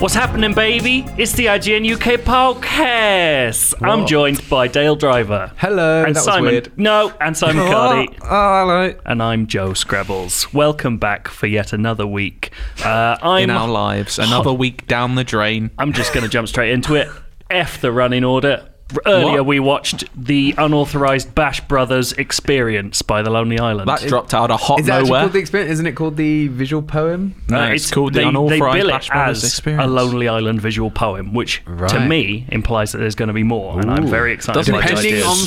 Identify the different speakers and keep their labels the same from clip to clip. Speaker 1: What's happening, baby? It's the IGN UK podcast. I'm
Speaker 2: What?
Speaker 1: joined by Dale Driver.
Speaker 2: Hello,
Speaker 1: and
Speaker 2: that was
Speaker 1: Simon.
Speaker 2: weird.
Speaker 1: No, and Simon Cardi.
Speaker 2: Oh, oh, hello.
Speaker 1: And I'm Joe Scrabbles. Welcome back for yet another week. Uh, I'm
Speaker 2: In our lives, another week down the drain.
Speaker 3: Uh,
Speaker 1: I'm just going to jump straight into it. F the running order. Earlier,
Speaker 2: What?
Speaker 1: we watched the unauthorized Bash Brothers experience by the Lonely Island.
Speaker 2: That's dropped out of hot
Speaker 3: Is that actually
Speaker 2: nowhere.
Speaker 3: called the experience? Isn't it called the visual poem?
Speaker 2: no,
Speaker 1: Uh,
Speaker 2: it's, called
Speaker 1: they,
Speaker 2: the unauthorized
Speaker 1: they bill it
Speaker 2: Bash Brothers
Speaker 1: as
Speaker 2: experience.
Speaker 1: a Lonely Island visual poem, which to
Speaker 3: Right.
Speaker 1: me implies that there's going to be more, and I'm
Speaker 2: Ooh.
Speaker 1: very excited.
Speaker 2: Doesn't
Speaker 1: about
Speaker 2: it
Speaker 1: those
Speaker 3: Depending
Speaker 1: ideas.
Speaker 3: on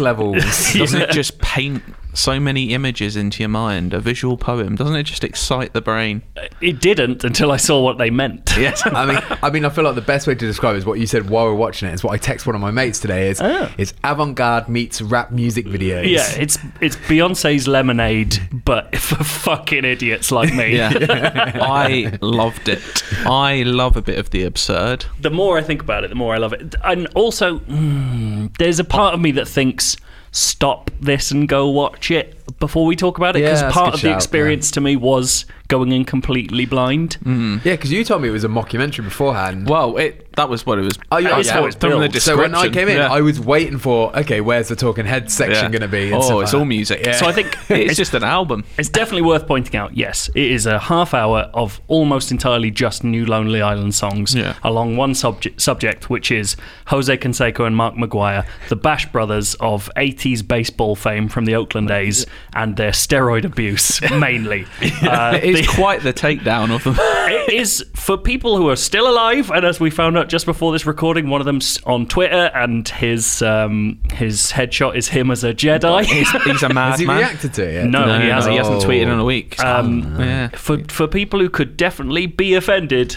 Speaker 3: levels.
Speaker 2: Doesn't it just paint so many images into your mind? A visual poem. Doesn't it just excite the brain?
Speaker 1: it didn't until I saw what they meant.
Speaker 2: Yes.
Speaker 3: I mean, I mean, I feel like the best way to describe it is what you said while we we're watching it. It's what I text one of my mates today. Is
Speaker 1: Oh.
Speaker 3: it's avant-garde meets rap music videos.
Speaker 1: Yeah, it's it's Beyonce's Lemonade, but for fucking idiots like me.
Speaker 2: Yeah. I loved it. I love a bit of the absurd.
Speaker 1: The more I think about it, the more I love it. And also, mm, there's a part of me that thinks stop this and go watch it before we talk about it
Speaker 3: Yeah,
Speaker 1: because
Speaker 3: that's a
Speaker 1: part
Speaker 3: good
Speaker 1: of the
Speaker 3: shout,
Speaker 1: experience to me was going in completely blind.
Speaker 3: yeah. Because you told me it was a mockumentary beforand.
Speaker 2: Well, it that was what it was.
Speaker 3: Oh, yeah,
Speaker 2: that was
Speaker 3: yeah.
Speaker 2: how it's
Speaker 1: From the
Speaker 2: built.
Speaker 3: so when I
Speaker 2: description,
Speaker 3: came in,
Speaker 2: yeah.
Speaker 3: I was waiting for okay, where's the talking head section
Speaker 2: Yeah.
Speaker 3: going to be? and stuff
Speaker 2: Oh,
Speaker 3: like
Speaker 2: it's all
Speaker 3: that.
Speaker 2: music.
Speaker 1: So I think
Speaker 2: it's just an album.
Speaker 1: It's definitely worth pointing out, yes, it is a half hour of almost entirely just new Lonely Island songs
Speaker 2: Yeah.
Speaker 1: along one subject, subject, which is Jose Canseco and Mark Maguire, the Bash brothers of 80s baseball fame from the Oakland A's and their steroid abuse mainly. Uh,
Speaker 2: It is
Speaker 1: the-
Speaker 2: quite the takedown of them.
Speaker 1: it is for people who are still alive, and as we found out just before this recording, one of them's on Twitter, and his um, his headshot is him as a Jedi.
Speaker 2: He's, he's a
Speaker 3: Has he
Speaker 2: madman.
Speaker 3: reacted to it?
Speaker 1: No.
Speaker 2: No,
Speaker 1: he
Speaker 2: he,
Speaker 1: hasn't.
Speaker 2: hasn't, he hasn't
Speaker 3: Oh.
Speaker 2: tweeted in a week.
Speaker 1: Um,
Speaker 2: yeah.
Speaker 1: for for people who could definitely be offended,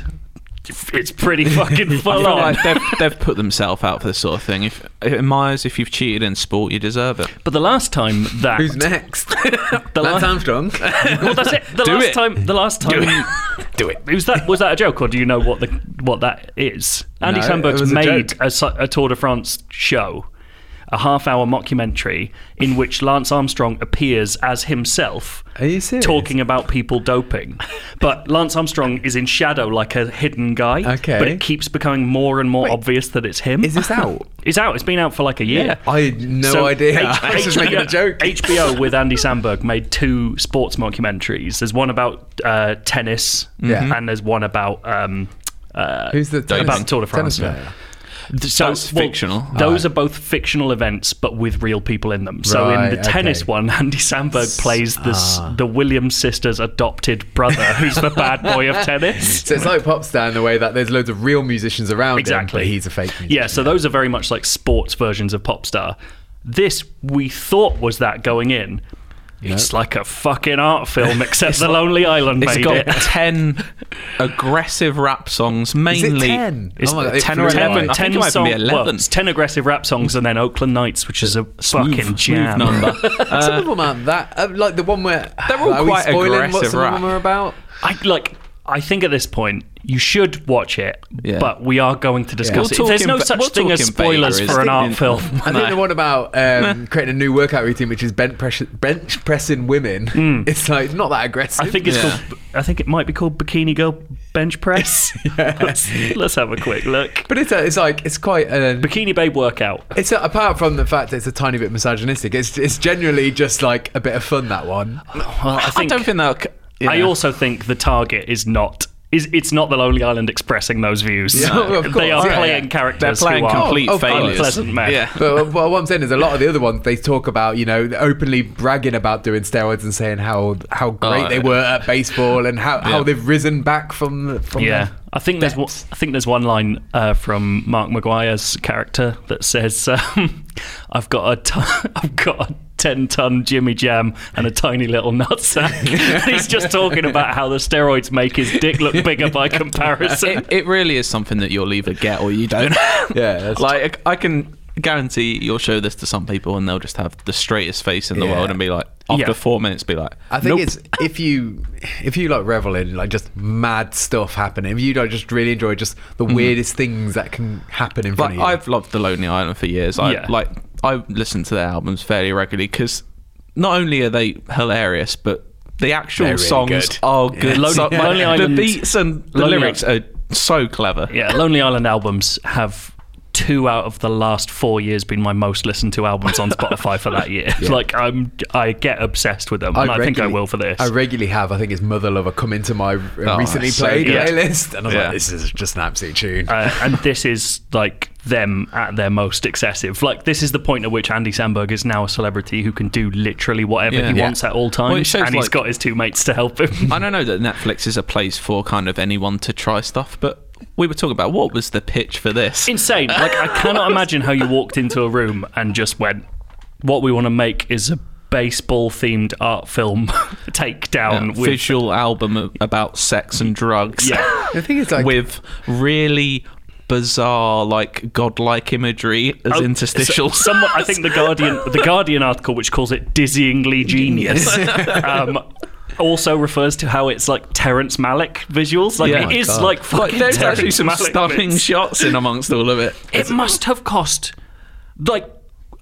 Speaker 1: it's pretty fucking full
Speaker 2: But
Speaker 1: on.
Speaker 2: like they've, they've put themselves out for this sort of thing. If in Myers, if you've cheated in sport, you deserve it.
Speaker 1: But the last time that
Speaker 3: Who's next?
Speaker 1: the
Speaker 3: Lance
Speaker 1: last,
Speaker 3: Armstrong.
Speaker 1: well, that's it. The
Speaker 2: Do
Speaker 1: last
Speaker 2: it.
Speaker 1: time, the last time,
Speaker 3: Do it.
Speaker 1: was that was that a joke, or do you know what the what that is? Andy
Speaker 3: No, it
Speaker 1: Sandberg's
Speaker 3: was a
Speaker 1: made
Speaker 3: joke.
Speaker 1: a, su- a Tour de France show, a half-hour mockumentary in which Lance Armstrong appears as himself.
Speaker 3: Are you serious?
Speaker 1: talking about people doping. But Lance Armstrong is in shadow like a hidden guy.
Speaker 3: Okay.
Speaker 1: But it keeps becoming more and more obvious that it's him.
Speaker 3: Is this out?
Speaker 1: It's out. It's been out for like a year.
Speaker 3: I had no
Speaker 1: So
Speaker 3: idea.
Speaker 1: H-
Speaker 3: I was just making a joke.
Speaker 1: HBO with Andy Sandberg made two sports documentaries. There's one about uh, tennis,
Speaker 3: Yeah. Mm-hmm.
Speaker 1: and there's one about. Um, uh,
Speaker 3: Who's the tennis,
Speaker 1: about Tour de France?
Speaker 3: tennis player?
Speaker 1: Th- So,
Speaker 2: That's fictional.
Speaker 1: Those are both fictional events, but with real people in them. So in
Speaker 3: Right,
Speaker 1: the tennis
Speaker 3: okay. Ah.
Speaker 1: one, Andy Sandberg plays the s the Williams sisters' adopted brother, who's the bad boy of tennis.
Speaker 3: So it's like Popstar in the way that there's loads of real musicians around
Speaker 1: Exactly.
Speaker 3: him, but he's a fake musician.
Speaker 1: Yeah, so those are very much like sports versions of Popstar. This we thought was that going in. It's like a fucking art film, except The Lonely Island
Speaker 2: It's
Speaker 1: made
Speaker 2: got
Speaker 1: it.
Speaker 2: ten aggressive rap songs,
Speaker 3: Is it
Speaker 2: mainly
Speaker 3: 10?
Speaker 2: It's
Speaker 3: Oh my God, it
Speaker 2: ten or
Speaker 3: flew
Speaker 2: eleven.
Speaker 3: by.
Speaker 2: I think it might
Speaker 1: song-
Speaker 2: be
Speaker 1: well,
Speaker 2: eleven.
Speaker 1: it's ten aggressive rap songs and then Oakland Nights, which is a
Speaker 2: Smooth-
Speaker 1: fucking
Speaker 2: smooth
Speaker 1: jam.
Speaker 2: number.
Speaker 3: Some of them aren't that. Uh, like the one where
Speaker 2: They're all
Speaker 3: are
Speaker 2: quite
Speaker 3: we spoiling what
Speaker 2: aggressive
Speaker 3: some
Speaker 2: rap.
Speaker 3: of them are about.
Speaker 1: I like. I think at this point you should watch it,
Speaker 2: Yeah.
Speaker 1: but we are going to discuss
Speaker 2: We'll
Speaker 1: it. There's
Speaker 2: talk
Speaker 1: no
Speaker 2: in-
Speaker 1: such
Speaker 2: we'll
Speaker 1: thing
Speaker 2: talk
Speaker 1: as
Speaker 2: in
Speaker 1: spoilers
Speaker 2: beta,
Speaker 1: for an
Speaker 2: isn't
Speaker 1: art
Speaker 2: it?
Speaker 1: film.
Speaker 3: I think the one about um, creating a new workout routine, which is bench, press- bench pressing women. It's like not that aggressive.
Speaker 1: Hmm. I think it's
Speaker 2: Yeah.
Speaker 1: called. I think it might be called Bikini Girl Bench Press. let's, let's have a quick look.
Speaker 3: but it's, a, it's like it's quite. A,
Speaker 1: Bikini Babe workout.
Speaker 3: it's a, apart from the fact that it's a tiny bit misogynistic. It's it's generally just like a bit of fun. That one.
Speaker 1: Well, I
Speaker 2: I
Speaker 1: think.
Speaker 2: don't think that.
Speaker 1: I also think the target is not. Is it's not the Lonely Island expressing those views.
Speaker 3: No, of
Speaker 1: they
Speaker 3: course.
Speaker 1: are
Speaker 3: Yeah,
Speaker 1: playing
Speaker 3: yeah.
Speaker 1: characters.
Speaker 2: They're playing
Speaker 1: who are
Speaker 2: complete
Speaker 3: of course.
Speaker 2: failures.
Speaker 1: Unpleasant men.
Speaker 2: Yeah.
Speaker 3: But uh, well, what I'm saying is, a lot of the other ones they talk about, you know, openly bragging about doing steroids and saying how how great
Speaker 2: Oh,
Speaker 3: they
Speaker 2: yeah.
Speaker 3: were at baseball and how, how they've risen back from from
Speaker 1: Yeah,
Speaker 3: the-
Speaker 1: I think there's one,
Speaker 3: Depths.
Speaker 1: I think there's one line uh, from Mark Maguire's character that says, um, "I've got a ton, I've got a ten ton Jimmy Jam and a tiny little nutsack." He's just talking about how the steroids make his dick look bigger by comparison.
Speaker 2: it, it really is something that you'll either get or you don't.
Speaker 3: Yeah, that's-
Speaker 2: like I can guarantee you'll show this to some people and they'll just have the straightest face in the
Speaker 3: Yeah.
Speaker 2: world and be like, after
Speaker 1: Yeah.
Speaker 2: four minutes, be like,
Speaker 3: I think
Speaker 2: nope.
Speaker 3: it's if you if you like revel in like just mad stuff happening, if you like just really enjoy just the
Speaker 1: Mm-hmm.
Speaker 3: weirdest things that can happen in front
Speaker 2: Like
Speaker 3: of you.
Speaker 2: I've loved the Lonely Island for years. I
Speaker 1: Yeah.
Speaker 2: like I listen to their albums fairly regularly because not only are they hilarious, but the actual
Speaker 3: They're really
Speaker 2: songs
Speaker 3: good.
Speaker 2: are
Speaker 3: Yeah.
Speaker 2: good.
Speaker 1: Lon-
Speaker 2: So,
Speaker 1: Lonely
Speaker 2: the
Speaker 1: Island-
Speaker 2: beats and the
Speaker 1: Lonely
Speaker 2: lyrics are so clever.
Speaker 1: Yeah, Lonely Island albums have two out of the last four years been my most listened to albums on Spotify for that year. Like I'm, I get obsessed with them, and I think I
Speaker 3: regularly-
Speaker 1: will for this.
Speaker 3: I regularly have. I think it's Mother Lover come into my uh
Speaker 2: Oh,
Speaker 3: recently
Speaker 2: so
Speaker 3: played
Speaker 1: good.
Speaker 3: playlist, and I was
Speaker 2: Yeah.
Speaker 3: like, this is just an absolute tune.
Speaker 1: uh, and this is like them at their most excessive. Like this is the point at which Andy Samberg is now a celebrity who can do literally whatever
Speaker 2: Yeah.
Speaker 1: he
Speaker 2: Yeah.
Speaker 1: wants at all times,
Speaker 2: Well, it shows,
Speaker 1: and he's
Speaker 2: like-
Speaker 1: got his two mates to help him.
Speaker 2: I don't know that Netflix is a place for kind of anyone to try stuff, but we were talking about what was the pitch for this?
Speaker 1: Insane. Like I cannot imagine how you walked into a room and just went, "What we want to make is a baseball themed art film takedown
Speaker 2: A
Speaker 1: with."
Speaker 2: visual album a- about sex and drugs.
Speaker 1: Yeah.
Speaker 3: the thing is, like,
Speaker 2: with really bizarre, like godlike imagery as
Speaker 1: Oh,
Speaker 2: interstitials.
Speaker 1: so- someone, I think the Guardian, the Guardian article, which calls it dizzyingly genius, um, also refers to how it's like Terrence Malick visuals. Like
Speaker 2: Yeah.
Speaker 1: it is
Speaker 3: God.
Speaker 1: like
Speaker 2: like
Speaker 1: fucking
Speaker 2: there's actually
Speaker 1: Terrence
Speaker 2: some
Speaker 1: Malick
Speaker 2: stunning
Speaker 1: bits.
Speaker 2: shots in amongst all of it.
Speaker 1: It must have cost like.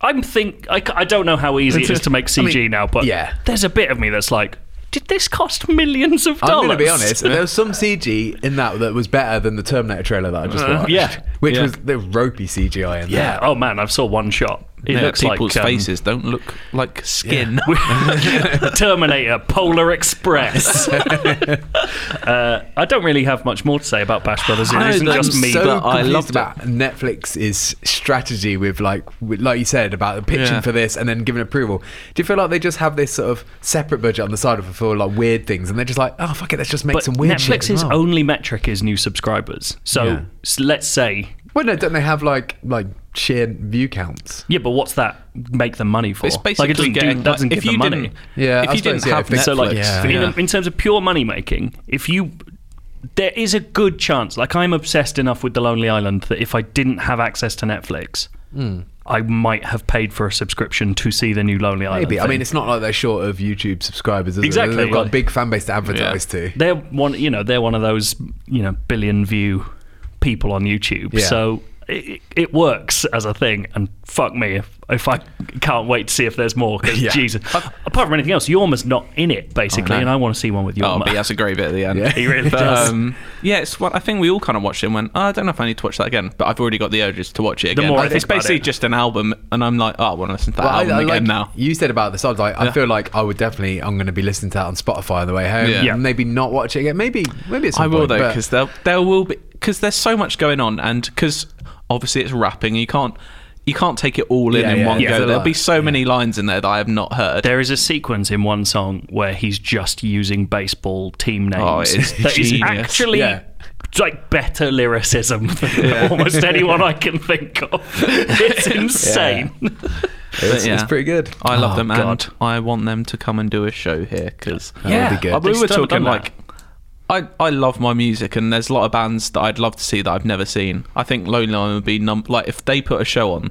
Speaker 1: I'm think I, c- I don't know how easy it is to make CG now, but
Speaker 3: yeah.
Speaker 1: there's a bit of me that's like, did this cost millions of
Speaker 3: I'm
Speaker 1: dollars?
Speaker 3: going to be honest. There was some CG in that that was better than the Terminator trailer that I just watched.
Speaker 1: Uh-huh. yeah.
Speaker 3: which
Speaker 2: Yeah.
Speaker 3: was the ropey CGI in
Speaker 1: Yeah. Oh man, I saw one shot. It
Speaker 2: Yeah,
Speaker 1: looks
Speaker 2: people's
Speaker 1: like um,
Speaker 2: faces don't look like skin.
Speaker 1: Terminator, Polar Express. uh, I don't really have much more to say about Bash Brothers. It
Speaker 2: I
Speaker 1: isn't
Speaker 2: know,
Speaker 1: just
Speaker 2: I'm
Speaker 1: me.
Speaker 3: So
Speaker 2: but I
Speaker 3: confused
Speaker 2: loved it.
Speaker 3: about Netflix's strategy with like, with, like you said about the pitching
Speaker 2: Yeah.
Speaker 3: for this and then giving approval. Do you feel like they just have this sort of separate budget on the side of for like weird things, and they're just like, oh fuck it, let's just make
Speaker 1: but
Speaker 3: some weird shit as
Speaker 1: Netflix's
Speaker 3: well.
Speaker 1: only metric is new subscribers. So
Speaker 3: Yeah.
Speaker 1: s- let's say,
Speaker 3: Well, no, don't they have like like sheer view counts?
Speaker 1: yeah, but what's that make them money for?
Speaker 2: It's basically
Speaker 1: like it doesn't,
Speaker 2: getting,
Speaker 1: do, doesn't
Speaker 2: like,
Speaker 1: give
Speaker 2: if you
Speaker 1: them money.
Speaker 2: didn't-
Speaker 3: Yeah,
Speaker 2: if
Speaker 3: I
Speaker 2: you
Speaker 3: suppose,
Speaker 2: didn't
Speaker 3: yeah,
Speaker 2: have
Speaker 3: if Netflix-
Speaker 2: Netflix,
Speaker 1: So like
Speaker 3: Yeah.
Speaker 1: in,
Speaker 2: Yeah.
Speaker 1: in terms of pure money making, if you there is a good chance. Like I'm obsessed enough with The Lonely Island that if I didn't have access to Netflix,
Speaker 3: Hmm.
Speaker 1: I might have paid for a subscription to see the new Lonely Island.
Speaker 3: Maybe. I
Speaker 1: thing.
Speaker 3: mean, it's not like they're short of YouTube subscribers. Is
Speaker 1: Exactly,
Speaker 3: It? They've got
Speaker 1: like-
Speaker 3: a big fan base to advertise to.
Speaker 1: they're one you know they're one of those you know billion view people on YouTube
Speaker 3: Yeah.
Speaker 1: so it, it works as a thing and fuck me if, if I can't wait to see if there's more 'cause
Speaker 3: Yeah.
Speaker 1: Jesus apart from anything else Yorma's not in it basically
Speaker 2: no.
Speaker 1: and I want to see one with
Speaker 2: Oh,
Speaker 1: Yorma
Speaker 2: but that's a great bit at the end.
Speaker 3: Yeah.
Speaker 1: he really
Speaker 2: But,
Speaker 1: does
Speaker 2: um, yeah, it's what I think we all kind of watched it and went, oh, I don't know if I need to watch that again, but I've already got the urges to watch it
Speaker 1: The
Speaker 2: again.
Speaker 1: more I
Speaker 2: it's
Speaker 1: think about
Speaker 2: basically
Speaker 1: it-
Speaker 2: just an album, and I'm like, oh, I want to listen to that
Speaker 3: Well,
Speaker 2: album again
Speaker 3: like
Speaker 2: now.
Speaker 3: you said about this. I was like, I feel like I would definitely. I'm going to be listening to that on Spotify on the way home.
Speaker 2: Yeah. Yeah.
Speaker 3: Maybe not watch it again. Maybe maybe it's.
Speaker 2: I will though, because there there will be because there's so much going on, and because obviously it's rapping, you can't you can't take it all in
Speaker 3: Yeah,
Speaker 2: in
Speaker 3: yeah,
Speaker 2: one go.
Speaker 3: yeah. There's a
Speaker 2: There'll
Speaker 3: lot.
Speaker 2: be so many lines in there that I have not heard.
Speaker 1: there is a sequence in one song where he's just using baseball team names
Speaker 2: Oh, it's
Speaker 1: that is
Speaker 2: genius.
Speaker 1: actually
Speaker 3: Yeah.
Speaker 1: like better lyricism than almost anyone I can think of. It's insane.
Speaker 3: it's,
Speaker 2: yeah.
Speaker 3: it's pretty good.
Speaker 2: I love
Speaker 1: Oh,
Speaker 2: them,
Speaker 1: God. Oh,
Speaker 2: and I want them to come and do a show here because
Speaker 3: That would be good.
Speaker 1: They
Speaker 2: we were
Speaker 1: still haven't done
Speaker 2: talking
Speaker 1: that.
Speaker 2: like. I, I love my music and there's a lot of bands that I'd love to see that I've never seen. I think Lonely Island would be num like if they put a show on,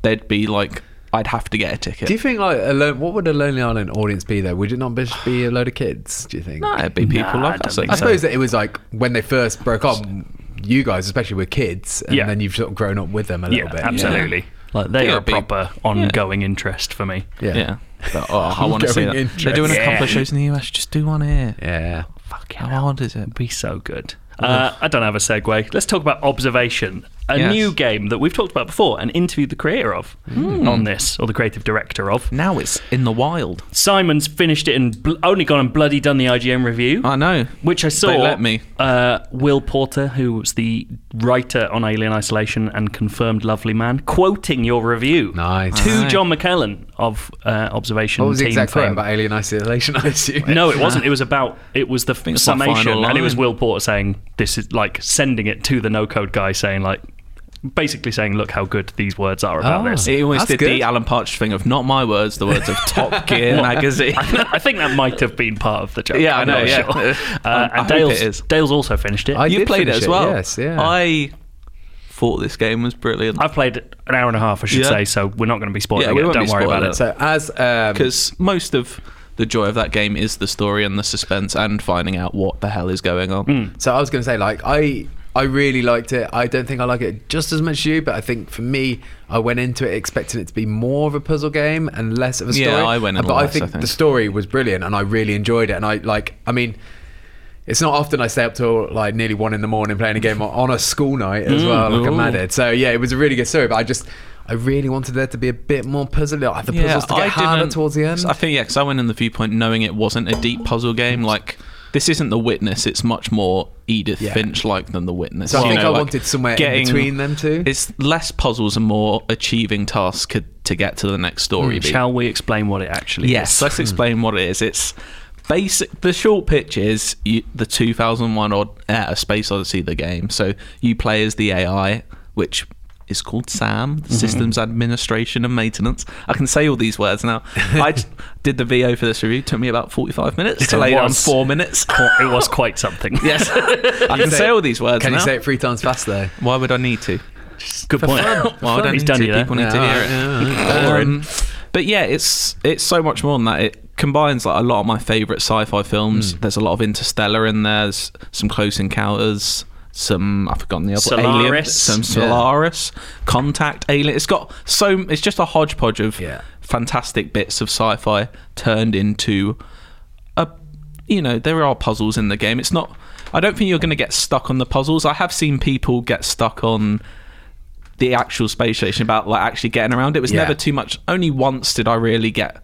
Speaker 2: they'd be like I'd have to get a ticket.
Speaker 3: Do you think like a lo- what would a Lonely Island audience be though? Would it not be- be a load of kids? Do you think?
Speaker 2: Nah, it'd be people
Speaker 1: Nah, I
Speaker 2: like
Speaker 1: don't
Speaker 2: that.
Speaker 1: think
Speaker 3: I
Speaker 2: so-
Speaker 3: suppose that it was like when they first broke up. You guys, especially with kids, and
Speaker 1: Yeah.
Speaker 3: then you've sort of grown up with them a little
Speaker 1: yeah,
Speaker 3: bit.
Speaker 1: absolutely. Like they
Speaker 2: Yeah,
Speaker 1: are a
Speaker 2: be-
Speaker 1: proper ongoing interest for me.
Speaker 3: Yeah.
Speaker 2: Yeah. But, oh, I want to see
Speaker 3: Going
Speaker 2: that.
Speaker 3: interest.
Speaker 2: They're doing a couple
Speaker 1: Yeah.
Speaker 2: of shows in the US. Just do one here.
Speaker 3: Yeah.
Speaker 1: Fuck
Speaker 2: How hard is it?
Speaker 1: be so good. Uh, I don't have a segue. Let's talk about Observation, a
Speaker 2: Yes.
Speaker 1: new game that we've talked about before and interviewed the creator of on this, or the creative director of.
Speaker 2: Now it's in the wild.
Speaker 1: Simon's finished it and bl- only gone and bloody done the IGN review.
Speaker 2: I know.
Speaker 1: which I saw.
Speaker 2: They let me.
Speaker 1: Uh, Will Porter, who was the writer on Alien Isolation and confirmed Lovely Man, quoting your review.
Speaker 3: Nice.
Speaker 1: To
Speaker 2: Right.
Speaker 1: John McKellen of uh, Observation
Speaker 3: What was the
Speaker 1: Team
Speaker 3: exact quote
Speaker 1: fame.
Speaker 3: about Alien Isolation? I assume.
Speaker 1: No, it wasn't. It was about it was the
Speaker 2: it's my
Speaker 1: summation,
Speaker 2: final
Speaker 1: and it was
Speaker 2: line.
Speaker 1: Will Porter saying this is like sending it to the no code guy, saying like basically saying, look how good these words are about
Speaker 3: Ah.
Speaker 1: this.
Speaker 2: He always
Speaker 3: That's
Speaker 2: did
Speaker 3: good.
Speaker 2: the Alan Partridge thing of not my words, the words of Top Gear magazine.
Speaker 1: I think that might have been part of the joke.
Speaker 2: Yeah, I
Speaker 1: I'm
Speaker 2: know,
Speaker 1: not
Speaker 2: yeah.
Speaker 1: Sure.
Speaker 2: I
Speaker 1: Uh, and
Speaker 2: hope
Speaker 1: Dale's,
Speaker 2: it is.
Speaker 1: Dale's also finished it.
Speaker 3: I
Speaker 2: you
Speaker 3: did
Speaker 2: played it
Speaker 3: finish
Speaker 2: as well.
Speaker 3: Yes. Yeah.
Speaker 2: I thought this game was brilliant.
Speaker 1: I've played an hour and a half, I should
Speaker 2: Yeah.
Speaker 1: say, so we're not going to be spoiling
Speaker 2: Yeah, we
Speaker 1: it.
Speaker 2: won't
Speaker 1: Don't
Speaker 2: be
Speaker 1: worry about
Speaker 2: spoiling
Speaker 1: it.
Speaker 2: it.
Speaker 3: So as um,
Speaker 2: Because most of the joy of that game is the story and the suspense and finding out what the hell is going on.
Speaker 3: So I was going to say, like, I I really liked it. I don't think I like it just as much as you, but I think for me, I went into it expecting it to be more of a puzzle game and less of a story.
Speaker 2: Yeah, I went in
Speaker 3: But
Speaker 2: less,
Speaker 3: I think
Speaker 2: I think.
Speaker 3: the story was brilliant, and I really enjoyed it. And I like, I mean. It's not often I stay up till like nearly one in the morning playing a game on- on a school night as well, like a
Speaker 2: Mm, ooh.
Speaker 3: mad head. So yeah, it was a really good story, but I just I really wanted there to be a bit more puzzle. Like the puzzles to get harder
Speaker 2: didn't-
Speaker 3: towards the end.
Speaker 2: I think yeah, because I went in the viewpoint knowing it wasn't a deep puzzle game.
Speaker 3: Mm.
Speaker 2: Like this isn't the witness; it's much more Edith
Speaker 3: Yeah.
Speaker 2: Finch like than the witness.
Speaker 3: So I
Speaker 2: you
Speaker 3: think
Speaker 2: know,
Speaker 3: I
Speaker 2: like,
Speaker 3: wanted somewhere in between them two.
Speaker 2: It's less puzzles and more achieving tasks to- to get to the next
Speaker 3: Mm.
Speaker 2: story. beat.
Speaker 1: Shall we explain what it actually
Speaker 2: Yes,
Speaker 1: is?
Speaker 2: let's explain what it is. It's basic. The short pitch is you, the 2001 odd uh, A Space Odyssey, the game. So you play as the AI, which is called Sam, the Systems Administration and Maintenance. I can say all these words now. I d- did the VO for this review. It took me about 45 minutes to
Speaker 1: It
Speaker 2: lay down
Speaker 1: was.
Speaker 2: four minutes.
Speaker 1: It was quite something.
Speaker 2: yes, I can
Speaker 3: say-
Speaker 2: say, all these words
Speaker 3: Can
Speaker 2: now.
Speaker 3: you say it three times fast though?
Speaker 2: Why would I need to?
Speaker 1: Good point.
Speaker 2: Why would I
Speaker 1: He's
Speaker 2: need
Speaker 1: done
Speaker 2: to?
Speaker 1: you there.
Speaker 2: People need to
Speaker 3: Yeah,
Speaker 2: hear it.
Speaker 3: alright, yeah,
Speaker 2: Um, but yeah, it's it's so much more than that. It combines like a lot of my favorite sci-fi
Speaker 1: Hmm.
Speaker 2: films. There's a lot of Interstellar in there. There's some Close Encounters. Some I've forgotten the other Alien,
Speaker 1: Solaris.
Speaker 2: some
Speaker 3: Yeah.
Speaker 2: Solaris, Contact, Alien. It's got so it's just a hodgepodge of
Speaker 3: Yeah.
Speaker 2: fantastic bits of sci-fi turned into a you know there are puzzles in the game it's not i don't think you're going to get stuck on the puzzles i have seen people get stuck on the actual space station about like actually getting around it was
Speaker 3: Yeah.
Speaker 2: never too much only once did i really get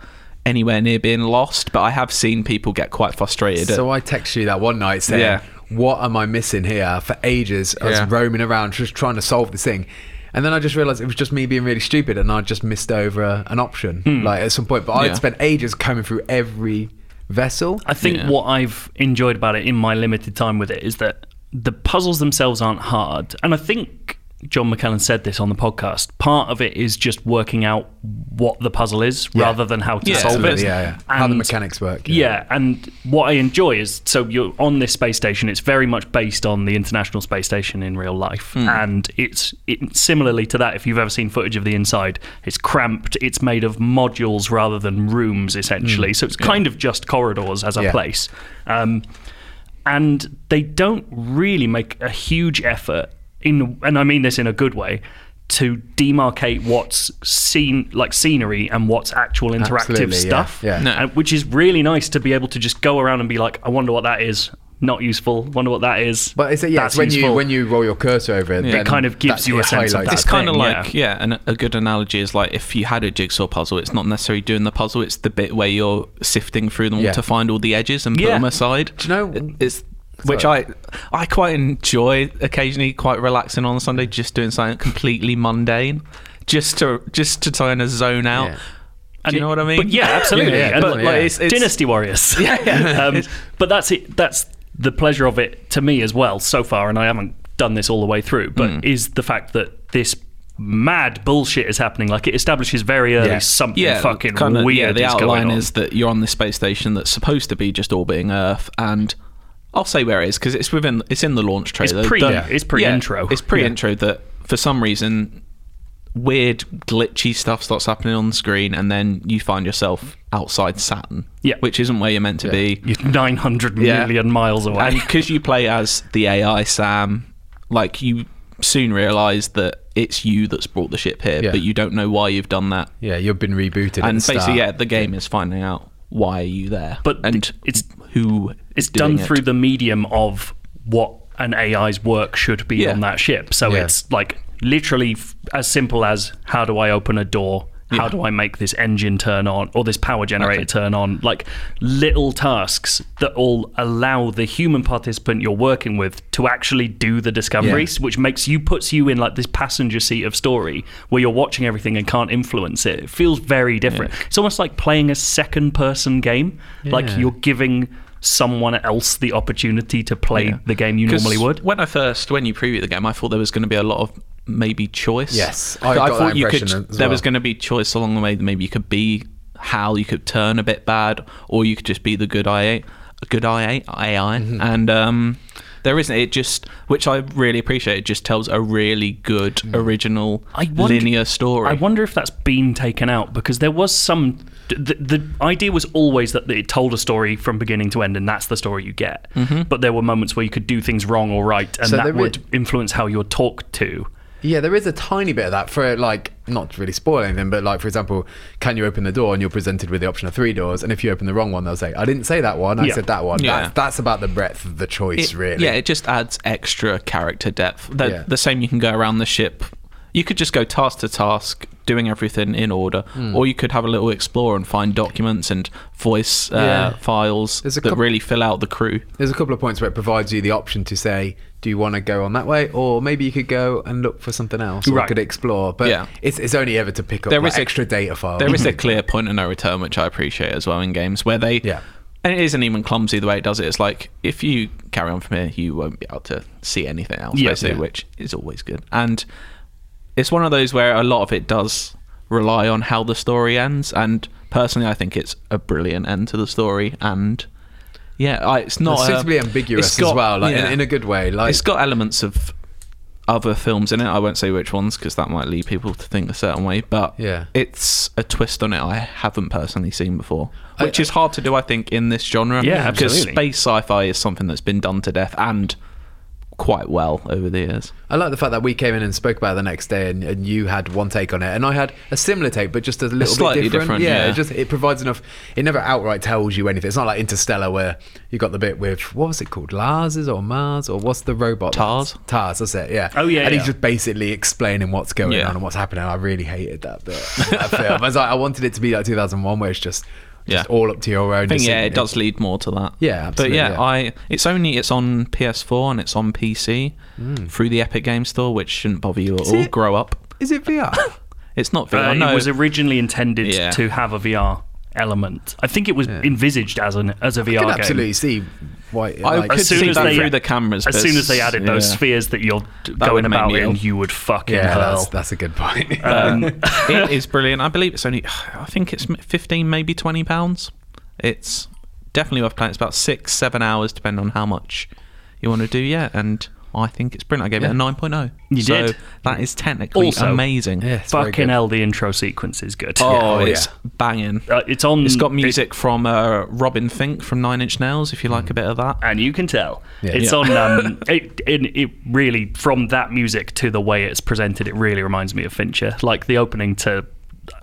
Speaker 2: anywhere near being lost but i have seen people get quite frustrated at-
Speaker 3: So I text you that one night saying,
Speaker 2: Yeah.
Speaker 3: "What am I missing here?" For ages, I was
Speaker 2: Yeah.
Speaker 3: roaming around just trying to solve this thing, and then I just realised it was just me being really stupid, and I just missed over a, an option.
Speaker 1: Hmm.
Speaker 3: Like at some point, but
Speaker 2: Yeah.
Speaker 3: I'd spent ages combing through every vessel.
Speaker 1: I think
Speaker 2: Yeah.
Speaker 1: what I've enjoyed about it in my limited time with it is that the puzzles themselves aren't hard. And I think John McKellen said this on the podcast. Part of it is just working out what the puzzle is rather than how to
Speaker 2: Yeah,
Speaker 1: solve it.
Speaker 3: Absolutely, yeah, yeah. How the
Speaker 1: And-
Speaker 3: mechanics work.
Speaker 1: Yeah, and what I enjoy is so you're on this space station. It's very much based on the International Space Station in real life,
Speaker 3: Hmm.
Speaker 1: and it's it, similarly to that. If you've ever seen footage of the inside, it's cramped. It's made of modules rather than rooms, essentially. So it's kind of just corridors as a
Speaker 3: Hmm. Yeah.
Speaker 1: place, um, and they don't really make a huge effort in, and I mean this in a good way. To demarcate what's scene like scenery and what's actual interactive
Speaker 3: Absolutely, yeah,
Speaker 1: stuff,
Speaker 3: yeah. No.
Speaker 1: uh, which is really nice to be able to just go around and be like, I wonder what that is. Not useful. Wonder what that is.
Speaker 3: But it's, yeah,
Speaker 1: That's
Speaker 3: it's when you
Speaker 1: useful.
Speaker 3: when you roll your cursor over it, then
Speaker 1: It kind of gives
Speaker 3: that-
Speaker 1: you a
Speaker 3: it
Speaker 1: sense of
Speaker 3: highlights
Speaker 1: that.
Speaker 2: it's
Speaker 3: it.
Speaker 2: kind of
Speaker 1: thing,
Speaker 2: like yeah, and a good analogy is like if you had a jigsaw puzzle it's not necessarily doing the puzzle it's the bit where you're sifting through them all
Speaker 3: Yeah.
Speaker 2: to find all the edges and put
Speaker 1: Yeah.
Speaker 2: them aside
Speaker 3: Do you know-
Speaker 2: It- it's which I I quite enjoy occasionally quite relaxing on a Sunday just doing something completely mundane just to just to try and zone out
Speaker 3: Yeah.
Speaker 2: do you know what I mean
Speaker 1: But yeah, absolutely.
Speaker 3: Yeah, yeah,
Speaker 1: And,
Speaker 3: definitely,
Speaker 1: like,
Speaker 3: yeah.
Speaker 1: it's- it's- Dynasty Warriors. Yeah, um, but that's it. That's the pleasure of it to me as well so far, and I haven't done this all the way through. But
Speaker 2: Mm.
Speaker 1: is the fact that this mad bullshit is happening? Like it establishes very early
Speaker 3: Yeah.
Speaker 1: something
Speaker 2: yeah,
Speaker 1: fucking
Speaker 2: kinda-
Speaker 1: weird
Speaker 2: Yeah, the
Speaker 1: is
Speaker 2: outline
Speaker 1: going on.
Speaker 2: is that you're on this space station that's supposed to be just orbiting Earth, and I'll say where it is because it's within, it's in the launch trailer.
Speaker 1: pre-
Speaker 2: The-
Speaker 1: yeah, it's pre-intro.
Speaker 2: It's pre-intro that for some reason weird glitchy stuff starts happening on the screen, and then you find yourself outside Saturn,
Speaker 1: Yeah.
Speaker 2: which isn't where you're meant to be.
Speaker 1: You're 900 million
Speaker 2: Yeah.
Speaker 1: miles away.
Speaker 2: And because you play as the AI Sam, like you soon realize that it's you that's brought the ship here,
Speaker 3: Yeah.
Speaker 2: but you don't know why you've done that
Speaker 3: yeah, you've been rebooted. at
Speaker 2: and
Speaker 3: the
Speaker 2: basically,
Speaker 3: start.
Speaker 2: yeah, the game is finding out why are you there,
Speaker 1: But
Speaker 2: and
Speaker 1: th- it's-
Speaker 2: who
Speaker 1: it's
Speaker 2: is doing
Speaker 1: done through the medium of what an AI's work should be
Speaker 2: Yeah.
Speaker 1: on that ship. So
Speaker 3: Yeah.
Speaker 1: it's like literally f- as simple as how do I open a door? How do I make this engine turn on or this power generator turn on? Like little tasks that all allow the human participant you're working with to actually do the discoveries, which makes you puts you in like this passenger seat of story where you're watching everything and can't influence it. It feels very different. It's almost like playing a second person game. Like
Speaker 3: Yeah.
Speaker 1: you're giving someone else the opportunity to play the game you
Speaker 2: 'Cause
Speaker 1: normally would.
Speaker 2: When I first, when you previewed the game, I thought there was going to be a lot of maybe choice.
Speaker 3: Yes, I got that
Speaker 2: thought you could.
Speaker 3: impression as
Speaker 2: There was
Speaker 3: well.
Speaker 2: going to be choice along the way. That maybe you could be Hal, you could turn a bit bad, or you could just be the good IA, good IA, AI,
Speaker 3: Mm-hmm.
Speaker 2: and um, there isn't. It just, which I really appreciate. It just tells a really good,
Speaker 3: Mm.
Speaker 2: original,
Speaker 1: I wonder-
Speaker 2: linear story.
Speaker 1: I wonder if that's been taken out because there was some. The, the idea was always that it told a story from beginning to end, and that's the story you
Speaker 2: Mm-hmm.
Speaker 1: get. But there were moments where you could do things wrong or right, and
Speaker 3: So
Speaker 1: that
Speaker 3: there i-
Speaker 1: would influence how you're talked to.
Speaker 3: Yeah, there is a tiny bit of that for like not to really spoil anything, but like for example, can you open the door and you're presented with the option of three doors, and if you open the wrong one, they'll say, "I didn't say that one. I
Speaker 1: Yeah.
Speaker 3: said that one."
Speaker 2: Yeah.
Speaker 3: That's, that's about the breadth of the choice,
Speaker 2: It-
Speaker 3: really.
Speaker 2: Yeah, it just adds extra character depth. The,
Speaker 3: Yeah.
Speaker 2: the same you can go around the ship. You could just go task to task, doing everything in order,
Speaker 3: Hmm.
Speaker 2: or you could have a little explore and find documents and voice uh,
Speaker 3: Yeah.
Speaker 2: files
Speaker 3: There's a
Speaker 2: that
Speaker 3: coup-
Speaker 2: really fill out the crew.
Speaker 3: There's a couple of points where it provides you the option to say, "Do you want to go on that way?" or maybe you could go and look for something else, or
Speaker 1: Right.
Speaker 3: could explore. But
Speaker 2: Yeah.
Speaker 3: it's, it's only ever to pick up
Speaker 2: There
Speaker 3: like,
Speaker 2: is a-
Speaker 3: extra data files.
Speaker 2: There is a clear point of no return, which I appreciate as well in games where they.
Speaker 3: Yeah.
Speaker 2: And it isn't even clumsy the way it does it. It's like if you carry on from here, you won't be able to see anything else,
Speaker 1: Yeah.
Speaker 2: basically,
Speaker 1: Yeah.
Speaker 2: which is always good. And it's one of those where a lot of it does rely on how the story ends. And personally, I think it's a brilliant end to the story. And yeah, I, it's not
Speaker 3: It's
Speaker 2: a-
Speaker 3: suitably
Speaker 2: it's
Speaker 3: ambiguous as
Speaker 2: got-
Speaker 3: well, like
Speaker 2: yeah.
Speaker 3: in, in a good way. Like
Speaker 2: It's got elements of other films in it. I won't say which ones because that might lead people to think a certain way. But
Speaker 3: Yeah.
Speaker 2: it's a twist on it I haven't personally seen before, which is hard to do. I think in this genre,
Speaker 1: Yeah,
Speaker 2: because
Speaker 1: absolutely.
Speaker 2: space sci-fi is something that's been done to death and quite well over the years.
Speaker 3: I like the fact that we came in and spoke about it the next day, and, and you had one take on it, and I had a similar take, but just a little
Speaker 2: slightly
Speaker 3: bit different.
Speaker 2: different, yeah.
Speaker 3: it just it provides enough. It never outright tells you anything. It's not like Interstellar where you got the bit with what was it called, Lars's or Mars or what's the robot?
Speaker 2: Tars.
Speaker 3: Tars. That's it. Yeah.
Speaker 1: Oh, yeah,
Speaker 3: And he's
Speaker 1: yeah.
Speaker 3: just basically explaining what's going
Speaker 2: Yeah.
Speaker 3: on and what's happening. I really hated that bit. That film. I was like, I wanted it to be like 2001, where it's just, just
Speaker 2: Yeah.
Speaker 3: all up to your own.
Speaker 2: I think yeah,
Speaker 3: decision.
Speaker 2: it does lead more to that.
Speaker 3: Yeah, absolutely,
Speaker 2: But yeah,
Speaker 3: yeah.
Speaker 2: I it's only it's on PS4 and it's on PC through the Epic Game Store, which shouldn't bother you at all.
Speaker 3: it-
Speaker 2: Grow up.
Speaker 3: Is it VR?
Speaker 2: It's not
Speaker 1: Uh,
Speaker 2: VR. no,
Speaker 1: It was originally intended
Speaker 2: Yeah.
Speaker 1: to have a VR element. I think it was envisaged as an as a VR
Speaker 3: I can
Speaker 1: game.
Speaker 3: absolutely see why.
Speaker 2: I
Speaker 3: like-
Speaker 2: could
Speaker 1: As soon
Speaker 2: see
Speaker 1: as
Speaker 2: that
Speaker 1: they-
Speaker 2: through the cameras.
Speaker 1: As soon as they added those
Speaker 2: yeah.
Speaker 1: spheres that you're d-
Speaker 2: That
Speaker 1: going
Speaker 2: would make
Speaker 1: about
Speaker 2: me
Speaker 1: in,
Speaker 2: ill.
Speaker 1: you would fucking
Speaker 3: yeah,
Speaker 1: hurl.
Speaker 3: that's, that's a good point.
Speaker 1: Uh,
Speaker 2: it is brilliant. I believe it's only, I think it's 15, maybe 20 pounds. It's definitely worth playing. It's about six, seven hours, depending on how much you want to do. Yeah. And I think it's brilliant. I gave it a 9.0.
Speaker 1: You
Speaker 2: so
Speaker 1: did?
Speaker 2: That is technically
Speaker 1: Also-
Speaker 2: amazing.
Speaker 3: Yeah, it's very
Speaker 1: fucking
Speaker 3: good.
Speaker 1: hell, the intro sequence is good.
Speaker 2: Oh,
Speaker 3: Yeah.
Speaker 2: it's
Speaker 3: Oh,
Speaker 2: banging.
Speaker 1: Uh, it's on.
Speaker 2: It's got
Speaker 1: it-
Speaker 2: music from uh, Robin Fink from Nine Inch Nails, if you like a bit of that.
Speaker 1: and you can tell
Speaker 3: Yeah.
Speaker 1: it's
Speaker 2: Yeah.
Speaker 1: on. Um, it, it it really from that music to the way it's presented, it really reminds me of Fincher. Like the opening to.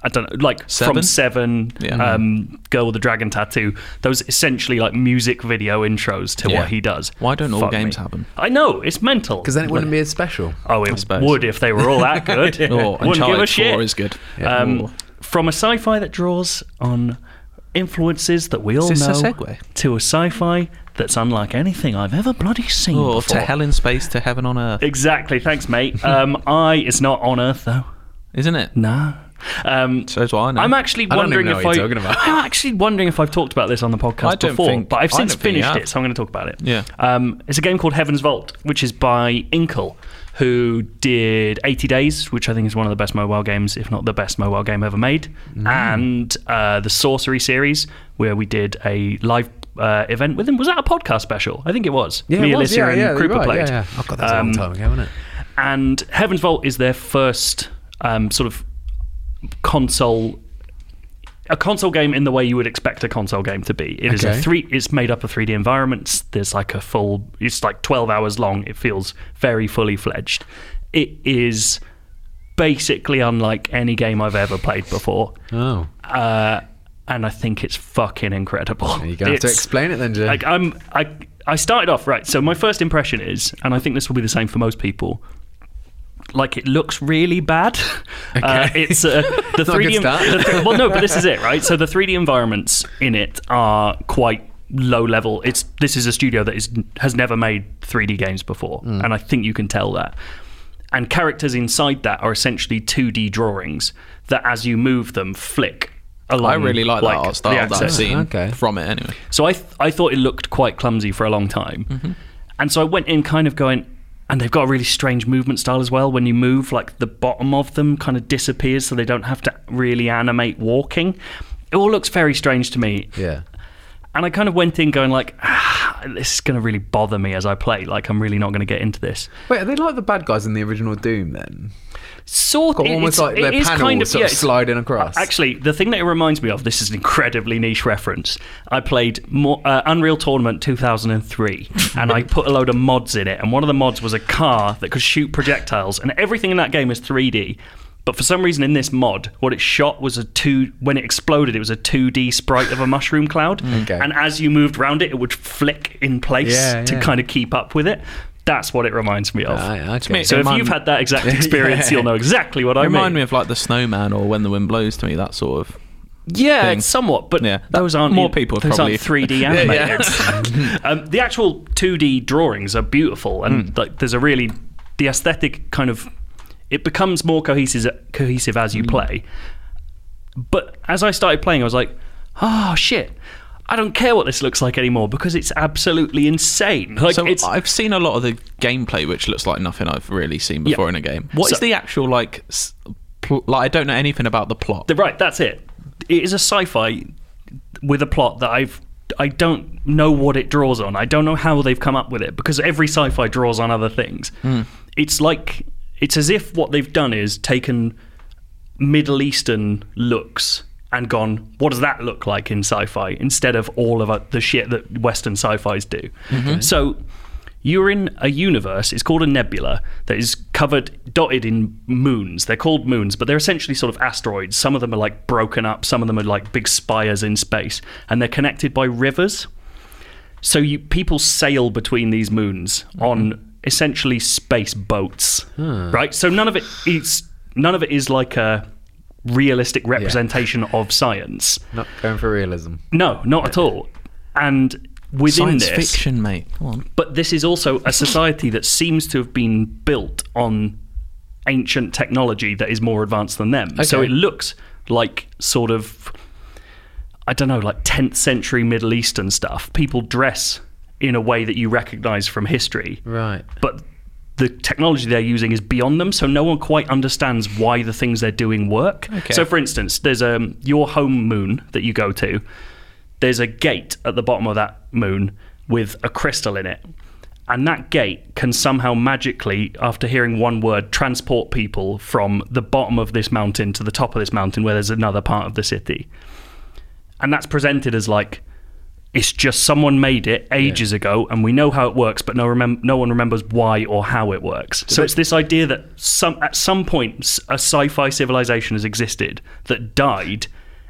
Speaker 1: I don't know, like
Speaker 2: Seven?
Speaker 1: from Seven,
Speaker 2: Yeah.
Speaker 1: um, Girl with the Dragon Tattoo. Those essentially like music video intros to
Speaker 2: Yeah.
Speaker 1: what he does.
Speaker 2: Why don't all
Speaker 1: Fuck
Speaker 2: games
Speaker 1: me.
Speaker 2: have 'em?
Speaker 1: I know it's mental.
Speaker 3: Because then it wouldn't be as special.
Speaker 1: Oh,
Speaker 2: I
Speaker 1: it
Speaker 2: suppose.
Speaker 1: would if they were all that good.
Speaker 2: Oh,
Speaker 1: Wouldn't give a
Speaker 2: Uncharted 4
Speaker 1: shit.
Speaker 2: is good.
Speaker 1: Um,
Speaker 2: Ooh.
Speaker 1: from a sci-fi that draws on influences that we all
Speaker 2: this a
Speaker 1: know
Speaker 2: segue?
Speaker 1: to a sci-fi that's unlike anything I've ever bloody seen
Speaker 2: Or
Speaker 1: before.
Speaker 2: Oh, to hell in space, to heaven on earth,
Speaker 1: Exactly. Thanks, mate. Um, I it's not on Earth though.
Speaker 2: isn't it?
Speaker 1: No. Um,
Speaker 2: So do I know.
Speaker 1: I'm actually
Speaker 3: eh? I don't
Speaker 1: wondering
Speaker 3: even know
Speaker 1: if
Speaker 3: what
Speaker 1: I.
Speaker 3: you're talking about.
Speaker 1: I'm actually wondering if I've talked about this on the
Speaker 2: I
Speaker 1: podcast
Speaker 2: don't
Speaker 1: before,
Speaker 2: think-
Speaker 1: but I've
Speaker 2: I
Speaker 1: since
Speaker 2: don't think you
Speaker 1: finished
Speaker 2: have.
Speaker 1: it, so I'm going to talk about it.
Speaker 2: Yeah.
Speaker 1: Um, it's a game called Heaven's Vault, which is by Inkle, who did 80 Days, which I think is one of the best mobile games, if not the best mobile game ever made,
Speaker 3: Mm.
Speaker 1: and uh, the Sorcery series, where we did a live. Uh, event with him was that a podcast special? I think it was. Me, Alicia, and
Speaker 3: you're
Speaker 1: Krupa
Speaker 3: right,
Speaker 1: played.
Speaker 3: Yeah, yeah. Oh god, that's a long
Speaker 1: Um,
Speaker 3: time ago, isn't it?
Speaker 1: and Heaven's Vault is their first um, sort of console a console game in the way you would expect a console game to be. It is
Speaker 3: Okay.
Speaker 1: a three. It's made up of three D environments. There's like a full. It's like twelve hours long. It feels very fully fledged. It is basically unlike any game I've ever played before,
Speaker 3: Oh,
Speaker 1: uh, and I think it's fucking incredible.
Speaker 3: you're gonna have to
Speaker 1: It's-
Speaker 3: explain it then, Jay.
Speaker 1: like I'm I I started off right. So my first impression is, and I think this will be the same for most people. Like it looks really bad. Uh, it's uh, the
Speaker 3: Not a
Speaker 1: three D.
Speaker 3: good start.
Speaker 1: well, no, but this is it, right? So the three D environments in it are quite low level. It's this is a studio that is has never made three D games before,
Speaker 2: Mm.
Speaker 1: and I think you can tell that. And characters inside that are essentially two D drawings that, as you move them, flick along.
Speaker 2: I really like, that art
Speaker 1: the
Speaker 2: style that I've
Speaker 1: axis.
Speaker 2: seen
Speaker 3: Okay.
Speaker 2: from it anyway.
Speaker 1: So I, th- I thought it looked quite clumsy for a long time. And so I went in kind of going, and they've got a really strange movement style as well. When you move, like the bottom of them kind of disappears, so they don't have to really animate walking. It all looks very strange to me.
Speaker 3: yeah.
Speaker 1: and I kind of went in going like, ah, this is going to really bother me as I play. Like, I'm really not going to get into this.
Speaker 3: Wait, are they like the bad guys in the original Doom then?
Speaker 1: Sort
Speaker 3: Got
Speaker 1: it-
Speaker 3: almost
Speaker 1: it's-
Speaker 3: like their
Speaker 1: it is
Speaker 3: panel
Speaker 1: kind of,
Speaker 3: sort
Speaker 1: yeah,
Speaker 3: of
Speaker 1: it's-
Speaker 3: sliding across.
Speaker 1: Actually, the thing that it reminds me of, this is an incredibly niche reference. I played more, uh, Unreal Tournament 2003, and I put a load of mods in it. And one of the mods was a car that could shoot projectiles, and everything in that game is 3D. But for some reason, in this mod, what it shot was a two. When it exploded, it was a 2D sprite of a mushroom cloud,
Speaker 3: Mm, Okay.
Speaker 1: and as you moved around it, it would flick in place
Speaker 3: Yeah,
Speaker 1: to
Speaker 3: yeah. Ah,
Speaker 1: kind of keep up with it. That's what it reminds me of.
Speaker 3: Right, okay.
Speaker 2: me, it
Speaker 1: so if
Speaker 2: remind-
Speaker 1: you've had that exact experience, you'll know exactly what I mean.
Speaker 2: Remind me of like the snowman or when the wind blows to me, that sort of.
Speaker 1: Yeah,
Speaker 2: thing.
Speaker 1: it's somewhat, but
Speaker 2: Yeah.
Speaker 1: those aren't
Speaker 2: More people
Speaker 1: Those
Speaker 2: probably-
Speaker 1: aren't three D
Speaker 2: Yeah, yeah.
Speaker 1: animated. um, the actual two D drawings are beautiful,
Speaker 2: Hmm.
Speaker 1: and like there's a really the aesthetic kind of it becomes more cohesive cohesive as
Speaker 2: Hmm.
Speaker 1: you play. But as I started playing, I was like, oh shit. I don't care what this looks like anymore because it's absolutely insane. Like
Speaker 2: So
Speaker 1: it's
Speaker 2: I've seen a lot of the gameplay, which looks like nothing I've really seen before in a game. What is
Speaker 1: So-
Speaker 2: the actual like? s- Pl- like I don't know anything about the plot.
Speaker 1: The- right, that's it. It is a sci-fi with a plot that I've I don't know what it draws on. I don't know how they've come up with it because every sci-fi draws on other things. It's like it's as if what they've done is taken Middle Eastern looks and gone, what does that look like in sci-fi instead of all of uh, the shit that Western sci-fis do. So you're in a universe. It's called a nebula that is covered, dotted in moons. They're called moons, but they're essentially sort of asteroids. Some of them are like broken up. Some of them are like big spires in space, and they're connected by rivers. So you people sail between these moons
Speaker 2: Mm-hmm.
Speaker 1: on essentially space boats, right? So none of it is none of it is like a realistic representation of science.
Speaker 3: Not going for realism.
Speaker 1: No, not at all. And within
Speaker 2: Science
Speaker 1: this,
Speaker 2: fiction, mate. Come on.
Speaker 1: but this is also a society that seems to have been built on ancient technology that is more advanced than them. So
Speaker 3: Okay.
Speaker 1: it looks like sort of I don't know, like 10th century Middle Eastern stuff. People dress in a way that you recognize from history.
Speaker 3: Right.
Speaker 1: But the technology they're using is beyond them, so no one quite understands why the things they're doing work.
Speaker 2: Okay.
Speaker 1: So, for instance, there's um, your home moon that you go to. There's a gate at the bottom of that moon with a crystal in it. And that gate can somehow magically, after hearing one word, transport people from the bottom of this mountain to the top of this mountain where there's another part of the city and that's presented as like it's just someone made it ages ago and we know how it works but no remem- no one remembers why or how it works so it's this idea that some at some point s- a sci-fi civilization has existed that died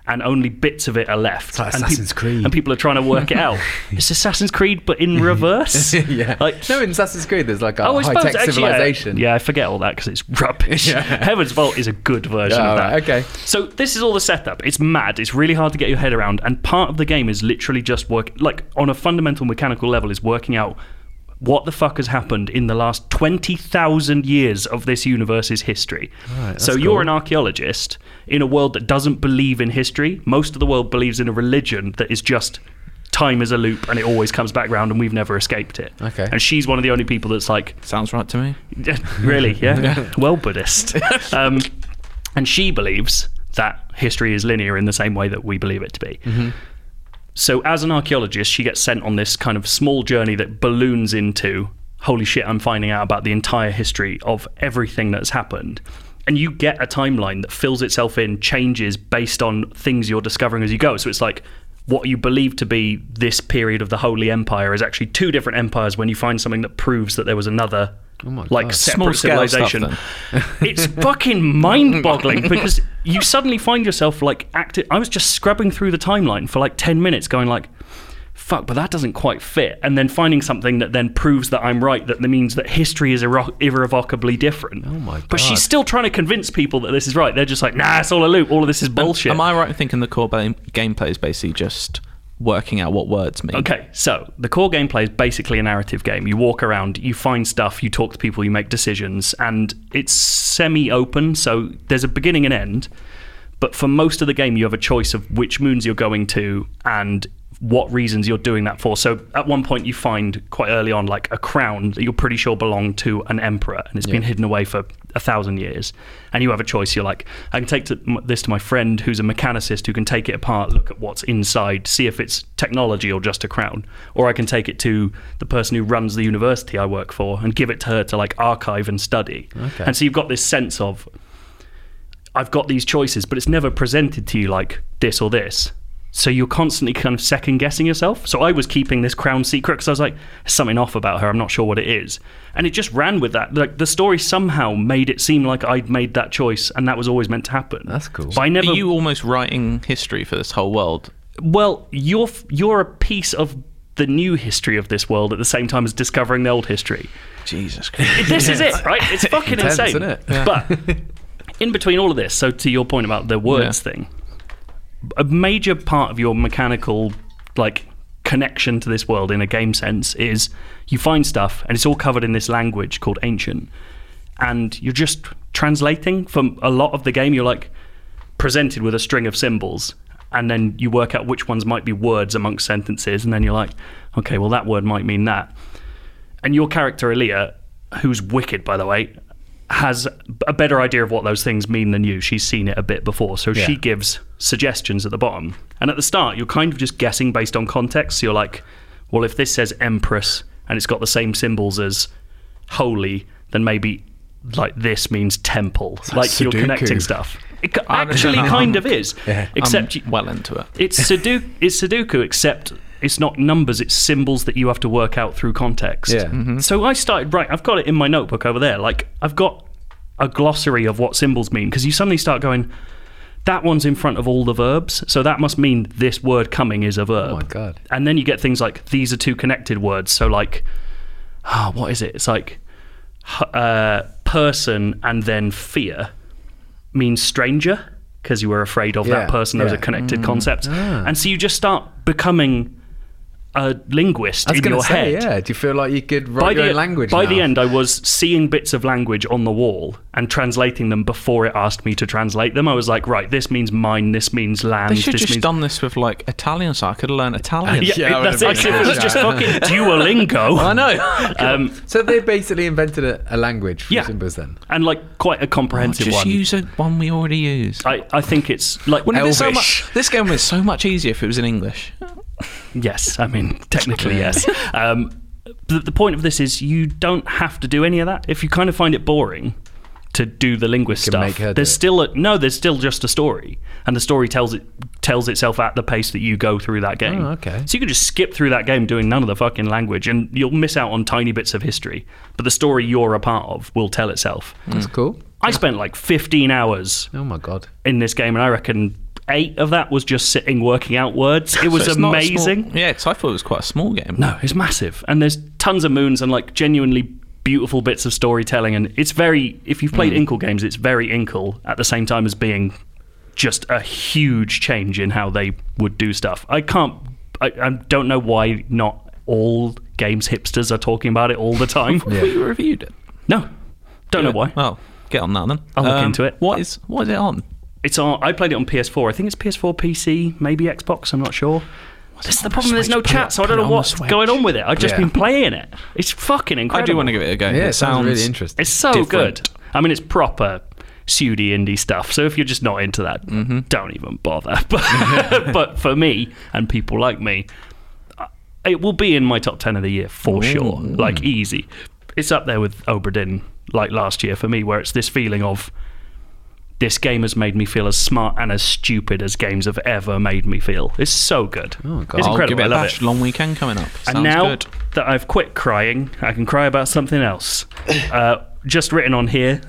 Speaker 1: and only bits of it are left
Speaker 3: like
Speaker 1: and
Speaker 3: Assassin's Creed.
Speaker 1: and people are trying to work it out it's assassin's creed but in reverse
Speaker 3: yeah.
Speaker 1: like
Speaker 3: no, in Assassin's Creed, there's like a
Speaker 1: Oh, I
Speaker 3: high
Speaker 1: suppose
Speaker 3: tech
Speaker 1: actually, yeah.
Speaker 3: civilization.
Speaker 1: Yeah, I forget all that because it's rubbish. Heaven's Vault is a good version
Speaker 3: Yeah,
Speaker 1: of that.
Speaker 3: alright, okay.
Speaker 1: So this is all the setup. It's mad. It's really hard to get your head around. And part of the game is literally just work, like on a fundamental mechanical level, is working out what the fuck has happened in the last twenty thousand years of this universe's history. so you're an archaeologist in a world that doesn't believe in history. Most of the world believes in a religion that is just. Time is a loop and it always comes back round, and we've never escaped it.
Speaker 3: Okay.
Speaker 1: And she's one of the only people that's like,
Speaker 2: Sounds right to me.
Speaker 1: yeah, really, yeah. Well, Buddhist. Um, and she believes that history is linear in the same way that we believe it to be. So, as an archaeologist, she gets sent on this kind of small journey that balloons into holy shit, I'm finding out about the entire history of everything that's happened. And you get a timeline that fills itself in, changes based on things you're discovering as you go. So, it's like what you believe to be this period of the Holy Empire is actually two different empires when you find something that proves that there was another. like
Speaker 2: Small
Speaker 1: separate
Speaker 2: scale stuff,
Speaker 1: civilization, it's fucking mind boggling because you suddenly find yourself like active. I was just scrubbing through the timeline for like 10 minutes going like, fuck, but that doesn't quite fit. And then finding something that then proves that I'm right, that means that history is irre- irrevocably different. Oh
Speaker 3: my
Speaker 1: But
Speaker 3: God.
Speaker 1: she's still trying to convince people that this is right. They're just like, nah, it's all a loop. All of this is bullshit.
Speaker 2: Am I right in thinking the core ba- gameplay is basically just working out what words mean?
Speaker 1: Okay, so the core gameplay is basically a narrative game. You walk around, you find stuff, you talk to people, you make decisions, and it's semi open, so there's a beginning and end. But for most of the game, you have a choice of which moons you're going to and what reasons you're doing that for. So at one point, you find quite early on, like a crown that you're pretty sure belonged to an emperor and it's been hidden away for a thousand years, and you have a choice. You're like, I can take to, m- this to my friend who's a mechanicist who can take it apart, look at what's inside, see if it's technology or just a crown, or I can take it to the person who runs the university I work for and give it to her to like archive and study.
Speaker 3: Okay.
Speaker 1: And so you've got this sense of I've got these choices, but it's never presented to you like this or this. So you're constantly kind of second guessing yourself. So I was keeping this crown secret because I was like, there's something off about her. I'm not sure what it is. And it just ran with that. Like the story somehow made it seem like I'd made that choice, and that was always meant to happen.
Speaker 3: That's cool.
Speaker 1: But I never.
Speaker 2: Are you almost writing history for this whole world?
Speaker 1: Well, you're f- you're a piece of the new history of this world at the same time as discovering the old history.
Speaker 2: Jesus Christ.
Speaker 1: This is it, right? It's fucking
Speaker 3: Intense,
Speaker 1: insane.
Speaker 3: isn't it?
Speaker 1: But in between all of this, so to your point about the words
Speaker 2: Yeah.
Speaker 1: thing, a major part of your mechanical like connection to this world in a game sense is you find stuff and it's all covered in this language called ancient and you're just translating from a lot of the game you're like presented with a string of symbols and then you work out which ones might be words amongst sentences and then you're like okay well that word might mean that and your character Aaliyah, who's wicked by the way, has a better idea of what those things mean than you. She's seen it a bit before, so she gives suggestions at the bottom. And at the start, you're kind of just guessing based on context. So you're like, well, if this says empress and it's got the same symbols as holy, then maybe like this means temple. like
Speaker 3: Sudoku.
Speaker 1: you're connecting stuff. It ca-
Speaker 2: I understand
Speaker 1: actually
Speaker 2: that.
Speaker 1: kind of is,
Speaker 3: Yeah.
Speaker 1: except
Speaker 2: I'm
Speaker 1: you-
Speaker 2: well into it.
Speaker 1: it's Sudoku. It's Sudoku, except it's not numbers. It's symbols that you have to work out through context.
Speaker 3: Yeah.
Speaker 1: So I started right. I've got it in my notebook over there. Like I've got a glossary of what symbols mean because you suddenly start going. That one's in front of all the verbs, so that must mean this word coming is a verb.
Speaker 3: Oh my God.
Speaker 1: And then you get things like these are two connected words. So like, ah, what is it? It's like h- uh, person and then fear means stranger because you were afraid of
Speaker 3: Yeah,
Speaker 1: that person. Those
Speaker 3: yeah.
Speaker 1: are
Speaker 2: Mm.
Speaker 1: connected concepts,
Speaker 2: Ah.
Speaker 1: and so you just start becoming a linguist
Speaker 3: I was
Speaker 1: in
Speaker 3: going
Speaker 1: your
Speaker 3: to say,
Speaker 1: head.
Speaker 3: yeah. Do you feel like you could write
Speaker 1: By
Speaker 3: your
Speaker 1: the, e-
Speaker 3: own language?
Speaker 1: by the
Speaker 3: now?
Speaker 1: end, I was seeing bits of language on the wall and translating them before it asked me to translate them. I was like, right, this means mine, this means land.
Speaker 2: They should
Speaker 1: this
Speaker 2: just
Speaker 1: means
Speaker 2: done this with like Italian, so I could learn Italian.
Speaker 1: yeah,
Speaker 3: Yeah, I
Speaker 1: that's
Speaker 3: would've
Speaker 1: it.
Speaker 3: been
Speaker 1: If it was
Speaker 3: cool.
Speaker 1: just fucking Duolingo.
Speaker 2: I know.
Speaker 1: Um,
Speaker 3: So they basically invented a, a language for
Speaker 1: Yeah.
Speaker 3: symbols then.
Speaker 1: and like quite a comprehensive
Speaker 2: Just
Speaker 1: one.
Speaker 2: use a, one we already use.
Speaker 1: I, I think it's like
Speaker 2: Wouldn't it be so
Speaker 1: Elvish.
Speaker 2: much, this game was so much easier if it was in English.
Speaker 1: Yes, I mean technically yes. Um, the, the point of this is you don't have to do any of that. If you kind of find it boring to do the linguist
Speaker 3: can
Speaker 1: stuff,
Speaker 3: make her do
Speaker 1: there's
Speaker 3: it.
Speaker 1: still a, no, there's still just a story, and the story tells it tells itself at the pace that you go through that game.
Speaker 3: Oh, okay.
Speaker 1: So you can just skip through that game doing none of the fucking language, and you'll miss out on tiny bits of history. But the story you're a part of will tell itself.
Speaker 3: That's cool.
Speaker 1: I spent like 15 hours
Speaker 3: Oh my god.
Speaker 1: in this game, and I reckon eight of that was just sitting working out words. It was
Speaker 2: So it's not a small-
Speaker 1: amazing.
Speaker 2: yeah, because I thought it was quite a small game.
Speaker 1: No, it's massive, and there's tons of moons and like genuinely beautiful bits of storytelling, and it's very. If you've
Speaker 2: Hmm.
Speaker 1: played Inkle games, it's very Inkle at the same time as being just a huge change in how they would do stuff. I can't. I, I don't know why not all games hipsters are talking about it all the time.
Speaker 2: We reviewed it.
Speaker 1: No, don't know why.
Speaker 2: Well, get on that then. Um,
Speaker 1: I'll look into it.
Speaker 2: What is what is it on?
Speaker 1: It's on. I played it on PS4. I think it's PS4, PC, maybe Xbox. I'm not sure. This is the problem. There's
Speaker 2: Switch?
Speaker 1: no
Speaker 2: Put it-
Speaker 1: chat, so I
Speaker 2: put
Speaker 1: don't
Speaker 2: it
Speaker 1: know
Speaker 2: on the
Speaker 1: what's
Speaker 2: Switch.
Speaker 1: going on with it. I've just
Speaker 3: Yeah.
Speaker 1: been playing it. It's fucking
Speaker 2: I
Speaker 1: incredible.
Speaker 2: do want to give it a go.
Speaker 3: Yeah, it sounds really interesting.
Speaker 1: It's so
Speaker 2: different.
Speaker 1: good. I mean, it's proper pseudy indie stuff. So if you're just not into that,
Speaker 2: Mm-hmm.
Speaker 1: don't even bother. But, but for me and people like me, uh, it will be in my top 10 of the year for sure. Like, easy. It's up there with Oberdin, like last year for me, where it's this feeling of this game has made me feel as smart and as stupid as games have ever made me feel. It's so good. It's
Speaker 3: God.
Speaker 2: Oh, I'll
Speaker 1: incredible.
Speaker 2: give it
Speaker 1: I
Speaker 2: a
Speaker 1: love
Speaker 2: bash.
Speaker 1: it.
Speaker 2: Long weekend coming up. Sounds
Speaker 1: And now
Speaker 2: good.
Speaker 1: that I've quit crying, I can cry about something else. Uh, just written on here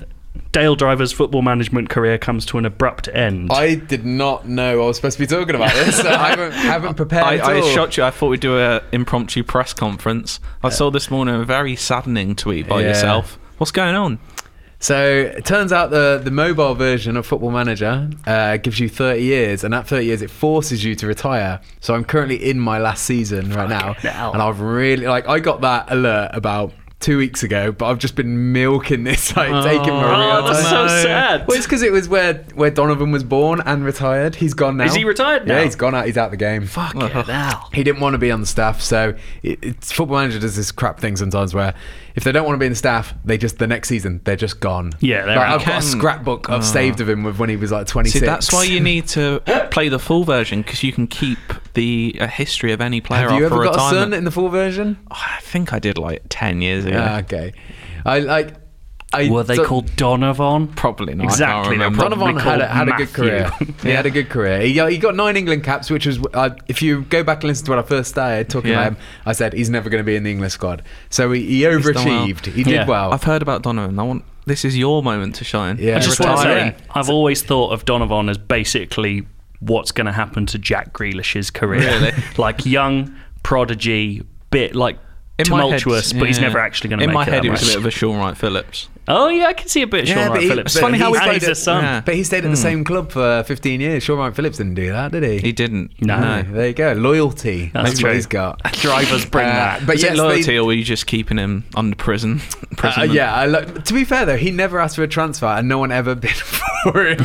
Speaker 1: Dale Driver's football management career comes to an abrupt end.
Speaker 3: I did not know I was supposed to be talking about this. So I haven't, haven't prepared.
Speaker 2: I,
Speaker 3: at all.
Speaker 2: I shot you. I thought we'd do an impromptu press conference. I saw this morning a very saddening tweet by
Speaker 3: Yeah.
Speaker 2: yourself. What's going on?
Speaker 3: So it turns out the the mobile version of Football Manager uh, gives you 30 years, and at 30 years it forces you to retire. So I'm currently in my last season right now,
Speaker 1: hell.
Speaker 3: and I've really like I got that alert about two weeks ago, but I've just been milking this, like taking Mario.
Speaker 1: Oh, that's so
Speaker 3: time.
Speaker 2: no.
Speaker 1: sad.
Speaker 3: Well, it's because it was where where Donovan was born and retired. He's gone now.
Speaker 1: Is he retired
Speaker 3: Yeah,
Speaker 1: now?
Speaker 3: he's gone out. He's out the game. Fuck.
Speaker 1: Fucking hell.
Speaker 3: He didn't want to be on the staff, so it, it's football manager does this crap thing sometimes where if they don't want to be in the staff, they just the next season they're just gone.
Speaker 1: Yeah, they're
Speaker 3: Like,
Speaker 1: out.
Speaker 3: I've got a
Speaker 2: Can-
Speaker 3: scrapbook I've saved of him with when he was like 26.
Speaker 2: Oh. See, that's why you need to play the full version because you can keep the uh, history of any player
Speaker 3: Have you
Speaker 2: after
Speaker 3: ever got a
Speaker 2: retirement.
Speaker 3: son in the full version?
Speaker 2: I think I did like ten years ago.
Speaker 3: Ah, okay. I like. I,
Speaker 1: Were they
Speaker 3: so-
Speaker 1: called Donovan?
Speaker 2: Probably not. I can't
Speaker 1: Exactly. they're
Speaker 2: remember.
Speaker 1: probably
Speaker 3: Donovan had a,
Speaker 1: called
Speaker 3: had a good
Speaker 1: Matthew.
Speaker 3: career. He had a good career. He, he got nine England caps, which was uh, if you go back and listen to when I first started talking
Speaker 2: Yeah.
Speaker 3: about him, I said he's never going to be in the England squad. So he, he
Speaker 2: He's done well.
Speaker 3: overachieved. He did
Speaker 1: Yeah.
Speaker 3: well.
Speaker 2: I've heard about Donovan. I want this is your moment to shine.
Speaker 3: Yeah.
Speaker 1: I
Speaker 3: I
Speaker 1: just
Speaker 3: Retiring.
Speaker 1: want to say,
Speaker 3: Yeah.
Speaker 1: I've always thought of Donovan as basically what's going to happen to Jack Grealish's career.
Speaker 2: Really?
Speaker 1: like young, prodigy, bit like
Speaker 2: In my head-
Speaker 1: tumultuous, but he's
Speaker 2: yeah.
Speaker 1: never actually going to
Speaker 2: In
Speaker 1: make
Speaker 2: my
Speaker 1: it.
Speaker 2: head,
Speaker 1: that
Speaker 2: he was a
Speaker 1: much.
Speaker 2: bit of a Sean Wright Phillips.
Speaker 1: oh, yeah, I can see a bit of Sean Wright
Speaker 3: but he-
Speaker 1: Phillips.
Speaker 3: but
Speaker 1: funny how
Speaker 3: he
Speaker 1: he
Speaker 3: stayed
Speaker 1: his
Speaker 3: at-
Speaker 1: son. Hmm.
Speaker 2: Yeah.
Speaker 3: But he stayed at the same club for 15 years. Sean Ryan Phillips didn't do that, did he?
Speaker 2: He didn't.
Speaker 1: No.
Speaker 3: There you go. Loyalty.
Speaker 1: That's
Speaker 3: That's, what
Speaker 1: true.
Speaker 3: he's got.
Speaker 1: Drivers bring
Speaker 3: Uh,
Speaker 1: that.
Speaker 3: But
Speaker 2: Is
Speaker 3: yes,
Speaker 2: it
Speaker 3: they-
Speaker 2: loyalty, or were you just keeping him under prison?
Speaker 3: Uh,
Speaker 2: prison
Speaker 3: yeah, I like, to be fair though, he never asked for a transfer and no one ever bid for him.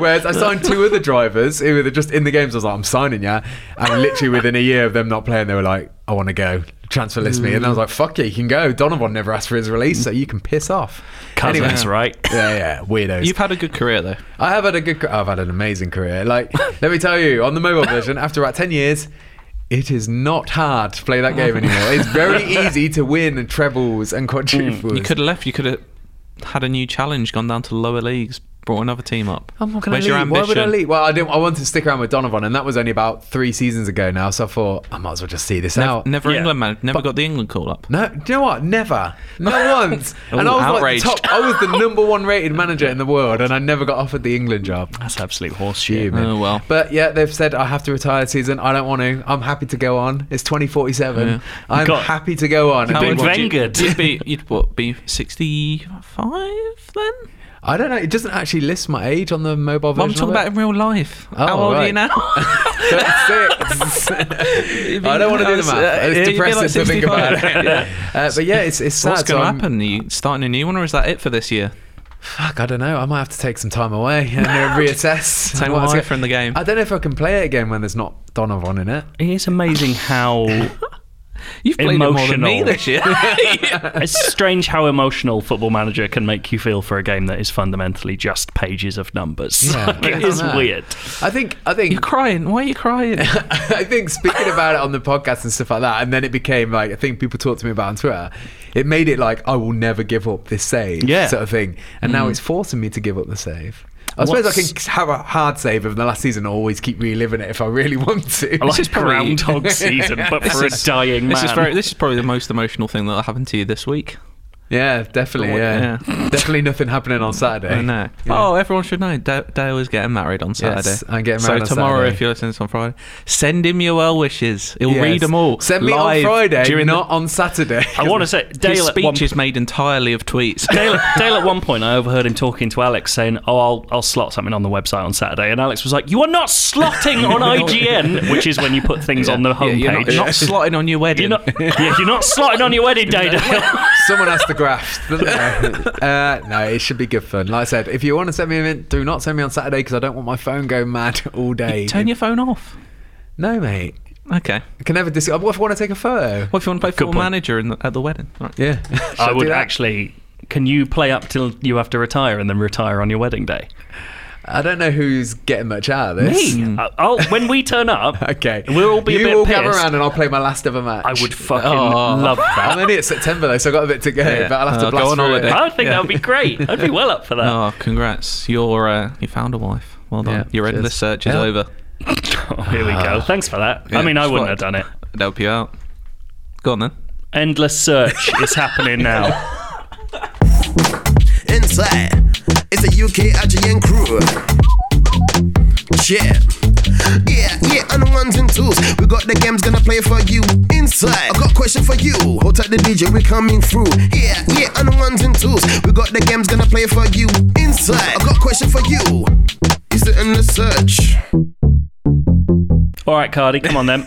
Speaker 3: Whereas I signed two other drivers who were just in the games. I was like, I'm signing ya. And literally within a year of them not playing, they were like, I want to go. Transfer list me. And I was like, fuck yeah, you can go. Donovan never asked for his release, so you can piss off.
Speaker 1: Cousins,
Speaker 3: Anyway.
Speaker 1: right?
Speaker 3: Yeah, yeah, weirdos.
Speaker 2: You've had a good career though.
Speaker 3: I have had a good. ca- I've had an amazing career. Like, let me tell you, on the mobile version, after about ten years, it is not hard to play that game anymore. It's very easy to win and trebles and quadruples.
Speaker 2: Mm, You could have left. You could have had a new challenge, gone down to lower leagues, brought another team up.
Speaker 3: I'm not going
Speaker 2: Where's
Speaker 3: to leave.
Speaker 2: your ambition?
Speaker 3: Why would I leave? Well, I didn't. I wanted to stick around with Donovan, and that was only about three seasons ago now. So I thought I might as well just see this
Speaker 2: Never,
Speaker 3: out.
Speaker 2: never
Speaker 1: Yeah.
Speaker 2: England man. Never got the England call up.
Speaker 3: No, do you know what? Never, not once. and I
Speaker 2: Ooh,
Speaker 3: was
Speaker 2: outraged.
Speaker 3: like, the top, I was the number one rated manager in the world, and I never got offered the England job.
Speaker 1: That's absolute horseshit.
Speaker 3: Human.
Speaker 2: Oh, well.
Speaker 3: But yeah, they've said I have to retire this season. I don't want to. I'm happy to go on. It's 2047. I'm
Speaker 1: Got-
Speaker 3: happy to go on.
Speaker 1: Been
Speaker 2: old would you-
Speaker 1: Wengered.
Speaker 2: You'd be, you'd what, be 65 then?
Speaker 3: I don't know. It doesn't actually list my age on the mobile
Speaker 2: Well,
Speaker 3: version.
Speaker 2: I'm talking
Speaker 3: of
Speaker 2: about
Speaker 3: it.
Speaker 2: in real life. How
Speaker 3: Oh,
Speaker 2: old are
Speaker 3: right.
Speaker 2: you now?
Speaker 3: Thirty-six. I don't want to do the math.
Speaker 2: Yeah, you'd
Speaker 3: It's
Speaker 2: be
Speaker 3: depressing
Speaker 2: like
Speaker 3: to think about.
Speaker 2: 65.
Speaker 3: It. Uh, but yeah, it's it's sad.
Speaker 2: What's
Speaker 3: so
Speaker 2: going to
Speaker 3: I'm-
Speaker 2: happen? Are you starting a new one, or is that it for this year?
Speaker 3: Fuck, I don't know. I might have to take some time away and uh, reassess.
Speaker 2: Time
Speaker 3: what's
Speaker 2: away
Speaker 3: go-
Speaker 2: from the game.
Speaker 3: I don't know if I can play it again when there's not Donovan in it.
Speaker 1: It is amazing how
Speaker 2: You've played it more than me
Speaker 1: Emotional.
Speaker 2: this year.
Speaker 1: it's strange how emotional Football Manager can make you feel for a game that is fundamentally just pages of numbers.
Speaker 3: Yeah.
Speaker 1: Like, it
Speaker 3: Yeah.
Speaker 1: is weird.
Speaker 3: I think. I think.
Speaker 2: You're crying. Why are you crying?
Speaker 3: I think speaking about it on the podcast and stuff like that, and then it became like a thing people talked to me about on Twitter. It made it like I will never give up this save,
Speaker 1: Yeah.
Speaker 3: sort of thing. And
Speaker 2: Mm.
Speaker 3: now it's forcing me to give up the save. I suppose I
Speaker 1: What's-
Speaker 3: can have a hard save of the last season and always keep reliving it if I really want to.
Speaker 1: I like
Speaker 2: is probably-
Speaker 1: Groundhog Season, but for a dying man.
Speaker 2: This is, very, this is probably the most emotional thing that happened to you this week.
Speaker 3: yeah, definitely. Yeah. definitely nothing happening on Saturday.
Speaker 2: I know. Oh, everyone should know. Da- Dale is getting married on Saturday.
Speaker 3: Yes, I'm getting married on
Speaker 2: So tomorrow,
Speaker 3: Saturday.
Speaker 2: if you're listening to this on Friday, send him your well wishes. He'll
Speaker 3: Yes.
Speaker 2: read them all.
Speaker 3: Send me
Speaker 2: live
Speaker 3: on Friday,
Speaker 2: during the-
Speaker 3: not on Saturday.
Speaker 1: I want to say,
Speaker 2: His
Speaker 1: Dale at,
Speaker 2: speech
Speaker 1: one,
Speaker 2: is made entirely of tweets.
Speaker 1: Dale, Dale at one point, I overheard him talking to Alex saying, Oh, I'll, I'll slot something on the website on Saturday. And Alex was like, You are not slotting on IGN, which is when you put things on the
Speaker 2: Yeah,
Speaker 1: homepage.
Speaker 2: you're not, not slotting on your wedding.
Speaker 1: You're not- yeah, you're not slotting on your wedding day, Dale.
Speaker 3: Someone has to graft. don't they? uh, no, it should be good fun. Like I said, if you want to send me a mint, do not send me on Saturday because I don't want my phone going mad all day.
Speaker 2: Turn your phone off.
Speaker 3: no, mate.
Speaker 2: Okay.
Speaker 3: I can never dis. What if I want to take a photo?
Speaker 2: Well, if you want to play football
Speaker 1: point.
Speaker 2: manager in the, at the wedding, All right.
Speaker 3: Yeah, Should
Speaker 1: I would
Speaker 3: do that?
Speaker 1: actually. Can you play up till you have to retire and then retire on your wedding day?
Speaker 3: I don't know who's getting much out of this.
Speaker 1: Me? I- Mm. Uh, I'll, when we turn up,
Speaker 3: Okay,
Speaker 1: we'll all be
Speaker 3: you
Speaker 1: a bit
Speaker 3: all gather
Speaker 1: pissed.
Speaker 3: around and I'll play my last ever match.
Speaker 1: I would fucking
Speaker 2: Oh.
Speaker 1: love that.
Speaker 3: I'm only at September though, so I've got a bit to go.
Speaker 2: Yeah.
Speaker 3: But I'll have
Speaker 2: I'll
Speaker 3: to
Speaker 2: Uh, go
Speaker 3: blast
Speaker 2: on
Speaker 3: through
Speaker 2: holiday.
Speaker 3: it.
Speaker 1: I think that would be great. I'd be well up for that.
Speaker 2: Oh, congrats! You're uh, you found a wife. Well done.
Speaker 3: Yeah,
Speaker 2: Your endless
Speaker 3: cheers.
Speaker 2: search is
Speaker 3: Yeah.
Speaker 2: over.
Speaker 1: Oh, here we go. Thanks for that. I mean, I
Speaker 2: Just
Speaker 1: wouldn't
Speaker 2: thought
Speaker 1: have done it.
Speaker 2: I'd help you out. Go on then.
Speaker 1: Endless search is happening now.
Speaker 4: Inside, it's a UK IGN crew. Yeah, yeah, yeah, and the ones and twos. We got the games gonna play for you. Inside, I got a question for you. Hold tight the DJ, we coming through. Yeah, yeah, and the ones and twos. We got the games gonna play for you. Inside, I got a question for you. Is it in the search?
Speaker 1: All right, Cardi, come on then.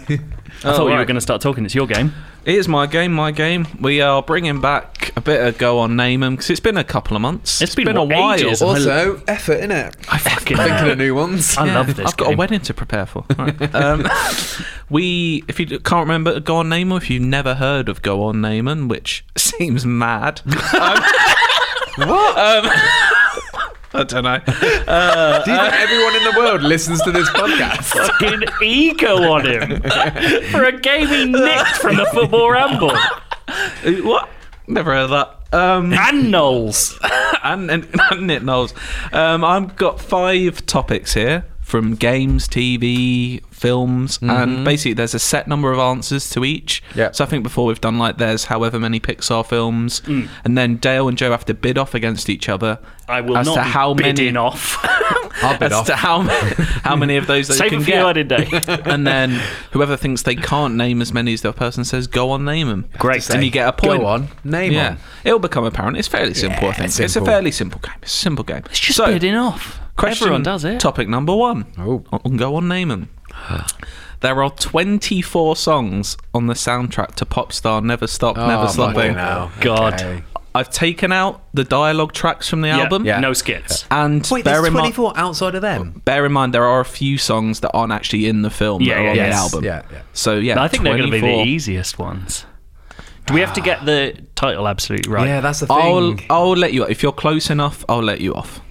Speaker 1: I thought you were
Speaker 2: right.
Speaker 1: going to start talking. It's your game.
Speaker 2: Here's my game, my game. We are bringing back c- a bit of go on name them because it's been a couple of months.
Speaker 1: It's been,
Speaker 2: a
Speaker 1: what,
Speaker 2: while.
Speaker 1: ages?
Speaker 3: Also, effort in it.
Speaker 2: I fucking
Speaker 3: Thinking of new ones.
Speaker 1: I love this.
Speaker 2: I've got a
Speaker 1: game.
Speaker 2: wedding to prepare for. um, we, if you d- can't remember Go On Naaman, if you've never heard of Go On Naaman, which seems mad. Um, what? Um, I don't know.
Speaker 3: Do you
Speaker 2: Uh,
Speaker 3: think everyone in the world listens to this podcast?
Speaker 1: fucking ego on him for a game he nicked from the football ramble.
Speaker 2: Uh, What? Never heard of that. Um,
Speaker 1: And Knowles.
Speaker 2: and, and, and Nick Knowles. Um, I've got five topics here from games, TV, films,
Speaker 1: Mm-hmm.
Speaker 2: and basically there's a set number of answers to each.
Speaker 3: Yeah.
Speaker 2: So I think before we've done like there's however many Pixar films, and then Dale and Joe have to bid off against each other.
Speaker 1: Mm. I will
Speaker 2: as
Speaker 1: not
Speaker 2: to
Speaker 1: be
Speaker 2: how
Speaker 1: bidding
Speaker 2: many
Speaker 1: off.
Speaker 3: I'll bid
Speaker 2: as
Speaker 3: off.
Speaker 2: to how many, how many of those they
Speaker 1: Save
Speaker 2: can
Speaker 1: a few
Speaker 2: get.
Speaker 1: I did day.
Speaker 2: and then whoever thinks they can't name as many as the other person says, go on, name them.
Speaker 1: Great.
Speaker 2: And you get a point.
Speaker 3: Go on, name
Speaker 2: Yeah,
Speaker 3: on.
Speaker 2: it'll become apparent. It's fairly simple, I
Speaker 3: Yeah,
Speaker 2: think. It's a
Speaker 3: simple.
Speaker 2: fairly simple game. It's a simple game.
Speaker 1: It's just bidding off.
Speaker 2: Question
Speaker 1: Everyone does it.
Speaker 2: Topic number one.
Speaker 3: Oh.
Speaker 2: I can go on, name 'em. There are 24 songs on the soundtrack to Popstar Never Stop,
Speaker 1: Oh,
Speaker 3: Oh,
Speaker 2: Never Stop.
Speaker 3: fucking hell.
Speaker 1: God.
Speaker 3: Okay.
Speaker 2: I've taken out the dialogue tracks from the
Speaker 1: Yeah,
Speaker 2: album.
Speaker 3: Yeah.
Speaker 1: No skits.
Speaker 2: And
Speaker 3: Wait,
Speaker 2: bear,
Speaker 3: there's
Speaker 2: in mi-
Speaker 3: 24 outside of them.
Speaker 2: bear in mind, there are a few songs that aren't actually in the film
Speaker 1: Yeah,
Speaker 2: that are
Speaker 1: yeah,
Speaker 2: on
Speaker 1: yes.
Speaker 2: the album.
Speaker 3: Yeah, yeah.
Speaker 2: So, yeah.
Speaker 1: I think they're going to be
Speaker 2: 24.
Speaker 1: the E easiest ones. Do we have to get the title absolutely right?
Speaker 3: Yeah, that's the thing.
Speaker 2: I'll, I'll let you If you're close enough, I'll let you off.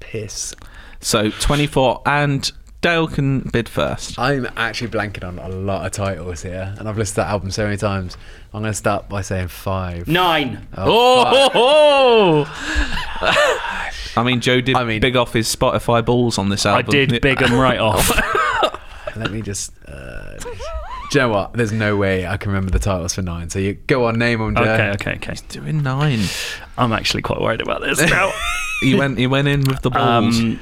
Speaker 3: Piss.
Speaker 2: So 24, and Dale can bid first.
Speaker 3: I'm actually blanking on a lot of titles here, and I've listened to that album so many times. I'm going to start by saying five.
Speaker 1: Nine.
Speaker 2: Oh, ho, ho. I mean, Joe did
Speaker 3: I mean-
Speaker 2: big off his Spotify balls on this
Speaker 1: I
Speaker 2: album. Ah,
Speaker 1: did big 'em right off.
Speaker 3: Let me just. Uh, do you know what? There's no way I can remember the titles for nine. So you go on, name them.
Speaker 1: Okay, okay, okay.
Speaker 2: Doing nine.
Speaker 1: I'm actually quite worried about this now.
Speaker 2: He went. He went in with the balls.
Speaker 1: um,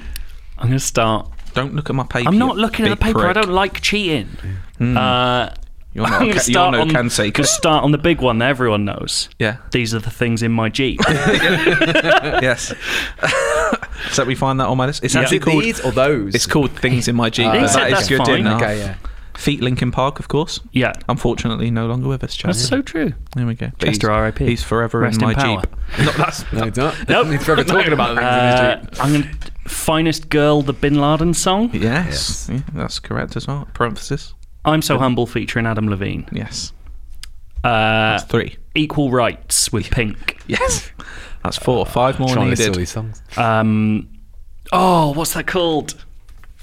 Speaker 1: I'm going to start.
Speaker 2: don't look at my paper.
Speaker 1: I'm
Speaker 2: you
Speaker 1: not looking at the
Speaker 2: big
Speaker 1: paper. I
Speaker 2: prick. Hmm.
Speaker 1: don't like cheating. Uh,
Speaker 2: You're not.
Speaker 1: I'm going to
Speaker 2: a ca- you're
Speaker 1: start
Speaker 2: no
Speaker 1: on.
Speaker 2: can say.
Speaker 1: gonna start on the big one that everyone knows.
Speaker 2: Yeah.
Speaker 1: These are the things in my Jeep.
Speaker 2: yes. so we find that on my list. It's
Speaker 1: Yeah.
Speaker 2: actually
Speaker 3: Is it
Speaker 2: called.
Speaker 3: these or those? Oh,
Speaker 2: It's called things in my Jeep.
Speaker 1: He
Speaker 2: but
Speaker 1: said
Speaker 2: that is
Speaker 1: that's
Speaker 2: good
Speaker 1: fine.
Speaker 2: enough.
Speaker 3: Okay, yeah.
Speaker 2: Feet Linkin Park, of course.
Speaker 1: yeah,
Speaker 2: Unfortunately, no longer with us. Chad.
Speaker 1: that's so true.
Speaker 2: There we go. But
Speaker 1: Chester,
Speaker 2: he's-
Speaker 1: R.I.P..
Speaker 2: He's forever
Speaker 1: Rest
Speaker 2: in my
Speaker 1: in power.
Speaker 2: Jeep. No, that's,
Speaker 3: No, it's not.
Speaker 1: Nope.
Speaker 3: He's forever talking about things in
Speaker 1: Uh,
Speaker 3: his Jeep.
Speaker 1: I'm going to finest girl, the Bin Laden song.
Speaker 2: yes. Yeah, that's correct as well. Parenthesis.
Speaker 1: I'm so humble featuring Adam Levine.
Speaker 2: Yes.
Speaker 1: Uh,
Speaker 2: Three.
Speaker 1: equal rights with Pink.
Speaker 2: Yes. That's four. Five more
Speaker 3: Trying to listen to all
Speaker 2: needed.
Speaker 3: these songs.
Speaker 1: Um, oh, what's that called?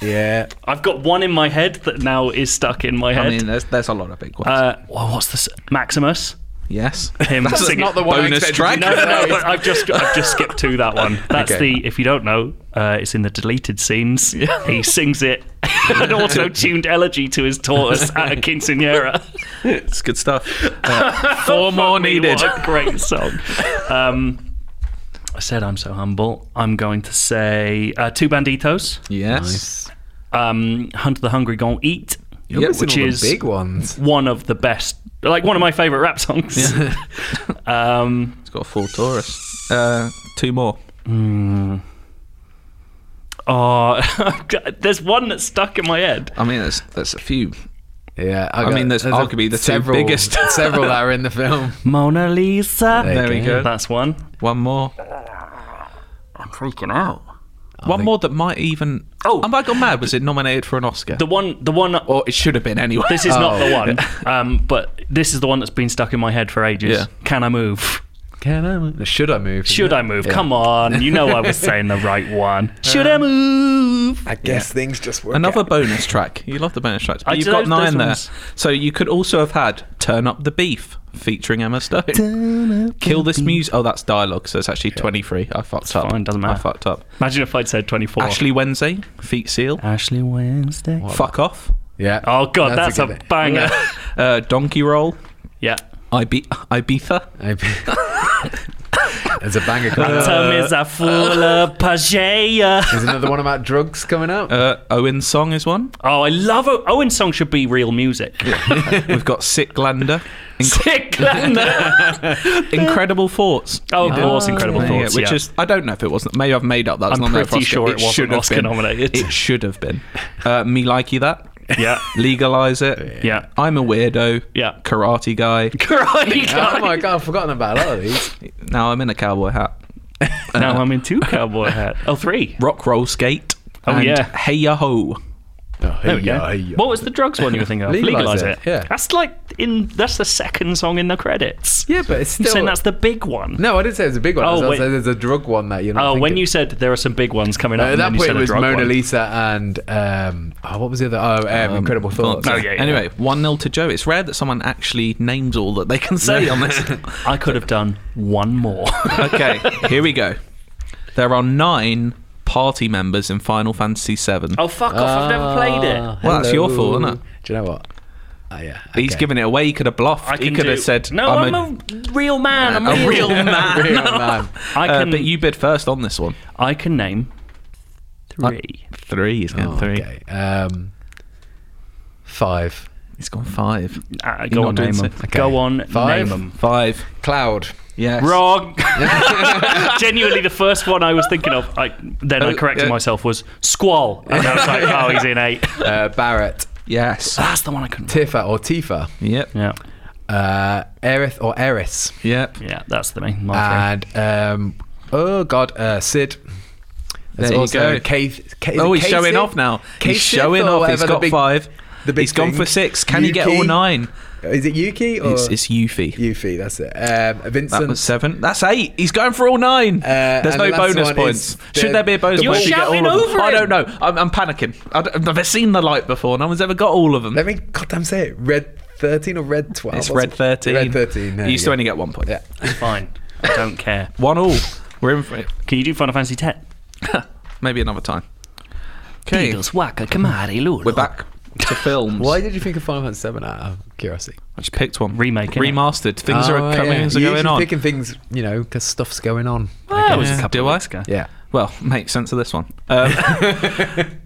Speaker 3: Yeah.
Speaker 1: I've got one in my head that now is stuck in my head.
Speaker 2: I mean, there's, there's a lot of big ones.
Speaker 1: uh, well, what's this? Maximus.
Speaker 2: yes.
Speaker 1: Him
Speaker 2: That's
Speaker 1: singing.
Speaker 3: not the one I
Speaker 2: bonus
Speaker 3: expected
Speaker 2: track.
Speaker 3: you
Speaker 1: No, no,
Speaker 3: to
Speaker 1: no.
Speaker 3: say.
Speaker 1: But I've just I've just skipped to that one. That's
Speaker 3: Okay.
Speaker 1: the if you don't know, uh, it's in the deleted scenes. He sings it an auto-tuned elegy to his tortoise at a quinceanera.
Speaker 2: It's good stuff. Uh, four more
Speaker 1: Fuck me,
Speaker 2: needed.
Speaker 1: What a great song. Um, I said I'm so humble. I'm going to say uh, two banditos.
Speaker 2: Yes.
Speaker 1: Um, Hunter the Hungry Gone Eat.
Speaker 3: You're missing
Speaker 1: which
Speaker 3: all the
Speaker 1: is
Speaker 3: big ones.
Speaker 1: one of the best, like one of my favorite rap songs. um,
Speaker 2: It's got a full Taurus. Uh, two more.
Speaker 1: oh, there's one that's stuck in my head.
Speaker 2: I mean, there's, there's a few.
Speaker 3: Yeah. I,
Speaker 2: mean, there's arguably the two
Speaker 3: several,
Speaker 2: biggest.
Speaker 3: several that are in the film.
Speaker 1: Mona Lisa.
Speaker 3: There
Speaker 2: we go.
Speaker 1: That's one.
Speaker 2: One more.
Speaker 1: Uh, I'm freaking out.
Speaker 2: One more that might even.
Speaker 1: Oh.
Speaker 2: Have I got mad? Was it nominated for an Oscar?
Speaker 1: The one, the one.
Speaker 2: or it should have been anyway. Uh,
Speaker 1: This is not
Speaker 3: Oh.
Speaker 1: the one, um, but this is the one that's been stuck in my head for ages.
Speaker 2: Yeah.
Speaker 1: Can I move?
Speaker 3: Can I move? Should I move?
Speaker 1: Should I move? Come on, you know I was saying the right one. Should I move?
Speaker 3: I guess things just work.
Speaker 2: Another
Speaker 3: out.
Speaker 2: bonus track. You love the bonus tracks. But
Speaker 1: I
Speaker 2: you've
Speaker 1: do
Speaker 2: got
Speaker 1: those- those
Speaker 2: nine there.
Speaker 1: ones.
Speaker 2: So you could also have had Turn Up the Beef featuring Emma Stone. Kill This Music. Oh, that's dialogue, so it's actually 23. I fucked up.
Speaker 1: fine, doesn't matter.
Speaker 2: I fucked up.
Speaker 1: Imagine if I'd said 24.
Speaker 2: Ashley Wednesday, Feet Seal.
Speaker 1: Ashley Wednesday.
Speaker 2: Fuck Off.
Speaker 3: Yeah.
Speaker 1: Oh god, that's, a,
Speaker 3: good bit.
Speaker 1: banger.
Speaker 2: Uh, Donkey Roll.
Speaker 1: yeah.
Speaker 2: Ibi- Ibiza.
Speaker 3: There's a banger coming up.
Speaker 1: Atom is a full of pageia.
Speaker 3: There's another one about drugs coming up.
Speaker 2: Uh, Owen's Song is one.
Speaker 1: Oh, I love o- Owen's song should be real music.
Speaker 2: We've got Sick Lander. Inc-
Speaker 1: Sick Lander.
Speaker 2: Incredible Thoughts.
Speaker 1: Oh, of course, Incredible
Speaker 2: Yeah,
Speaker 1: Thoughts.
Speaker 2: which
Speaker 1: yeah.
Speaker 2: is I don't know if it wasn't. Maybe I've made up that. It's
Speaker 1: I'm
Speaker 2: not there for
Speaker 1: pretty
Speaker 2: Oscar.
Speaker 1: sure it wasn't
Speaker 2: should have
Speaker 1: Oscar
Speaker 2: been.
Speaker 1: nominated.
Speaker 2: It should have been. Uh, me like you that.
Speaker 1: Yeah.
Speaker 2: legalize it.
Speaker 1: Yeah.
Speaker 2: I'm a weirdo.
Speaker 1: Yeah.
Speaker 2: Karate guy.
Speaker 1: Karate
Speaker 3: Oh
Speaker 1: guy.
Speaker 3: my god, I've forgotten about a lot of these.
Speaker 2: Now I'm in a cowboy hat.
Speaker 1: now I'm in two cowboy hat. Oh, three.
Speaker 2: Rock roll skate.
Speaker 1: Oh,
Speaker 2: and
Speaker 1: yeah.
Speaker 2: Hey ya ho.
Speaker 1: There we go. What was the drugs one you were thinking of?
Speaker 3: Legalise
Speaker 1: Legalize,
Speaker 3: it,
Speaker 1: it.
Speaker 3: yeah.
Speaker 1: That's like in. That's the second song in the credits.
Speaker 3: Yeah, but it's
Speaker 1: I'm
Speaker 3: still.
Speaker 1: saying that's the big one.
Speaker 3: no, I didn't say it was a big one. I
Speaker 1: Oh,
Speaker 3: was- I
Speaker 1: wait.
Speaker 3: said there's a drug one that you're not.
Speaker 1: Oh, when
Speaker 3: thinking.
Speaker 1: you said there are some big ones coming up,
Speaker 3: At
Speaker 1: and
Speaker 3: that
Speaker 1: then
Speaker 3: point,
Speaker 1: you
Speaker 3: it
Speaker 1: said a
Speaker 3: was
Speaker 1: drug
Speaker 3: Mona
Speaker 1: one.
Speaker 3: Lisa and um, oh, what was the other? Oh, um, Incredible Thoughts.
Speaker 1: Oh, yeah, yeah.
Speaker 2: Anyway, 1 0 to Joe. It's rare that someone actually names all that they can say on this.
Speaker 1: I could have done one more.
Speaker 2: okay, here we go. There are nine party members in Final Fantasy VII.
Speaker 1: oh fuck off! I've never played
Speaker 3: Ah,
Speaker 1: it.
Speaker 2: Well, that's your fault,
Speaker 3: hello.
Speaker 2: isn't it?
Speaker 3: Do you know what? Oh, yeah.
Speaker 2: He's
Speaker 3: okay.
Speaker 2: given it away. He could have bluffed.
Speaker 1: I
Speaker 2: he
Speaker 1: can
Speaker 2: could
Speaker 1: do-
Speaker 2: have said,
Speaker 1: "No, I'm, a, real man. I'm
Speaker 2: a
Speaker 1: real.
Speaker 2: real man."
Speaker 3: Real man.
Speaker 1: I
Speaker 2: Uh,
Speaker 1: can.
Speaker 2: but you bid first on this one.
Speaker 1: I can name three.
Speaker 2: Three. He's gone three.
Speaker 3: Oh, Okay. Um, five.
Speaker 2: He's gone five.
Speaker 1: Ah,
Speaker 2: You're
Speaker 1: go on,
Speaker 2: not doing
Speaker 1: name them.
Speaker 2: six.
Speaker 1: Go on,
Speaker 3: Five?
Speaker 1: name them.
Speaker 2: Five.
Speaker 3: Cloud.
Speaker 2: Yes.
Speaker 1: Wrong. Genuinely, the first one I was thinking of, I, then I
Speaker 2: Oh,
Speaker 1: corrected
Speaker 2: yeah.
Speaker 1: myself, was Squall. And I was like, oh, he's in eight.
Speaker 3: Uh, Barrett.
Speaker 2: Yes.
Speaker 1: That's the one I couldn't.
Speaker 3: Tifa or Tifa.
Speaker 2: Yep.
Speaker 1: Yeah,
Speaker 3: Uh, Aerith or Eris.
Speaker 2: Yep.
Speaker 1: yeah, that's the main. My
Speaker 2: Ah.
Speaker 1: three.
Speaker 3: And um, oh god, uh, Sid. There's
Speaker 2: There you
Speaker 3: also
Speaker 2: go.
Speaker 3: Keith. Ke- is
Speaker 2: Oh,
Speaker 3: it
Speaker 2: he's showing
Speaker 3: Kasich?
Speaker 2: off now.
Speaker 3: Kasich
Speaker 2: he's showing
Speaker 3: or
Speaker 2: off.
Speaker 3: whatever
Speaker 2: He's
Speaker 3: the
Speaker 2: got
Speaker 3: big-
Speaker 2: five.
Speaker 3: The big
Speaker 2: He's gone
Speaker 3: thing.
Speaker 2: for six. Can he get
Speaker 3: Yuki?
Speaker 2: all nine?
Speaker 3: Is it Yuki or
Speaker 2: It's, it's Yuffie.
Speaker 3: Yuffie? That's it. Um, Vincent.
Speaker 2: That was seven. That's eight. He's going for all nine.
Speaker 3: Uh,
Speaker 2: There's
Speaker 3: and
Speaker 2: no
Speaker 3: the last
Speaker 2: bonus
Speaker 3: one
Speaker 2: points.
Speaker 3: is
Speaker 2: Should
Speaker 3: the-
Speaker 2: there be a bonus
Speaker 1: You're
Speaker 2: point? if you get
Speaker 1: shouting
Speaker 2: all of them?
Speaker 1: over
Speaker 2: I
Speaker 1: him.
Speaker 2: don't know. I'm, I'm panicking. I don't- I've never seen the light before. No one's ever got all of them.
Speaker 3: Let me goddamn say it. Red thirteen or red twelve?
Speaker 2: it's
Speaker 3: What's
Speaker 2: red
Speaker 3: it?
Speaker 2: 13.
Speaker 3: Red thirteen. there
Speaker 2: You used
Speaker 3: go.
Speaker 2: to only get one point.
Speaker 3: Yeah.
Speaker 1: It's fine. I don't care.
Speaker 2: One all. We're in for it.
Speaker 1: Can you do Final Fantasy X?
Speaker 2: Maybe another time. Okay.
Speaker 1: Beatles, Waka, Kamari, Lulu.
Speaker 2: We're back to films.
Speaker 3: Why did you think of Final Fantasy Seven out of curiosity?
Speaker 2: I just picked one.
Speaker 1: Remake, innit?
Speaker 2: Remastered. Things
Speaker 3: Oh,
Speaker 2: are coming.
Speaker 3: yeah.
Speaker 2: Things are
Speaker 3: You
Speaker 2: going
Speaker 3: usually
Speaker 2: on. Oh,
Speaker 3: Picking things, you know, because stuff's going on.
Speaker 1: Well, that was a
Speaker 2: Yeah.
Speaker 1: couple
Speaker 2: Do
Speaker 1: of
Speaker 2: I?
Speaker 1: weeks ago.
Speaker 3: Yeah.
Speaker 2: Well, make sense of this one. Um,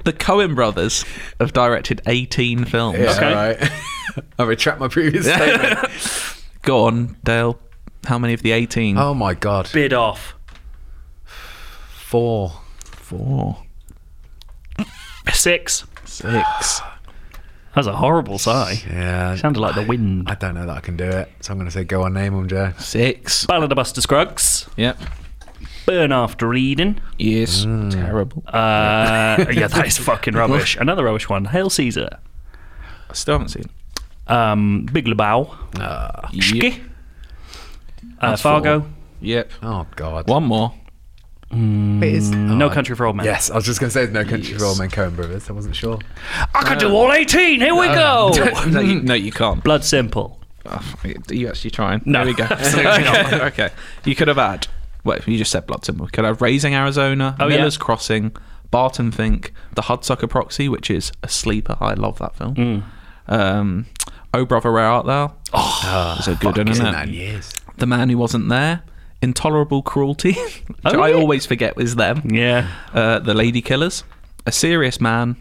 Speaker 2: the Cohen brothers have directed 18 films.
Speaker 3: Yeah,
Speaker 1: Okay.
Speaker 3: alright. I retract my previous statement.
Speaker 2: Go on, Dale. How many of the 18?
Speaker 3: oh my god.
Speaker 1: Bid off.
Speaker 3: Four.
Speaker 2: Four.
Speaker 1: Six.
Speaker 2: Six.
Speaker 1: That was a horrible sigh.
Speaker 3: Yeah.
Speaker 1: Sounded like the wind.
Speaker 3: I don't know that I can do it, so I'm going to say go on, name them, Joe.
Speaker 2: Six.
Speaker 1: Ballad of Buster Scruggs.
Speaker 2: Yep.
Speaker 1: Burn After Eden.
Speaker 2: Yes. Terrible.
Speaker 1: Uh, yeah, that is fucking rubbish. Another rubbish one. Hail Caesar.
Speaker 2: I still haven't seen.
Speaker 1: Um, Big Lebowski.
Speaker 2: Yep.
Speaker 1: Uh,
Speaker 2: That's four.
Speaker 1: Fargo.
Speaker 2: yep.
Speaker 3: Oh God.
Speaker 2: One Mm. more.
Speaker 3: It is-
Speaker 1: No
Speaker 3: oh,
Speaker 1: Country for Old Men.
Speaker 3: Yes, I was just going to say No Country for Old Men, Coen Brothers. I wasn't sure.
Speaker 1: I could do all 18. Here we go.
Speaker 2: no, you, no, you can't.
Speaker 1: Uh, Blood Simple.
Speaker 2: Oh, are you actually trying?
Speaker 1: No.
Speaker 2: There we go.
Speaker 1: Absolutely not.
Speaker 2: okay. okay. You could have had. Wait, you just said Blood Symbol. Could have Raising Arizona,
Speaker 1: Oh, yeah.
Speaker 2: Miller's Crossing, Barton Fink, The Hudsucker Proxy, which is a sleeper. I love that film.
Speaker 1: Mm.
Speaker 2: Um, oh Brother, Where Art Thou? Oh, it's a good one,
Speaker 3: It's
Speaker 2: isn't
Speaker 3: in
Speaker 2: it?
Speaker 3: that years.
Speaker 2: The Man Who Wasn't There, Intolerable Cruelty, which
Speaker 1: Oh,
Speaker 2: I
Speaker 1: yeah.
Speaker 2: always forget was them.
Speaker 1: Yeah.
Speaker 2: Uh, the Lady Killers, A Serious Man,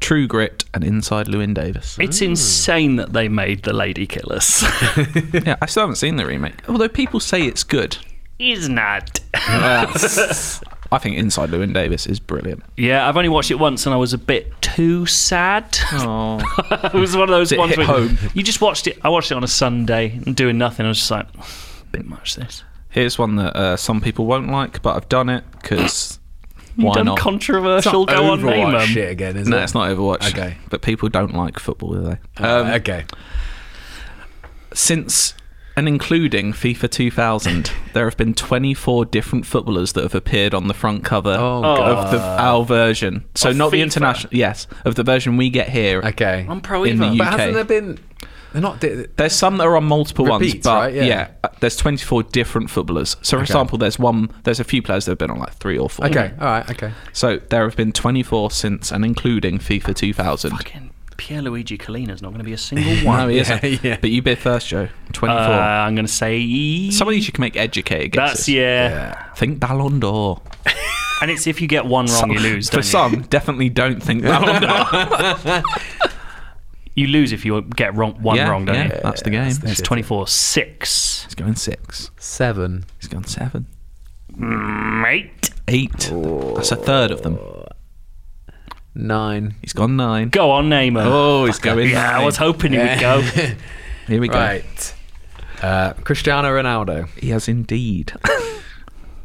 Speaker 2: True Grit, and Inside Lewin Davis.
Speaker 1: It's insane that they made The Lady Killers.
Speaker 2: yeah, I still haven't seen the remake. Although people say it's good.
Speaker 1: Is not.
Speaker 2: I think Inside Lewin Davis is brilliant.
Speaker 1: Yeah, I've only watched it once and I was a bit too sad.
Speaker 2: Oh,
Speaker 1: it was one of those
Speaker 2: it
Speaker 1: ones
Speaker 2: hit
Speaker 1: where
Speaker 2: home?
Speaker 1: you just watched it. I watched it on a Sunday and doing nothing. I was just like, bit much this.
Speaker 2: here's one that uh, some people won't like, but I've done it because why
Speaker 1: Done
Speaker 2: not?
Speaker 1: controversial.
Speaker 3: Not
Speaker 1: Go on, name
Speaker 3: Overwatch
Speaker 1: 'em.
Speaker 3: shit again, is
Speaker 2: um, no,
Speaker 3: it?
Speaker 2: it's not Overwatch.
Speaker 3: Okay.
Speaker 2: but people don't like football, do they?
Speaker 3: Uh,
Speaker 2: Um,
Speaker 3: okay.
Speaker 2: Since and including FIFA 2000, there have been 24 different footballers that have appeared on the front cover
Speaker 3: Oh,
Speaker 2: of the, our version. So
Speaker 1: Of
Speaker 2: not the
Speaker 1: FIFA?
Speaker 2: international, yes, of the version we get here.
Speaker 3: Okay.
Speaker 1: I'm pro
Speaker 2: In
Speaker 1: Evo.
Speaker 2: the
Speaker 3: but
Speaker 2: UK.
Speaker 3: hasn't there been? They're not. di-
Speaker 2: There's some that are on multiple ones,
Speaker 3: Repeats,
Speaker 2: but
Speaker 3: right?
Speaker 2: yeah.
Speaker 3: Yeah.
Speaker 2: uh, there's 24 different footballers. So, for example, there's one, there's a few players that have been on like three or four.
Speaker 3: Okay. All right. Okay.
Speaker 2: So there have been 24 since and including FIFA 2000.
Speaker 1: Fucking Pierluigi Colina's not going to be a single one.
Speaker 2: No, he isn't.
Speaker 3: yeah.
Speaker 2: But you bid first, Joe. 24.
Speaker 1: Uh, I'm going to say
Speaker 2: Someone you should make educated guesses.
Speaker 1: that's yeah.
Speaker 2: Think Ballon d'Or.
Speaker 1: and it's if you get one wrong, you lose.
Speaker 2: For
Speaker 1: Don't you?
Speaker 2: some, definitely don't think Ballon d'Or.
Speaker 1: you lose if you get wrong one
Speaker 2: yeah,
Speaker 1: wrong, don't
Speaker 2: yeah, Uh,
Speaker 1: you?
Speaker 2: That's the game.
Speaker 1: It's 24 6.
Speaker 2: He's going six.
Speaker 3: Seven.
Speaker 2: He's gone seven.
Speaker 1: Mate.
Speaker 2: Eight. That's a third of them.
Speaker 3: Nine.
Speaker 2: He's gone nine.
Speaker 1: Go on, Neymar.
Speaker 2: Oh, he's going.
Speaker 1: yeah, I
Speaker 2: nine.
Speaker 1: was hoping he would go.
Speaker 2: Here we go.
Speaker 3: Right. Uh, Cristiano Ronaldo.
Speaker 2: He has indeed.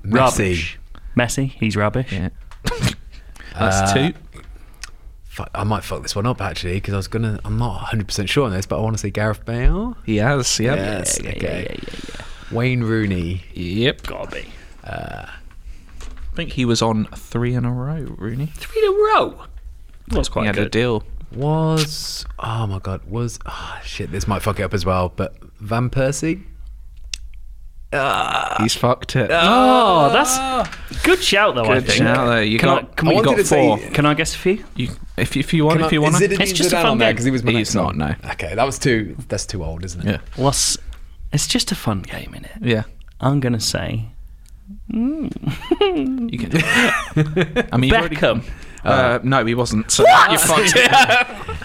Speaker 1: Rubbish. Messi, he's rubbish.
Speaker 2: yeah. That's
Speaker 3: Uh,
Speaker 2: two.
Speaker 3: Fuck, I might fuck this one up actually because I was gonna. I'm not 100 percent sure on this, but I want to say Gareth Bale.
Speaker 2: He has. Yep.
Speaker 3: Yes.
Speaker 1: Yeah, yeah,
Speaker 3: okay.
Speaker 1: yeah, yeah, yeah.
Speaker 3: Wayne Rooney.
Speaker 2: Yep.
Speaker 1: Gotta be.
Speaker 2: I think he was on three in a row. Rooney.
Speaker 1: Three in a row. That's
Speaker 2: He
Speaker 1: quite
Speaker 2: had a
Speaker 1: good.
Speaker 2: deal.
Speaker 3: Was oh my god, was ah shit. This might fuck it up as well, but Van Persie.
Speaker 2: He's fucked it.
Speaker 1: Oh, that's good shout though. I
Speaker 2: Good
Speaker 1: think.
Speaker 2: shout there. You
Speaker 1: can I,
Speaker 2: got-
Speaker 1: can
Speaker 2: I
Speaker 1: we
Speaker 2: wanted
Speaker 1: got
Speaker 3: to say-
Speaker 1: four? Can I guess a few?
Speaker 2: You, if, if you want,
Speaker 3: Can
Speaker 2: if
Speaker 3: I-
Speaker 2: you want.
Speaker 3: is
Speaker 2: to-
Speaker 3: Zinedine
Speaker 1: It's just a
Speaker 3: Zidane
Speaker 1: fun
Speaker 3: on there
Speaker 1: game.
Speaker 3: because he was my
Speaker 2: He's
Speaker 3: next one.
Speaker 2: not,
Speaker 3: Okay, that was too. That's too old, isn't it?
Speaker 2: Yeah.
Speaker 1: What's? It's just a fun game, is it?
Speaker 2: Yeah.
Speaker 1: I'm gonna say
Speaker 2: You can. I mean, you've already-
Speaker 1: Beckham.
Speaker 2: Uh, no, he wasn't. So You fucked it.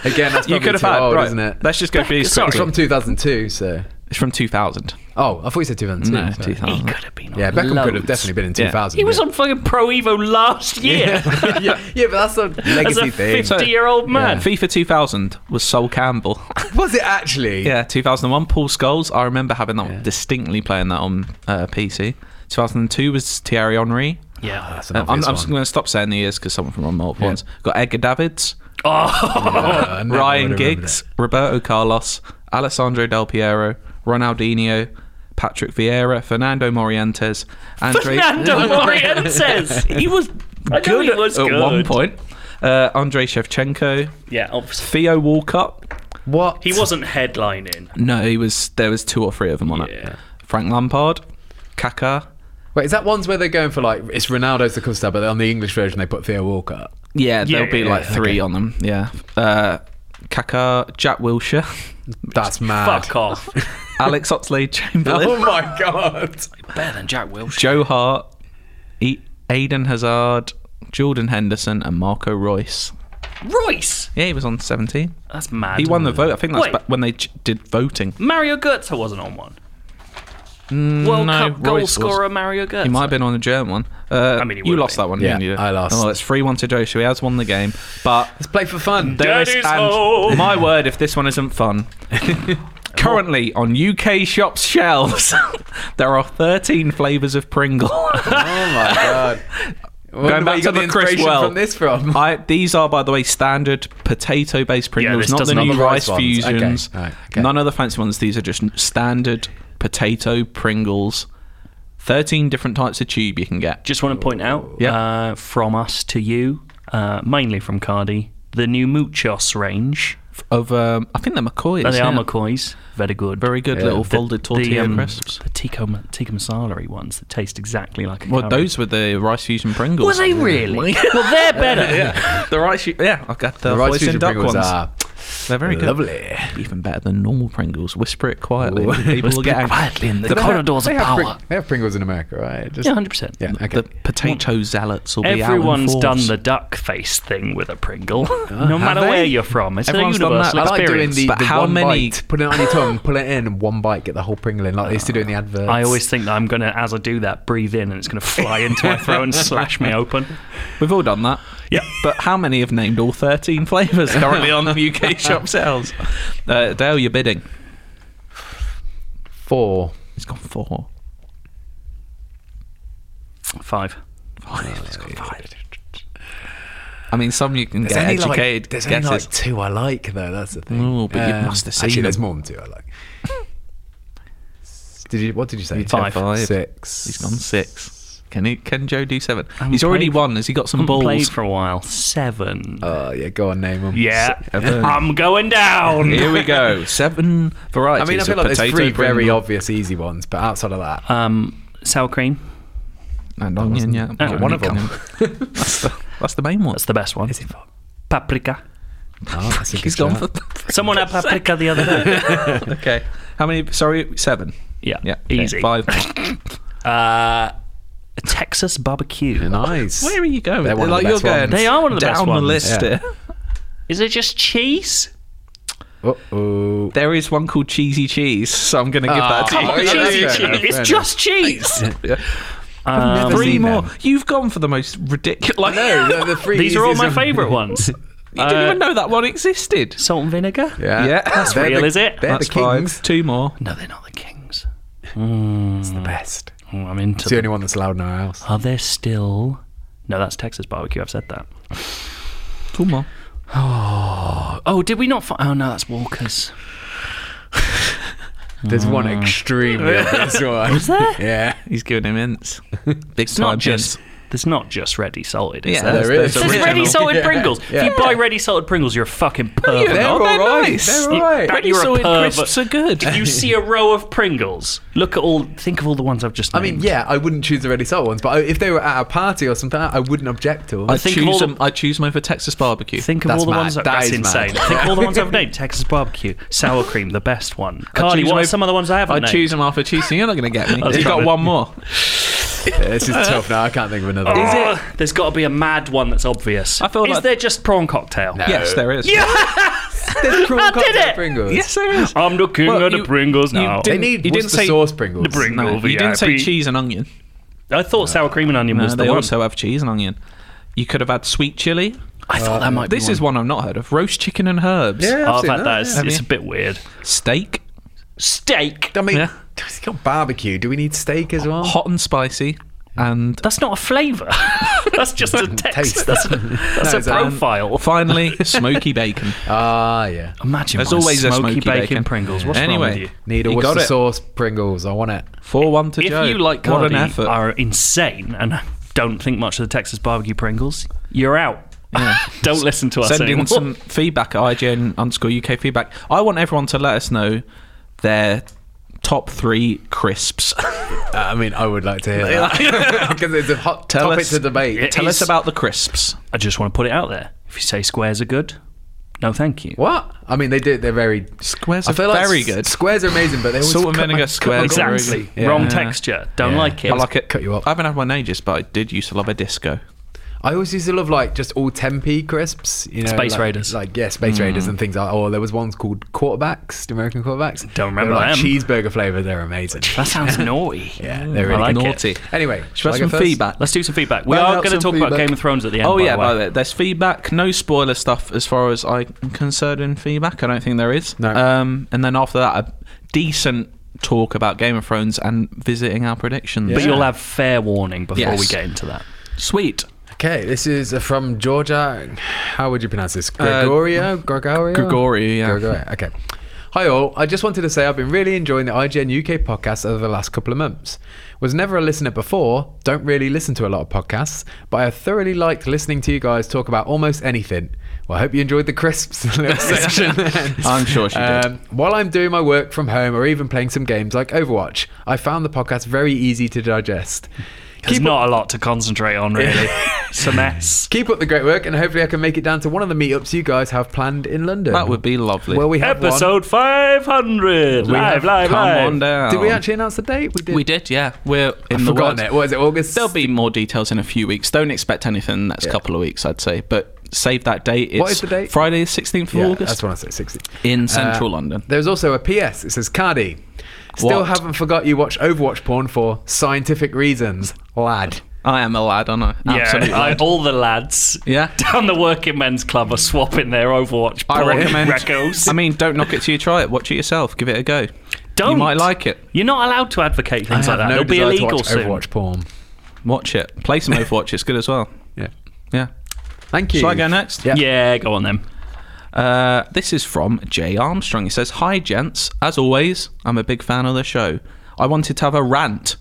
Speaker 3: Again, that's
Speaker 2: You
Speaker 3: probably
Speaker 2: could have
Speaker 3: too
Speaker 2: had.
Speaker 3: old,
Speaker 2: right.
Speaker 3: isn't it?
Speaker 2: Let's just go for these.
Speaker 1: Sorry.
Speaker 3: It's
Speaker 2: quickly.
Speaker 3: from 2002, so.
Speaker 2: It's from 2000.
Speaker 3: Oh, I thought you said 2002.
Speaker 2: No,
Speaker 3: so-
Speaker 2: 2000.
Speaker 1: He could have been. On
Speaker 3: Yeah, Beckham
Speaker 1: loads.
Speaker 3: could have definitely been in
Speaker 2: Yeah.
Speaker 3: 2000.
Speaker 1: He was
Speaker 3: yeah.
Speaker 1: on fucking Pro Evo last year.
Speaker 3: yeah, yeah, but that's a
Speaker 1: As
Speaker 3: legacy
Speaker 1: a
Speaker 3: thing.
Speaker 2: So-
Speaker 1: 50 year old man.
Speaker 2: FIFA 2000 was Sol Campbell.
Speaker 3: was it actually?
Speaker 2: yeah, 2001 Paul Scholes. I remember having that one,
Speaker 3: Yeah.
Speaker 2: distinctly playing that on uh, PC. 2002 was Thierry Henry.
Speaker 1: Yeah.
Speaker 3: That's an
Speaker 2: Uh, I'm,
Speaker 3: obvious
Speaker 2: I'm
Speaker 3: one.
Speaker 2: just going to stop saying the years because someone from multiple ones got Edgar Davids,
Speaker 3: Uh, I never
Speaker 2: Ryan
Speaker 3: would've remembered
Speaker 2: Giggs,
Speaker 3: it.
Speaker 2: Roberto Carlos, Alessandro Del Piero, Ronaldinho, Patrick Vieira, Fernando Morientes, Andre
Speaker 1: Fernando Morientes. He was I know
Speaker 2: good
Speaker 1: he was
Speaker 2: at
Speaker 1: good.
Speaker 2: one point. Uh, Andre Shevchenko,
Speaker 1: Yeah, obviously.
Speaker 2: Theo Walcott,
Speaker 3: What?
Speaker 1: He wasn't headlining.
Speaker 2: No, he was. There was two or three of them on
Speaker 1: Yeah.
Speaker 2: it. Frank Lampard, Kaká.
Speaker 3: Wait, is that ones where they're going for like it's Ronaldo's the cool star, but on the English version they put Theo Walker?
Speaker 2: Yeah,
Speaker 1: Yeah,
Speaker 2: there'll be
Speaker 1: yeah,
Speaker 2: like
Speaker 1: yeah,
Speaker 2: three on them. Yeah, uh, Kaká, Jack Wilshere,
Speaker 3: That's mad.
Speaker 1: Fuck off.
Speaker 2: Alex Oxlade-Chamberlain,
Speaker 3: Oh my god.
Speaker 1: Better than Jack Wilshere.
Speaker 2: Joe Hart, e- Aiden Hazard, Jordan Henderson, and Marco Royce.
Speaker 1: Royce.
Speaker 2: Yeah, he was on seventeen.
Speaker 1: That's mad.
Speaker 2: He won the vote. I think that's
Speaker 1: Wait.
Speaker 2: ba- when they ch- did voting.
Speaker 1: Mario Götze wasn't on one. World
Speaker 2: Mm, no,
Speaker 1: Cup goal
Speaker 2: Royce
Speaker 1: scorer Mario Götze.
Speaker 2: He might have been on a German one. Uh,
Speaker 1: I mean, he
Speaker 2: you
Speaker 1: would
Speaker 2: lost
Speaker 1: be.
Speaker 2: that one.
Speaker 3: Yeah,
Speaker 2: didn't you?
Speaker 3: I lost.
Speaker 2: Oh, it's three-one to Joshua. He has won the game, but
Speaker 3: Let's play for fun.
Speaker 2: There is-
Speaker 1: Daddy's
Speaker 2: and
Speaker 1: home.
Speaker 2: my word, if this one isn't fun. Currently on UK shops shelves, there are 13 flavours of Pringle.
Speaker 3: oh my god.
Speaker 2: Going back
Speaker 3: you
Speaker 2: to
Speaker 3: got the
Speaker 2: the Chris
Speaker 3: inspiration
Speaker 2: Well.
Speaker 3: from this from.
Speaker 2: I, these are, by the way, standard potato-based Pringles,
Speaker 1: this
Speaker 2: not the
Speaker 1: doesn't
Speaker 2: new
Speaker 1: have
Speaker 3: the
Speaker 2: rice
Speaker 3: rice ones.
Speaker 2: fusions.
Speaker 3: Okay, alright, okay.
Speaker 2: None of the fancy ones. These are just standard potato Pringles. 13 different types of tube you can get.
Speaker 1: Just want to point out
Speaker 2: Yeah.
Speaker 1: uh, from us to you, uh, mainly from Cardi, the new Muchos range.
Speaker 2: Of, um, I think they're McCoy's.
Speaker 1: Are they
Speaker 2: yeah.
Speaker 1: are McCoy's. Very good.
Speaker 2: Very good little
Speaker 1: The-
Speaker 2: folded tortilla
Speaker 1: the, um,
Speaker 2: crisps.
Speaker 1: The tikka, ma- tikka masala ones that taste exactly like a
Speaker 2: Well,
Speaker 1: curry.
Speaker 2: those were the rice fusion Pringles.
Speaker 1: Were they really? well, they're better.
Speaker 2: the rice, yeah, I got uh, the,
Speaker 3: The
Speaker 2: rice
Speaker 3: rice fusion
Speaker 2: duck
Speaker 3: Pringles
Speaker 2: ones.
Speaker 3: are
Speaker 2: They're very good.
Speaker 3: lovely.
Speaker 2: Even better than normal Pringles. Whisper it quietly.
Speaker 3: Ooh.
Speaker 2: People will
Speaker 1: Whisper
Speaker 2: get
Speaker 1: it
Speaker 2: angry.
Speaker 1: quietly in the
Speaker 2: the,
Speaker 1: corner. Corridors
Speaker 3: they
Speaker 1: of
Speaker 3: have
Speaker 1: power.
Speaker 3: they have Pringles in America, right? Just,
Speaker 1: Yeah, 100%.
Speaker 3: yeah, okay.
Speaker 2: The potato zealots will be out. in
Speaker 1: Everyone's
Speaker 2: force.
Speaker 1: done the duck face thing with a Pringle, no matter
Speaker 3: they?
Speaker 1: where you're from. It's
Speaker 2: Uh, Everyone's
Speaker 1: a
Speaker 2: done
Speaker 1: universal
Speaker 2: that.
Speaker 3: I like doing
Speaker 1: experience.
Speaker 3: the,
Speaker 2: But
Speaker 3: the
Speaker 2: how
Speaker 3: one
Speaker 2: many-
Speaker 3: bite, put it on your tongue, pull it in, and one bite, get the whole Pringle in, like they used to do in the adverts.
Speaker 1: I always think that I'm going to, as I do that, breathe in and it's going to fly into my throat and slash me open.
Speaker 2: We've all done that.
Speaker 1: Yeah.
Speaker 2: But how many have named all 13 flavours currently on UK shop sales? Uh, Dale, you're bidding.
Speaker 3: four.
Speaker 2: He's gone four.
Speaker 1: Five.
Speaker 2: Five. He's gone five. I mean, some you can get
Speaker 3: There's only,
Speaker 2: educated
Speaker 3: like, there's only
Speaker 2: guesses.
Speaker 3: like two I like though. That's the thing.
Speaker 2: Oh, but you must have seen
Speaker 3: Actually, there's
Speaker 2: them.
Speaker 3: more than two I like. did you? What did you say?
Speaker 2: said five.
Speaker 3: six.
Speaker 2: He's gone six. Can he? Can Joe do seven?
Speaker 1: haven't
Speaker 2: He's already
Speaker 1: played-
Speaker 2: won. Has he got some
Speaker 1: Haven't
Speaker 2: balls? Uh,
Speaker 1: Played for a while. Seven.
Speaker 3: Oh yeah, go on, name them.
Speaker 1: yeah.
Speaker 2: seven.
Speaker 1: I'm going down.
Speaker 2: Here we go. Seven
Speaker 3: I
Speaker 2: varieties.
Speaker 3: mean, I feel
Speaker 2: of
Speaker 3: like there's
Speaker 2: potato
Speaker 3: three very
Speaker 2: Pringle
Speaker 3: obvious easy ones, but outside of that,
Speaker 1: Um, sour cream.
Speaker 2: and onion. Yeah,
Speaker 1: Oh,
Speaker 2: Yeah,
Speaker 1: one
Speaker 2: onion. that's, the, that's the main one.
Speaker 1: That's the best one.
Speaker 3: is it four?
Speaker 1: Paprika.
Speaker 3: Oh, that's a
Speaker 2: He's
Speaker 3: good
Speaker 2: gone
Speaker 3: shout.
Speaker 2: for.
Speaker 1: Someone had paprika the other day.
Speaker 2: okay. How many? Sorry, seven.
Speaker 1: Yeah.
Speaker 2: Yeah, okay,
Speaker 1: Easy.
Speaker 2: Five.
Speaker 1: Uh, Texas barbecue.
Speaker 3: nice.
Speaker 2: Where are you going?
Speaker 3: They're one of
Speaker 2: like
Speaker 3: the
Speaker 2: you're
Speaker 3: best ones.
Speaker 2: going.
Speaker 1: They are one of the
Speaker 2: down
Speaker 1: best
Speaker 2: the
Speaker 1: ones.
Speaker 2: list.
Speaker 3: Yeah.
Speaker 2: here.
Speaker 1: Is it just cheese?
Speaker 3: Uh-oh.
Speaker 2: There is one called cheesy cheese, so I'm going to give that
Speaker 3: Oh,
Speaker 2: to
Speaker 3: yeah,
Speaker 2: you.
Speaker 3: that's
Speaker 1: cheese.
Speaker 3: fair enough,
Speaker 1: it's
Speaker 3: fair
Speaker 1: just cheese. Um,
Speaker 2: Yeah. I've never three
Speaker 3: seen
Speaker 2: more.
Speaker 3: them.
Speaker 2: You've gone for the most ridiculous. Like,
Speaker 3: No, the, the three
Speaker 1: These are all
Speaker 3: easiest
Speaker 1: my
Speaker 3: of-
Speaker 1: favourite ones.
Speaker 2: you didn't even know that one existed.
Speaker 1: Salt and vinegar?
Speaker 3: Yeah,
Speaker 2: Yeah, that's
Speaker 3: They're
Speaker 1: real,
Speaker 3: the-
Speaker 1: is it?
Speaker 3: They're
Speaker 2: That's
Speaker 3: the
Speaker 2: five.
Speaker 3: kings.
Speaker 2: Two more.
Speaker 1: No, they're not the kings.
Speaker 3: It's the best. It's
Speaker 1: Oh, I'm into
Speaker 3: the
Speaker 1: them.
Speaker 3: only one that's allowed in our house.
Speaker 1: Are there still. No, that's Texas barbecue. I've said that.
Speaker 2: Two more.
Speaker 1: Oh, did we not find. Oh, no, that's Walker's.
Speaker 3: There's one extremely obvious one. Is
Speaker 1: Ah. there?
Speaker 3: Yeah.
Speaker 2: He's giving him hints. Big
Speaker 1: It's not just. There's not just ready salted, is
Speaker 2: Yeah,
Speaker 1: there?
Speaker 2: there is.
Speaker 1: There's
Speaker 2: There's
Speaker 1: ready
Speaker 2: original.
Speaker 1: salted
Speaker 3: Yeah,
Speaker 1: Pringles.
Speaker 3: yeah.
Speaker 1: If you buy ready salted Pringles, you're a fucking pervert.
Speaker 2: They're
Speaker 3: all
Speaker 2: all they're
Speaker 3: right,
Speaker 2: nice.
Speaker 3: they're all right.
Speaker 1: That
Speaker 2: Ready
Speaker 1: you're a
Speaker 2: sorted
Speaker 1: pervert.
Speaker 2: crisps are good.
Speaker 1: If you see a row of Pringles, look at all. Think of all the ones I've just.
Speaker 3: I mean,
Speaker 1: named.
Speaker 3: yeah, I wouldn't choose the ready salt ones, but I, if they were at a party or something, I wouldn't object to them.
Speaker 2: I
Speaker 1: think of
Speaker 2: choose
Speaker 1: all the-
Speaker 2: them. I choose mine for Texas barbecue.
Speaker 1: Think of
Speaker 3: That's
Speaker 1: all the
Speaker 3: mad.
Speaker 1: ones that,
Speaker 3: That
Speaker 1: that's
Speaker 3: is mad.
Speaker 1: insane. Think of all the ones I've named. Texas barbecue, sour cream, the best one. Carly,
Speaker 2: choose
Speaker 1: what
Speaker 2: my-
Speaker 1: are some of the ones I haven't
Speaker 2: I
Speaker 1: named?
Speaker 2: choose them after choosing. You're not going to get me.
Speaker 1: was
Speaker 2: You
Speaker 1: trying
Speaker 2: got
Speaker 1: to-
Speaker 2: one more.
Speaker 3: Yeah, this is tough now. I can't think of another. one.
Speaker 1: Ugh, There's got to be a mad one that's obvious.
Speaker 2: I feel
Speaker 1: is
Speaker 2: like-
Speaker 1: there just prawn cocktail?
Speaker 2: Yes, there is.
Speaker 3: There's prawn
Speaker 1: I did
Speaker 3: cocktail
Speaker 1: it!
Speaker 3: Pringles.
Speaker 2: Yes, there is.
Speaker 1: I'm the king
Speaker 2: Well,
Speaker 1: of the
Speaker 2: you-
Speaker 1: Pringles
Speaker 2: you
Speaker 1: now.
Speaker 2: didn't-
Speaker 3: They need
Speaker 2: You
Speaker 3: what's
Speaker 2: didn't
Speaker 3: the
Speaker 2: say-
Speaker 3: sauce Pringles.
Speaker 1: The Pringle
Speaker 2: No,
Speaker 1: VIP.
Speaker 2: you didn't say cheese and onion.
Speaker 1: I thought sour cream and onion
Speaker 2: No,
Speaker 1: was the
Speaker 2: they
Speaker 1: one.
Speaker 2: also have cheese and onion. You could have had sweet chili.
Speaker 1: I thought that might.
Speaker 2: This
Speaker 1: be
Speaker 2: is one I've not heard of. Roast chicken and herbs.
Speaker 3: Yeah, I've
Speaker 1: Oh, I've
Speaker 3: seen
Speaker 1: had that. It's,
Speaker 3: yeah.
Speaker 1: it's
Speaker 2: you?
Speaker 1: a bit weird.
Speaker 2: Steak.
Speaker 1: Steak.
Speaker 3: I mean,
Speaker 2: Yeah.
Speaker 3: it's got barbecue. Do we need steak as well?
Speaker 2: Hot and spicy. And
Speaker 1: That's not a flavour. that's just a text.
Speaker 3: Taste.
Speaker 1: That's a, that's
Speaker 3: No,
Speaker 1: a
Speaker 3: it's, um,
Speaker 1: profile.
Speaker 2: finally, smoky bacon.
Speaker 3: Ah, yeah.
Speaker 1: Imagine
Speaker 2: There's
Speaker 1: buying
Speaker 2: always a
Speaker 1: smoky,
Speaker 2: smoky
Speaker 1: bacon,
Speaker 2: bacon.
Speaker 1: Pringles. What's wrong
Speaker 2: Anyway,
Speaker 1: with you?
Speaker 3: Need a
Speaker 2: You
Speaker 3: what's
Speaker 2: got
Speaker 3: the
Speaker 2: it.
Speaker 3: sauce Pringles? I want it.
Speaker 2: Four one to
Speaker 1: If
Speaker 2: Joe.
Speaker 1: you like
Speaker 2: what
Speaker 1: Cardi
Speaker 2: an effort.
Speaker 1: are insane and don't think much of the Texas barbecue Pringles, you're out. don't listen to us
Speaker 2: Send
Speaker 1: anymore.
Speaker 2: in some feedback at IGN underscore UK feedback. I want everyone to let us know their top three crisps.
Speaker 3: Uh, I mean, I would like to hear that because it's a hot
Speaker 2: Tell
Speaker 3: topic
Speaker 2: us-
Speaker 3: to debate.
Speaker 1: Yeah.
Speaker 2: Tell
Speaker 1: Is-
Speaker 2: us about the crisps.
Speaker 1: I just want to put it out there. If you say squares are good, no thank you.
Speaker 3: What? I mean, they do. They're very.
Speaker 2: Squares
Speaker 3: I
Speaker 2: are
Speaker 3: feel like
Speaker 2: very
Speaker 3: s-
Speaker 2: good.
Speaker 3: Squares are amazing, but they always
Speaker 2: Salt and
Speaker 3: cut my-
Speaker 2: vinegar
Speaker 3: cut my
Speaker 2: squares are
Speaker 3: goals.
Speaker 1: Exactly.
Speaker 3: Yeah.
Speaker 1: Wrong
Speaker 2: Yeah.
Speaker 1: texture. Don't
Speaker 3: Yeah.
Speaker 1: like it.
Speaker 2: I like it.
Speaker 3: Cut you up.
Speaker 2: I haven't had one in ages, but I did used to love a disco.
Speaker 3: I always used to love like just all tempeh crisps, you know,
Speaker 1: Space
Speaker 3: like,
Speaker 1: Raiders.
Speaker 3: like yeah, Space
Speaker 2: Mm.
Speaker 3: Raiders and things like. Oh, there was ones called quarterbacks, the American quarterbacks.
Speaker 1: Don't remember
Speaker 3: They're like
Speaker 1: them.
Speaker 3: cheeseburger flavour. They're amazing.
Speaker 1: That sounds naughty. Mm.
Speaker 3: Yeah, they're
Speaker 1: I
Speaker 3: really
Speaker 1: like
Speaker 3: good.
Speaker 2: Naughty.
Speaker 1: It.
Speaker 3: Anyway,
Speaker 2: Should
Speaker 3: shall
Speaker 2: I
Speaker 3: I
Speaker 2: have
Speaker 3: go
Speaker 2: some
Speaker 3: first?
Speaker 2: feedback?
Speaker 1: Let's do some feedback. We
Speaker 3: Bang
Speaker 1: are
Speaker 3: out
Speaker 1: going to
Speaker 3: some
Speaker 1: talk about
Speaker 3: feedback.
Speaker 1: Game of Thrones at the end.
Speaker 2: Oh
Speaker 1: by
Speaker 2: yeah,
Speaker 1: the way.
Speaker 2: by the way, there's feedback. No spoiler stuff as far as I'm concerned in feedback. I don't think there is.
Speaker 3: No.
Speaker 2: Um, and then after that, a decent talk about Game of Thrones and visiting our predictions.
Speaker 1: But
Speaker 3: Yeah.
Speaker 1: you'll have fair warning before
Speaker 2: Yes.
Speaker 1: we get into that.
Speaker 2: sweet
Speaker 3: Okay, this is uh, from Georgia. How would you pronounce this? Gregorio?
Speaker 2: Uh,
Speaker 3: Gregorio?
Speaker 2: Gregorio, yeah.
Speaker 3: Gregorio, okay. Hi all, I just wanted to say I've been really enjoying the IGN UK podcast over the last couple of months. Was never a listener before, don't really listen to a lot of podcasts, but I thoroughly liked listening to you guys talk about almost anything. Well, I hope you enjoyed the crisps little section. Um,
Speaker 2: I'm sure she did.
Speaker 3: While I'm doing my work from home or even playing some games like Overwatch, I found the podcast very easy to digest.
Speaker 1: There's
Speaker 3: Keep
Speaker 1: not a lot to concentrate on, really. it's a mess.
Speaker 3: Keep up the great work, and hopefully I can make it down to one of the meetups you guys have planned in London.
Speaker 2: that would be lovely.
Speaker 3: well. We have
Speaker 1: Episode 500.
Speaker 3: We
Speaker 1: live,
Speaker 3: have
Speaker 1: live,
Speaker 2: come
Speaker 1: live.
Speaker 2: on
Speaker 3: One.
Speaker 2: down.
Speaker 3: Did we actually announce the date? We did.
Speaker 2: We did, yeah. We're in
Speaker 3: I've
Speaker 2: the
Speaker 3: forgotten
Speaker 2: works.
Speaker 3: it. What is it? August.
Speaker 2: There'll be more details in a few weeks. Don't expect anything in the next couple of weeks, I'd say. But save that date. It's
Speaker 3: What is the date?
Speaker 2: Friday, the 16th of
Speaker 3: yeah,
Speaker 2: August
Speaker 3: That's what I said. Sixty.
Speaker 2: in central
Speaker 3: Uh,
Speaker 2: London.
Speaker 3: There's also a PS. It says Cardi. Still
Speaker 2: What?
Speaker 3: haven't forgot you watch Overwatch porn for scientific reasons, lad.
Speaker 2: I am a lad, aren't I? Absolutely.
Speaker 1: Yeah, I, all the lads
Speaker 2: Yeah.
Speaker 1: down the working men's club are swapping their Overwatch
Speaker 2: I
Speaker 1: porn
Speaker 2: recommend.
Speaker 1: records.
Speaker 2: I mean, don't knock it till you try it. Watch it yourself. Give it a go.
Speaker 1: Don't.
Speaker 3: Oh.
Speaker 2: You might like it.
Speaker 1: You're not allowed to advocate
Speaker 3: I
Speaker 1: things like that.
Speaker 3: have no
Speaker 1: They'll be
Speaker 3: desire to
Speaker 1: illegal
Speaker 3: watch
Speaker 1: soon.
Speaker 3: Overwatch porn.
Speaker 2: Watch it. Play some Overwatch. It's good as well.
Speaker 3: Yeah.
Speaker 2: Yeah.
Speaker 3: Thank you.
Speaker 2: Shall I go next?
Speaker 3: Yeah.
Speaker 1: Yeah, go on then.
Speaker 2: Uh, this is from Jay Armstrong. He says, "Hi gents. As always, I'm a big fan of the show. I wanted to have a rant,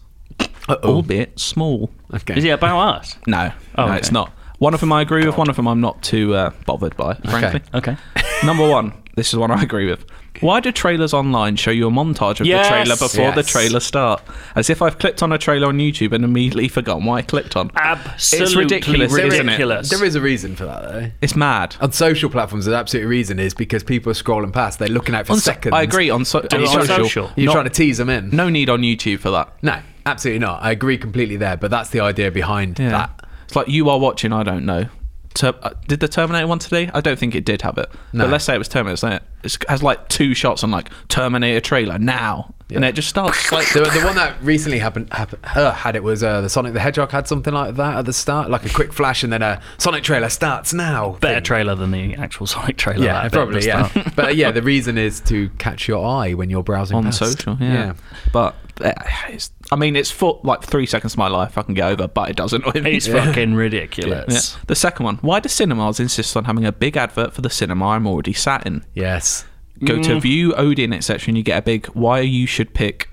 Speaker 2: albeit small.
Speaker 3: Okay.
Speaker 1: Is it about us?
Speaker 2: No,
Speaker 1: Oh,
Speaker 2: no,
Speaker 1: okay.
Speaker 2: it's not. One of them I agree with. One of them I'm not too uh, bothered by. Frankly.
Speaker 1: Okay.
Speaker 2: Number one. This is one I agree with. Why do trailers online show you a montage of
Speaker 1: Yes.
Speaker 2: the trailer before the
Speaker 3: Yes.
Speaker 2: trailer start? As if I've clicked on a trailer on YouTube and immediately forgotten why I clicked on.
Speaker 1: Absolutely
Speaker 2: ridiculous, isn't it?
Speaker 1: ridiculous.
Speaker 3: There is a reason for that, though.
Speaker 2: It's mad.
Speaker 1: Uh,
Speaker 3: On social platforms, the absolute reason is because people are scrolling past. They're looking at it for
Speaker 2: On so-
Speaker 3: seconds.
Speaker 2: I agree on, so-
Speaker 1: it
Speaker 2: on
Speaker 1: on
Speaker 2: social.
Speaker 1: social.
Speaker 3: You're
Speaker 2: Not-
Speaker 3: trying to tease them in.
Speaker 2: No need on YouTube for that.
Speaker 3: No, absolutely not. I agree completely there, but that's the idea behind that.
Speaker 2: It's like you are watching. I don't know. Ter- uh, did the Terminator one today? I don't think it did have it. But let's say it was Terminator. isn't it? It's- It has like two shots on like Terminator trailer now, and it just starts like
Speaker 3: The, the one that recently happened, happened uh, had it was uh, the Sonic the Hedgehog had something like that at the start, like a quick flash and then a Sonic trailer starts now.
Speaker 1: Better
Speaker 3: thing.
Speaker 1: trailer than the actual Sonic trailer. that
Speaker 3: Yeah,
Speaker 1: bit
Speaker 3: probably.
Speaker 1: at the
Speaker 3: Yeah,
Speaker 1: start.
Speaker 3: but uh, yeah, the reason is to catch your eye when you're browsing
Speaker 2: on
Speaker 3: past.
Speaker 2: social. Yeah, but uh, it's, I mean, it's for like three seconds of my life I can get over, but it doesn't.
Speaker 1: It's fucking ridiculous.
Speaker 2: Yeah. The second one. Why do cinemas insist on having a big advert for the cinema I'm already sat in?
Speaker 3: Yes.
Speaker 2: Go
Speaker 1: Mm.
Speaker 2: to View, Odin, etc., and you get a big why you should pick,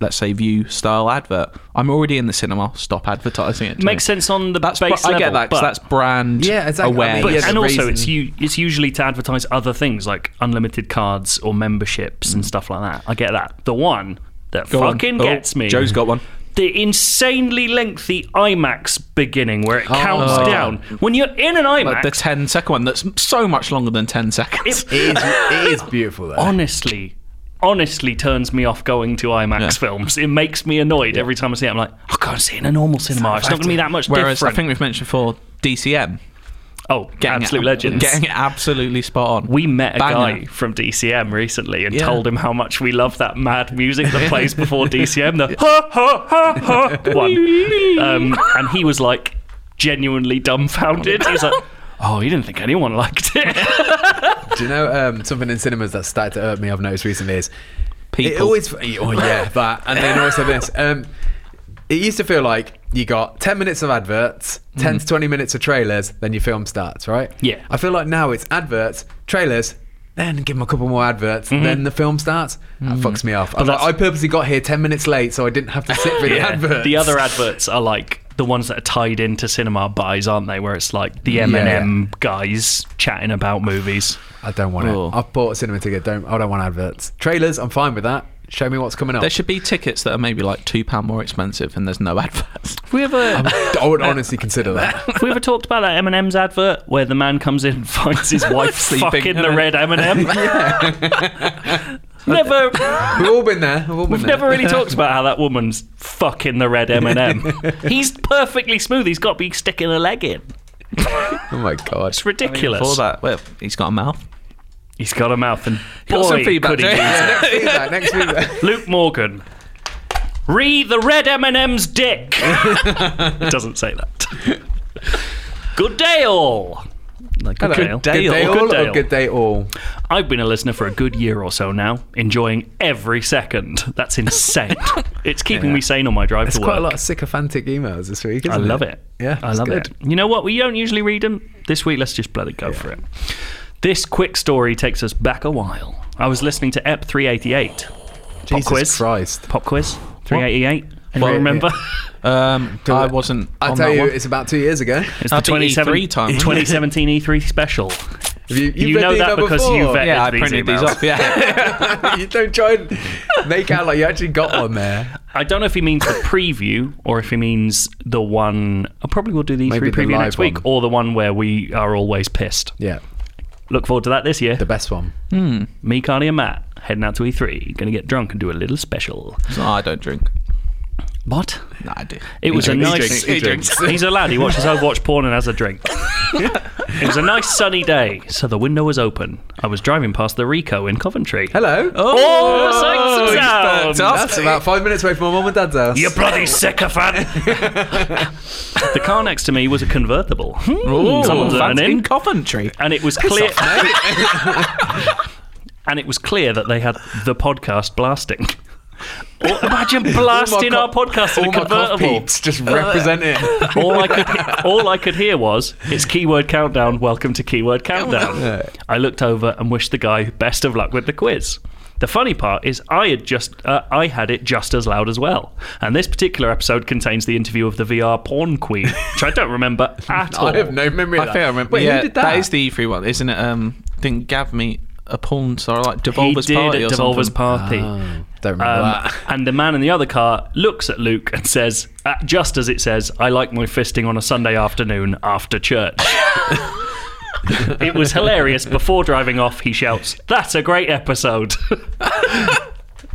Speaker 2: let's say, View style advert. I'm already in the cinema. Stop advertising it. to
Speaker 1: Makes
Speaker 2: me.
Speaker 1: sense on the
Speaker 2: That's
Speaker 1: base
Speaker 2: I get
Speaker 1: level,
Speaker 2: that 'cause
Speaker 1: but-
Speaker 2: that's brand
Speaker 3: Yeah, exactly. I
Speaker 2: aware.
Speaker 3: mean,
Speaker 1: But,
Speaker 3: yeah, the
Speaker 1: and also,
Speaker 3: reason-
Speaker 1: it's u- it's usually to advertise other things like unlimited cards or memberships and stuff like that. I get that. The one that
Speaker 2: Mm. Go on.
Speaker 1: fucking
Speaker 2: Oh,
Speaker 1: gets me.
Speaker 2: Joe's got one.
Speaker 1: The insanely lengthy IMAX beginning where it counts down. When you're in an IMAX,
Speaker 2: Ah. Like the 10 second one that's so much longer than 10 seconds.
Speaker 1: it
Speaker 3: It is, it is beautiful though.
Speaker 1: honestly, honestly turns me off going to IMAX films. It makes me annoyed every time I see it. I'm like, I can't see it in a normal cinema. It's not going to be that much
Speaker 2: Whereas I
Speaker 1: different.
Speaker 2: think we've mentioned before DCM.
Speaker 1: oh,
Speaker 2: Getting
Speaker 1: absolute
Speaker 2: it,
Speaker 1: legends.
Speaker 2: Getting it absolutely spot on.
Speaker 1: we met a
Speaker 2: Banger.
Speaker 1: guy from DCM recently and
Speaker 2: Yeah.
Speaker 1: told him how much we love that mad music that plays before DCM. The ha ha ha ha one, um, and he was like genuinely dumbfounded. He's like. Oh, you didn't think anyone liked it?
Speaker 3: Do you know um, something in cinemas that started to irk me? I've noticed recently is It
Speaker 2: People.
Speaker 3: always, oh yeah, that, and then also this. Um, it used to feel like you got ten minutes of adverts, ten to twenty minutes of trailers, then your film starts, right?
Speaker 1: Yeah.
Speaker 3: I feel like now it's adverts, trailers, then give them a couple more adverts, then the film starts. That fucks me off. I, was like, I purposely got here ten minutes late, so I didn't have to sit for the adverts.
Speaker 1: The other adverts are like the ones that are tied into cinema buys, aren't they? Where it's like the M and M guys chatting about movies.
Speaker 3: I don't want
Speaker 2: Oh.
Speaker 3: it. I bought a cinema ticket. Don't. I don't want adverts. Trailers. I'm fine with that. Show me what's coming up.
Speaker 2: There should be tickets that are maybe like £2 more expensive and there's no adverts.
Speaker 1: We ever
Speaker 3: I would honestly consider that.
Speaker 1: Have we ever talked about that M&M's advert where the man comes in and finds his wife
Speaker 2: Sleeping.
Speaker 1: fucking the red M&M? never,
Speaker 3: We've all been there. We've all been
Speaker 1: we've
Speaker 3: there.
Speaker 1: never really talked about how that woman's fucking the red M&M. He's perfectly smooth. He's got to be sticking a leg in.
Speaker 3: Oh my god.
Speaker 1: It's ridiculous.
Speaker 2: Before that, well, he's got a mouth.
Speaker 1: He's got a mouth and
Speaker 2: Got
Speaker 1: boy,
Speaker 2: some feedback,
Speaker 1: could he
Speaker 2: Jay.
Speaker 1: use it.
Speaker 3: Next feedback. Next feedback.
Speaker 1: Luke Morgan. Re the red M&M's dick. it doesn't say that. Good day all. Like, good
Speaker 3: Hello.
Speaker 1: day
Speaker 3: Good day
Speaker 1: all.
Speaker 3: all.
Speaker 1: Good day
Speaker 3: or
Speaker 1: all.
Speaker 3: Good day all.
Speaker 1: I've been a listener for a good year or so now, enjoying every second. That's insane. it's keeping me sane on my drive
Speaker 3: It's
Speaker 1: to work.
Speaker 3: quite a lot of sycophantic emails this week. Isn't
Speaker 1: I love it.
Speaker 3: Yeah,
Speaker 1: I
Speaker 3: it's
Speaker 1: love
Speaker 3: good.
Speaker 1: it. You know what? We don't usually read them. This week, let's just bloody go for it. This quick story takes us back a while. I was listening to EP 388. Pop
Speaker 3: Jesus
Speaker 1: quiz.
Speaker 3: Christ.
Speaker 1: Pop quiz. 388. Anyone
Speaker 3: Well,
Speaker 1: remember?
Speaker 2: Um, I wasn't.
Speaker 3: I
Speaker 2: on
Speaker 3: tell
Speaker 2: that
Speaker 3: you,
Speaker 2: one.
Speaker 3: it's about two years ago.
Speaker 1: It's
Speaker 2: That'd be E3 time.
Speaker 1: 2017 E3 E special.
Speaker 3: Have you
Speaker 1: You
Speaker 3: read
Speaker 1: know
Speaker 3: the
Speaker 1: that
Speaker 3: email
Speaker 1: because
Speaker 3: before?
Speaker 1: you vetted
Speaker 2: yeah, I
Speaker 1: these
Speaker 2: printed these
Speaker 1: emails.
Speaker 2: off. Yeah,
Speaker 3: you don't try and make out like you actually got one there.
Speaker 1: I don't know if he means the preview or if he means the one. I probably will do the
Speaker 3: Maybe
Speaker 1: E3
Speaker 3: the
Speaker 1: preview
Speaker 3: live
Speaker 1: next week
Speaker 3: one.
Speaker 1: or the one where we are always pissed.
Speaker 3: Yeah,
Speaker 1: Look forward to that this year.
Speaker 3: the best one.
Speaker 1: Hmm. Me, Carney, and Matt heading out to E3. Gonna get drunk and do a little special.
Speaker 2: No, I don't drink.
Speaker 1: What?
Speaker 2: No, I do.
Speaker 1: It was a
Speaker 3: drinks,
Speaker 1: nice.
Speaker 3: he drinks, he drinks.
Speaker 1: He's a lad. He watches Overwatch porn and has a drink. it was a nice sunny day, so the window was open. I was driving past the Rico in Coventry.
Speaker 3: Hello.
Speaker 1: Oh, sights and sounds.
Speaker 2: he's perked up.
Speaker 3: That's about five minutes away from my mum and dad's house.
Speaker 1: You bloody sycophant! the car next to me was a convertible.
Speaker 2: Ooh,
Speaker 1: Someone's
Speaker 2: that's
Speaker 1: learning.
Speaker 2: in Coventry.
Speaker 1: and it was clear and it was clear that they had the podcast blasting Or imagine blasting
Speaker 3: co-
Speaker 1: our podcast in
Speaker 3: All
Speaker 1: a
Speaker 3: my cough
Speaker 1: convertible
Speaker 3: peeps just represent it.
Speaker 1: all I could all I could hear was it's keyword countdown. Welcome to keyword countdown. I looked over and wished the guy best of luck with the quiz. The funny part is I had just uh, I had it just as loud as well. And this particular episode contains the interview of the VR porn queen, which I don't remember at all.
Speaker 3: I have no memory.
Speaker 2: I
Speaker 3: of
Speaker 2: think
Speaker 3: that.
Speaker 2: I remember.
Speaker 3: Wait,
Speaker 2: yeah,
Speaker 3: who did that?
Speaker 2: That is the E3 one, isn't it? Um, didn't Gav me a porn star like
Speaker 1: He
Speaker 2: Devolver's
Speaker 1: did
Speaker 2: party
Speaker 1: at
Speaker 2: or
Speaker 1: Devolver's
Speaker 2: something?
Speaker 1: party.
Speaker 3: Don't remember
Speaker 1: Um,
Speaker 3: that.
Speaker 1: and the man in the other car looks at Luke and says, uh, just as it says, I like my fisting on a Sunday afternoon after church. it was hilarious. Before driving off, he shouts, That's a great episode.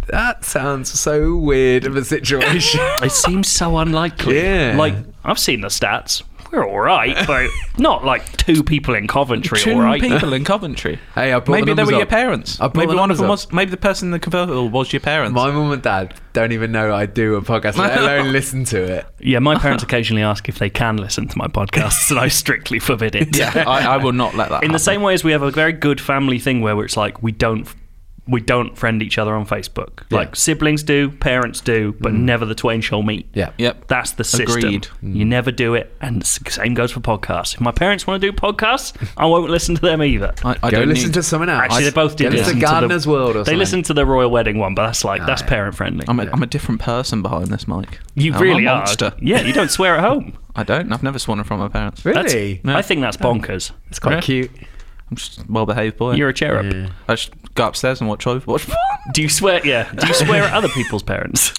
Speaker 3: That sounds so weird of a situation.
Speaker 1: it seems so unlikely.
Speaker 3: Yeah.
Speaker 1: Like, I've seen the stats. we're all right, but not like two people in Coventry,
Speaker 2: Two
Speaker 1: all right?
Speaker 2: people in Coventry.
Speaker 3: Hey, I brought the
Speaker 2: maybe they
Speaker 3: numbers
Speaker 2: were your
Speaker 3: up.
Speaker 2: parents.
Speaker 3: I brought
Speaker 2: maybe
Speaker 3: the
Speaker 2: one of
Speaker 3: numbers
Speaker 2: them
Speaker 3: up.
Speaker 2: was. Maybe the person in the convertible was your parents.
Speaker 3: My mum and dad don't even know I do a podcast, let alone listen to it.
Speaker 1: Yeah, my parents occasionally ask if they can listen to my podcasts, and I strictly forbid it.
Speaker 2: yeah, I, I will not let that.
Speaker 1: In the
Speaker 2: happen.
Speaker 1: same way as we have a very good family thing where it's like we don't we don't friend each other on Facebook. Like siblings do, parents do, but never the twain shall meet.
Speaker 3: Mm. Yeah. Mm.
Speaker 2: Yep.
Speaker 1: That's the system.
Speaker 2: Agreed.
Speaker 1: You never do it, and s- same goes for podcasts. If my parents want to do podcasts, I won't listen to them either.
Speaker 2: I, I
Speaker 3: Go
Speaker 2: don't
Speaker 3: listen
Speaker 2: need-
Speaker 3: to someone else.
Speaker 1: Actually, they both did
Speaker 3: Go listen
Speaker 1: listen
Speaker 3: to Gardener's
Speaker 1: the,
Speaker 3: World or
Speaker 1: They
Speaker 3: something.
Speaker 1: listened to the royal wedding one, but that's like that's
Speaker 3: yeah.
Speaker 1: parent friendly.
Speaker 2: I'm a, am a different person behind this, Mike.
Speaker 1: you
Speaker 2: I'm
Speaker 1: really
Speaker 2: a
Speaker 1: are.
Speaker 2: monster.
Speaker 1: Yeah, you don't swear at home.
Speaker 2: I don't. I've never sworn in front of my parents.
Speaker 1: That's-
Speaker 3: Really?
Speaker 1: I think that's bonkers.
Speaker 3: It's quite
Speaker 2: Yeah.
Speaker 3: cute.
Speaker 2: I'm just a well-behaved boy.
Speaker 1: You're a cherub.
Speaker 2: I just go upstairs and watch Overwatch.
Speaker 1: Do you swear? Yeah. Do you swear at other people's parents?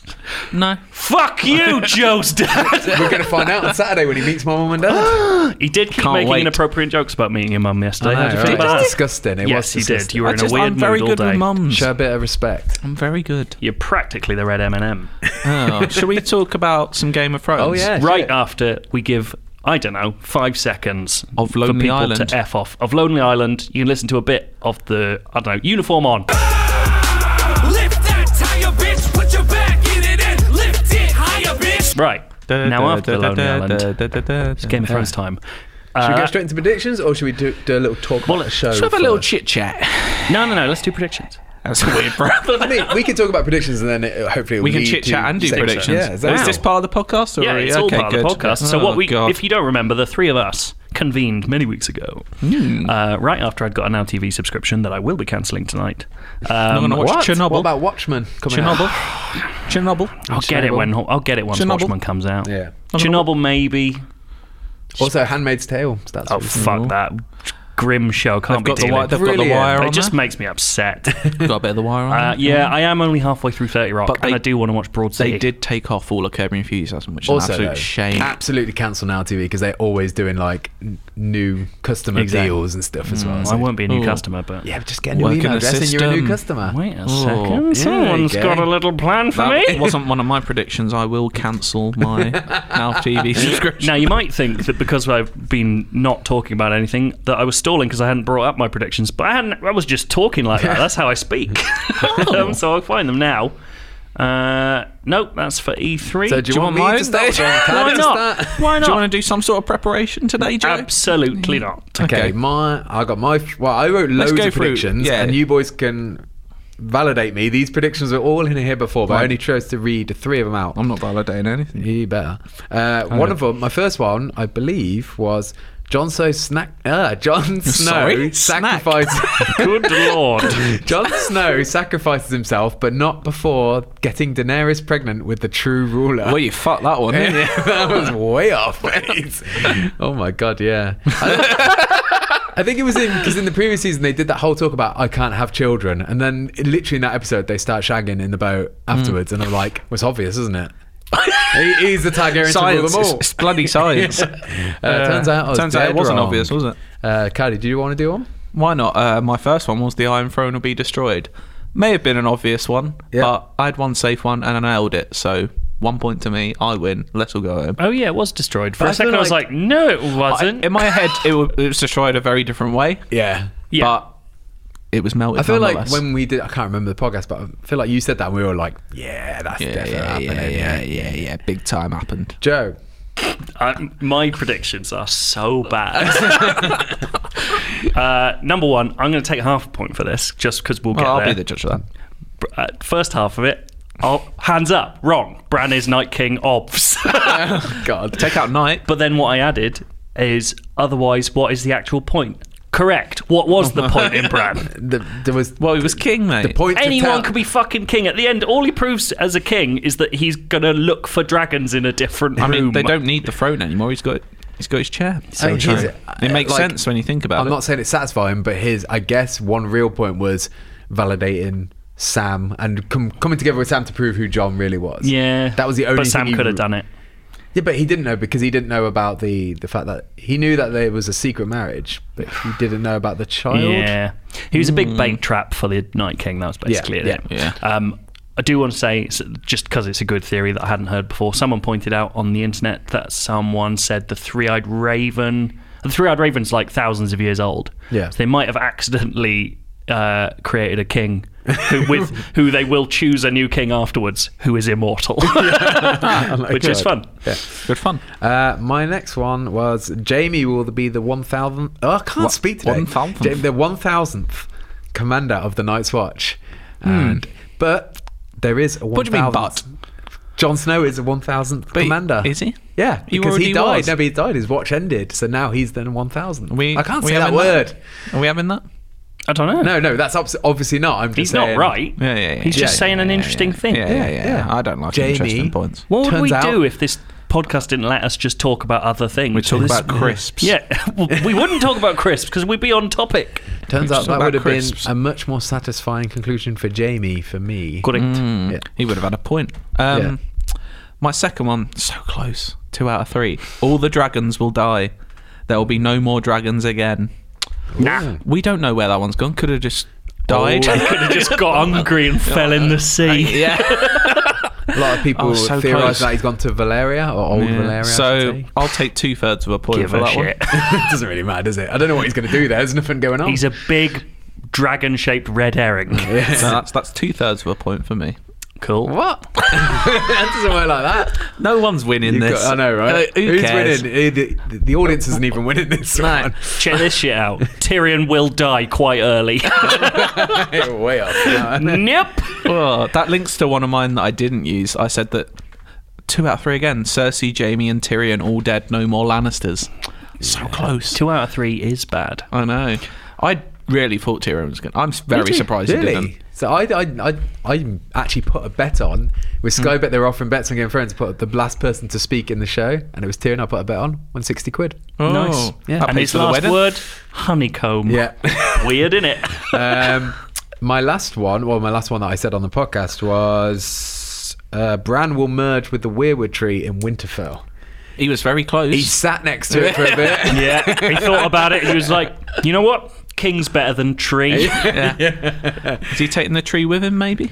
Speaker 2: no.
Speaker 1: Fuck you, Joe's dad.
Speaker 3: We're going to find out on Saturday when he meets my mum and dad.
Speaker 1: He did keep
Speaker 2: Can't
Speaker 1: making
Speaker 2: wait.
Speaker 1: inappropriate jokes about meeting your mum yesterday.
Speaker 3: I know,
Speaker 1: How do you
Speaker 3: right?
Speaker 1: feel about
Speaker 3: It was
Speaker 1: that?
Speaker 3: disgusting. It
Speaker 1: yes,
Speaker 3: was
Speaker 1: you did.
Speaker 3: disgusting.
Speaker 1: You were
Speaker 2: I
Speaker 1: in
Speaker 2: just,
Speaker 1: a weird
Speaker 2: I'm very
Speaker 1: mood
Speaker 2: good
Speaker 1: all day.
Speaker 2: with mums.
Speaker 3: Show a bit of respect.
Speaker 2: I'm very good.
Speaker 1: You're practically the red M&M.
Speaker 2: Oh, shall we talk about some Game of Thrones?
Speaker 3: Oh, yeah.
Speaker 1: right
Speaker 3: shit.
Speaker 1: after we give I don't know five seconds
Speaker 2: Of
Speaker 1: for
Speaker 2: Lonely
Speaker 1: people
Speaker 2: Island.
Speaker 1: to f off of Lonely Island. You can listen to a bit of the I don't know uniform on.
Speaker 5: Lift that tire, bitch. Put your back in it and lift it higher, bitch.
Speaker 1: Right
Speaker 2: Da,
Speaker 1: now
Speaker 2: da,
Speaker 1: after
Speaker 2: da, da,
Speaker 1: Lonely
Speaker 2: da, da,
Speaker 1: Island,
Speaker 2: da, da, da,
Speaker 1: it's
Speaker 2: da.
Speaker 1: Game of Thrones time.
Speaker 3: Should we
Speaker 1: Uh,
Speaker 3: go straight into predictions or should we do, do a little talk
Speaker 1: Well,
Speaker 3: about the show?
Speaker 2: Let's have a little
Speaker 3: first?
Speaker 2: chit chat.
Speaker 1: no, no, no. Let's do predictions.
Speaker 2: That's a weird, bro.
Speaker 3: I mean, we can talk about predictions and then it, hopefully it'll
Speaker 2: We can
Speaker 3: lead
Speaker 2: chit chat
Speaker 3: to
Speaker 2: and do
Speaker 3: segments.
Speaker 2: predictions.
Speaker 3: Yeah, exactly.
Speaker 2: Is this part of the podcast? Or
Speaker 1: Yeah, it's all
Speaker 2: okay,
Speaker 1: part
Speaker 2: good.
Speaker 1: of the podcast. So
Speaker 2: Oh,
Speaker 1: what we,
Speaker 2: God.
Speaker 1: if you don't remember, the three of us convened many weeks ago,
Speaker 2: Hmm. Mm.
Speaker 1: uh, right after I'd got an Now TV subscription that I will be cancelling tonight.
Speaker 2: I'm
Speaker 1: Um,
Speaker 2: gonna watch
Speaker 3: What?
Speaker 2: Chernobyl.
Speaker 3: What about Watchmen coming out?
Speaker 2: Chernobyl? Chernobyl.
Speaker 1: I'll Oh, get it when I'll get it once
Speaker 2: Chernobyl.
Speaker 1: Watchmen comes out.
Speaker 3: Yeah.
Speaker 1: Chernobyl maybe.
Speaker 3: Also, Handmaid's Tale. That's
Speaker 1: Oh fuck that grim show! Can't
Speaker 2: They've
Speaker 1: be
Speaker 2: got the,
Speaker 1: dealing.
Speaker 2: wi- they've got the
Speaker 3: Brilliant.
Speaker 2: wire on.
Speaker 1: it just
Speaker 2: there.
Speaker 1: makes me upset.
Speaker 2: got a bit of the wire on.
Speaker 1: uh,
Speaker 2: there.
Speaker 1: yeah, I am only halfway through Thirty Rock,
Speaker 2: But
Speaker 1: and
Speaker 2: they-
Speaker 1: I do want to watch Broad City.
Speaker 2: They did take off all of Curb Your Enthusiasm, which is
Speaker 3: also,
Speaker 2: an absolute
Speaker 3: though,
Speaker 2: shame.
Speaker 3: Absolutely cancel now TV because they're always doing like n- new customer
Speaker 1: Exactly. Mm.
Speaker 3: deals and stuff as well.
Speaker 1: I
Speaker 3: so-
Speaker 1: won't be a new
Speaker 2: Ooh.
Speaker 1: customer, but
Speaker 3: Yeah, but just get a new
Speaker 2: Work in
Speaker 3: email
Speaker 2: the
Speaker 3: address and you're a
Speaker 2: system.
Speaker 3: new customer.
Speaker 1: wait a
Speaker 2: Oh, yeah,
Speaker 1: second. Someone's
Speaker 3: okay.
Speaker 1: got a little plan for me.
Speaker 2: That wasn't one of my predictions. I will cancel my Now TV subscription.
Speaker 1: Now you might think that because I've been not talking about anything that I was stalling because I hadn't brought up my predictions, but I hadn't. I was just talking like that. That's how I speak.
Speaker 3: Oh.
Speaker 1: um, so I'll find them now. Uh, nope, that's for E E3.
Speaker 3: So do you,
Speaker 2: want
Speaker 3: want, me
Speaker 2: mine?
Speaker 3: to start? with one? Can I
Speaker 1: Why
Speaker 3: just
Speaker 1: not?
Speaker 3: start?
Speaker 1: Why
Speaker 2: Do you
Speaker 1: not?
Speaker 2: want to do some sort of preparation today, Joe?
Speaker 1: Absolutely not.
Speaker 3: Okay,
Speaker 2: Okay.
Speaker 3: my I got my well. I wrote loads
Speaker 2: go
Speaker 3: of
Speaker 2: through-
Speaker 3: predictions,
Speaker 2: yeah.
Speaker 3: and you boys can validate me. These predictions were all in here before, but I only chose to read three of them out.
Speaker 2: I'm not validating anything.
Speaker 3: You better. Uh, one of them, my first one, I believe, was John So snack. Uh, John Snow
Speaker 2: sorry?
Speaker 3: sacrifices.
Speaker 1: Good lord.
Speaker 3: John Snow sacrifices himself, but not before getting Daenerys pregnant with the true ruler.
Speaker 2: Well, you fucked that one. didn't you?
Speaker 3: Yeah, that was way off base. oh my god, yeah. I- I think it was in because in the previous season they did that whole talk about I can't have children, and then literally in that episode they start shagging in the boat
Speaker 2: Mm.
Speaker 3: afterwards, and I'm like, well, it's obvious, isn't it? He- He's the Targaryen
Speaker 2: Science.
Speaker 3: to rule
Speaker 2: It's,
Speaker 3: them all.
Speaker 2: it's bloody science.
Speaker 3: Uh, turns out, I was
Speaker 2: turns out it
Speaker 3: dead
Speaker 2: wasn't
Speaker 3: wrong.
Speaker 2: obvious, was it?
Speaker 3: Uh, Cardi, do you want to do one?
Speaker 2: Why not? Uh, my first one was the Iron Throne will be destroyed. May have been an obvious one,
Speaker 3: Yeah.
Speaker 2: but I had one safe one and I nailed it. So one point to me. I win. Let's all go home.
Speaker 1: Oh yeah, it was destroyed. For
Speaker 3: But
Speaker 1: a
Speaker 3: I feel
Speaker 1: second, I was
Speaker 3: like-
Speaker 1: like, no, it wasn't.
Speaker 2: In my head, it was, it was destroyed a very different way.
Speaker 3: Yeah.
Speaker 1: yeah.
Speaker 2: But it was melted.
Speaker 3: I feel like
Speaker 2: nonetheless.
Speaker 3: when we did, I can't remember the podcast, but I feel like you said that, and we were like, yeah, that's
Speaker 2: yeah,
Speaker 3: definitely eh?
Speaker 2: yeah,
Speaker 3: happening.
Speaker 2: yeah, yeah, yeah, yeah, big time happened.
Speaker 3: Joe,
Speaker 1: I, my predictions are so bad. uh, number one, I'm going to take half a point for this just because we'll get
Speaker 2: Well, I'll
Speaker 1: there.
Speaker 2: be the judge of that.
Speaker 1: uh, first half of it. Oh, hands up, wrong. Bran is Night King, obvs.
Speaker 3: God,
Speaker 2: Take out night, but
Speaker 1: but then what I added is otherwise, what is the actual point? Correct. What was the point in Bran?
Speaker 3: the, there was
Speaker 2: well, he was king, mate.
Speaker 3: the point. to
Speaker 1: Anyone
Speaker 3: tell-
Speaker 1: could be fucking king. At the end, all he proves as a king is that he's gonna look for dragons in a different
Speaker 2: I mean,
Speaker 1: room.
Speaker 2: they don't need the throne anymore. He's got, he's got his chair.
Speaker 3: I mean, Oh, he's-
Speaker 2: It makes
Speaker 3: like,
Speaker 2: sense when you think about
Speaker 3: I'm
Speaker 2: it.
Speaker 3: not saying it's satisfying, but his, I guess, one real point was validating Sam and com- coming together with Sam to prove who John really was.
Speaker 1: Yeah,
Speaker 3: that was the only.
Speaker 1: But Sam
Speaker 3: thing he-
Speaker 1: could have done it.
Speaker 3: Yeah, but he didn't know because he didn't know about the the fact that he knew that there was a secret marriage, but he didn't know about the child.
Speaker 1: Yeah, he was a big bait trap for the Night King. That was basically it.
Speaker 3: yeah,
Speaker 2: yeah.
Speaker 1: Um, I do want to say, s- just because it's a good theory that I hadn't heard before, someone pointed out on the internet that someone said the three eyed raven. The three eyed raven's like thousands of years old.
Speaker 3: Yeah.
Speaker 1: So they might have accidentally uh, created a king who, with who they will choose a new king afterwards who is immortal, which is
Speaker 3: Oh God.
Speaker 1: fun.
Speaker 2: Good fun.
Speaker 3: Uh, my next one was Jamie will be the one thousandth. Oh, I can't speak today.
Speaker 2: one thousandth?
Speaker 3: Ja- the one thousandth commander of the Night's Watch, and but there is a one
Speaker 2: Hmm. What do you mean, but?
Speaker 3: Jon Snow is a one thousandth
Speaker 2: But
Speaker 3: commander.
Speaker 2: is he?
Speaker 3: Yeah,
Speaker 2: He
Speaker 3: because
Speaker 2: already
Speaker 3: he died.
Speaker 2: was.
Speaker 3: No, but he died. His watch ended, so now he's then one thousandth.
Speaker 2: We-
Speaker 3: I can't
Speaker 2: we
Speaker 3: say that
Speaker 2: having
Speaker 3: word.
Speaker 2: Are we having that?
Speaker 1: I don't know.
Speaker 3: No, no, that's obs- obviously not. I'm just
Speaker 1: He's not
Speaker 3: saying-
Speaker 1: right.
Speaker 2: Yeah, yeah, yeah.
Speaker 1: He's just
Speaker 2: Yeah,
Speaker 1: saying an
Speaker 2: yeah,
Speaker 1: interesting
Speaker 2: yeah.
Speaker 1: thing.
Speaker 2: Yeah, yeah, yeah.
Speaker 3: Yeah.
Speaker 2: I don't like
Speaker 3: Jamie-
Speaker 2: interesting points.
Speaker 1: What would
Speaker 3: Turns
Speaker 1: we
Speaker 3: out-
Speaker 1: do if this podcast didn't let us just talk about other things?
Speaker 2: We'd talk
Speaker 1: this-
Speaker 2: about crisps.
Speaker 1: Yeah, Well, we wouldn't talk about crisps because we'd be on topic.
Speaker 3: Turns
Speaker 2: Just
Speaker 3: out that
Speaker 2: about
Speaker 3: would have been
Speaker 2: crisps.
Speaker 3: a much more satisfying conclusion for Jamie for me.
Speaker 1: Correct.
Speaker 2: Mm.
Speaker 3: Yeah.
Speaker 2: He would have had a point. Um, My second one, so close. Two out of three. All the dragons will die. There will be no more dragons again.
Speaker 1: Nah.
Speaker 2: We don't know where that one's gone. Could have just died.
Speaker 1: I could have just got hungry and fell in the sea.
Speaker 2: yeah.
Speaker 3: A lot of people
Speaker 2: Oh, so
Speaker 3: theorise
Speaker 2: close.
Speaker 3: that he's gone to Valeria or old Valeria. I
Speaker 2: So
Speaker 3: should say.
Speaker 2: I'll take two thirds of a point
Speaker 1: Give
Speaker 2: for
Speaker 1: a
Speaker 2: that
Speaker 1: shit.
Speaker 3: it doesn't really matter, does it? I don't know what he's going to do there. There's nothing going on.
Speaker 1: He's a big dragon shaped red herring.
Speaker 2: one. No, that's that's two thirds of a point for me.
Speaker 1: Cool.
Speaker 3: what? that doesn't work like that.
Speaker 2: No one's winning
Speaker 3: You've
Speaker 2: this.
Speaker 3: got- I know, right?
Speaker 2: Uh, who
Speaker 3: Who's
Speaker 2: cares?
Speaker 3: winning? Eh, The, the- the audience isn't even winning this one.
Speaker 1: Check this shit out. Tyrion will die quite early.
Speaker 3: Hey, way off. now.
Speaker 1: nope.
Speaker 2: Well, Oh, that links to one of mine that I didn't use. I said that two out of three again. Cersei, Jamie, and Tyrion all dead. No more Lannisters. So close.
Speaker 1: Two out of three is bad.
Speaker 2: I know. I really thought Tyrion was going. to I'm s- very surprised
Speaker 3: really?
Speaker 2: he didn't.
Speaker 3: So I, I, I, I actually put a bet on
Speaker 2: Hmm.
Speaker 3: with Sky Bet. They were offering bets on Game of Thrones. Put the last person to speak in the show, and it was Tyrion. I put a bet on 160 quid.
Speaker 2: Oh,
Speaker 1: nice.
Speaker 2: Yeah.
Speaker 1: And his last word, honeycomb.
Speaker 3: Yeah.
Speaker 1: Weird, innit?
Speaker 2: Uh,
Speaker 3: um, my last one, well, my last one that I said on the podcast was uh, Bran will merge with the Weirwood Tree in Winterfell.
Speaker 2: He was very close.
Speaker 3: He sat next to it for a bit.
Speaker 1: Yeah, he thought about it. He was like, you know what? King's better than tree.
Speaker 2: yeah. Is he taking the tree with him? Maybe.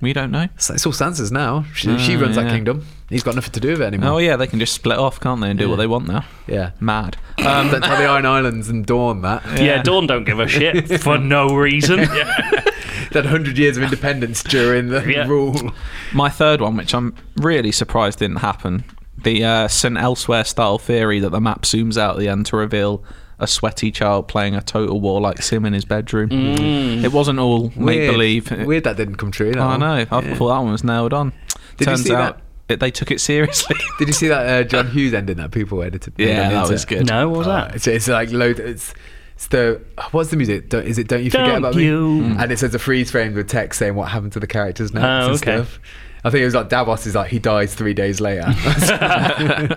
Speaker 2: We don't know.
Speaker 3: So it's all Sansa's now. She, she runs
Speaker 2: Mm,
Speaker 3: that
Speaker 2: yeah.
Speaker 3: kingdom. He's got nothing to do with it
Speaker 2: Oh
Speaker 3: anymore.
Speaker 2: yeah, they can just split off, can't they, and do what they want now?
Speaker 3: yeah.
Speaker 2: Mad.
Speaker 3: Um, Don't tell the Iron Islands and Dawn that.
Speaker 1: Yeah, Dawn don't give a shit for no reason.
Speaker 3: That 100 years of independence during the
Speaker 1: Yeah.
Speaker 3: rule.
Speaker 2: My third one, which I'm really surprised didn't happen, the uh, St. Elsewhere style theory that the map zooms out at the end to reveal a sweaty child playing a total war like Sim in his bedroom. It wasn't all make
Speaker 3: Weird.
Speaker 2: believe. Oh,
Speaker 3: Weird that didn't come true. That
Speaker 2: I
Speaker 3: one.
Speaker 2: know. I thought that one was nailed on.
Speaker 3: Did you
Speaker 2: Turns
Speaker 3: see
Speaker 2: out that? they took it seriously.
Speaker 3: Did you see that uh, John Hughes ending that people edited? made on
Speaker 2: yeah,
Speaker 3: the
Speaker 2: that was
Speaker 3: internet?
Speaker 2: good.
Speaker 1: No, what was
Speaker 3: Uh,
Speaker 1: that?
Speaker 3: It's, it's like load. It's, it's the what's the music? Don't, is it "Don't You Forget
Speaker 1: Don't
Speaker 3: About
Speaker 1: You.
Speaker 3: Me"? Mm. And it says a freeze frame with text saying what happened to the characters now
Speaker 1: Oh,
Speaker 3: and
Speaker 1: okay.
Speaker 3: stuff. I think it was like Davos is like he dies three days later. Uh,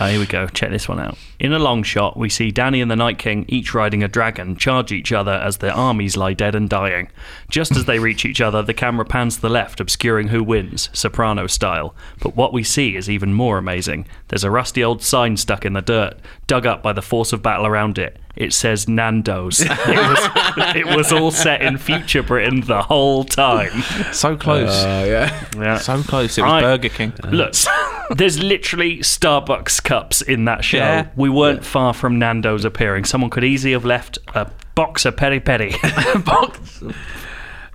Speaker 1: Ah, here we go. Check this one out. In a long shot, we see Danny and the Night King, each riding a dragon, charge each other as their armies lie dead and dying. Just as they reach each other, the camera pans to the left, obscuring who wins, soprano style. But what we see is even more amazing. There's a rusty old sign stuck in the dirt, dug up by the force of battle around it. It says Nando's. It was, it was all set in future Britain the whole time.
Speaker 2: So close.
Speaker 3: Oh yeah.
Speaker 1: Yeah.
Speaker 2: so close. It was
Speaker 1: Right.
Speaker 2: Burger King.
Speaker 1: Uh, Look, there's literally Starbucks cups in that show.
Speaker 2: Yeah.
Speaker 1: We weren't far from Nando's appearing. Someone could easily have left a box of peri peri.
Speaker 3: Mm.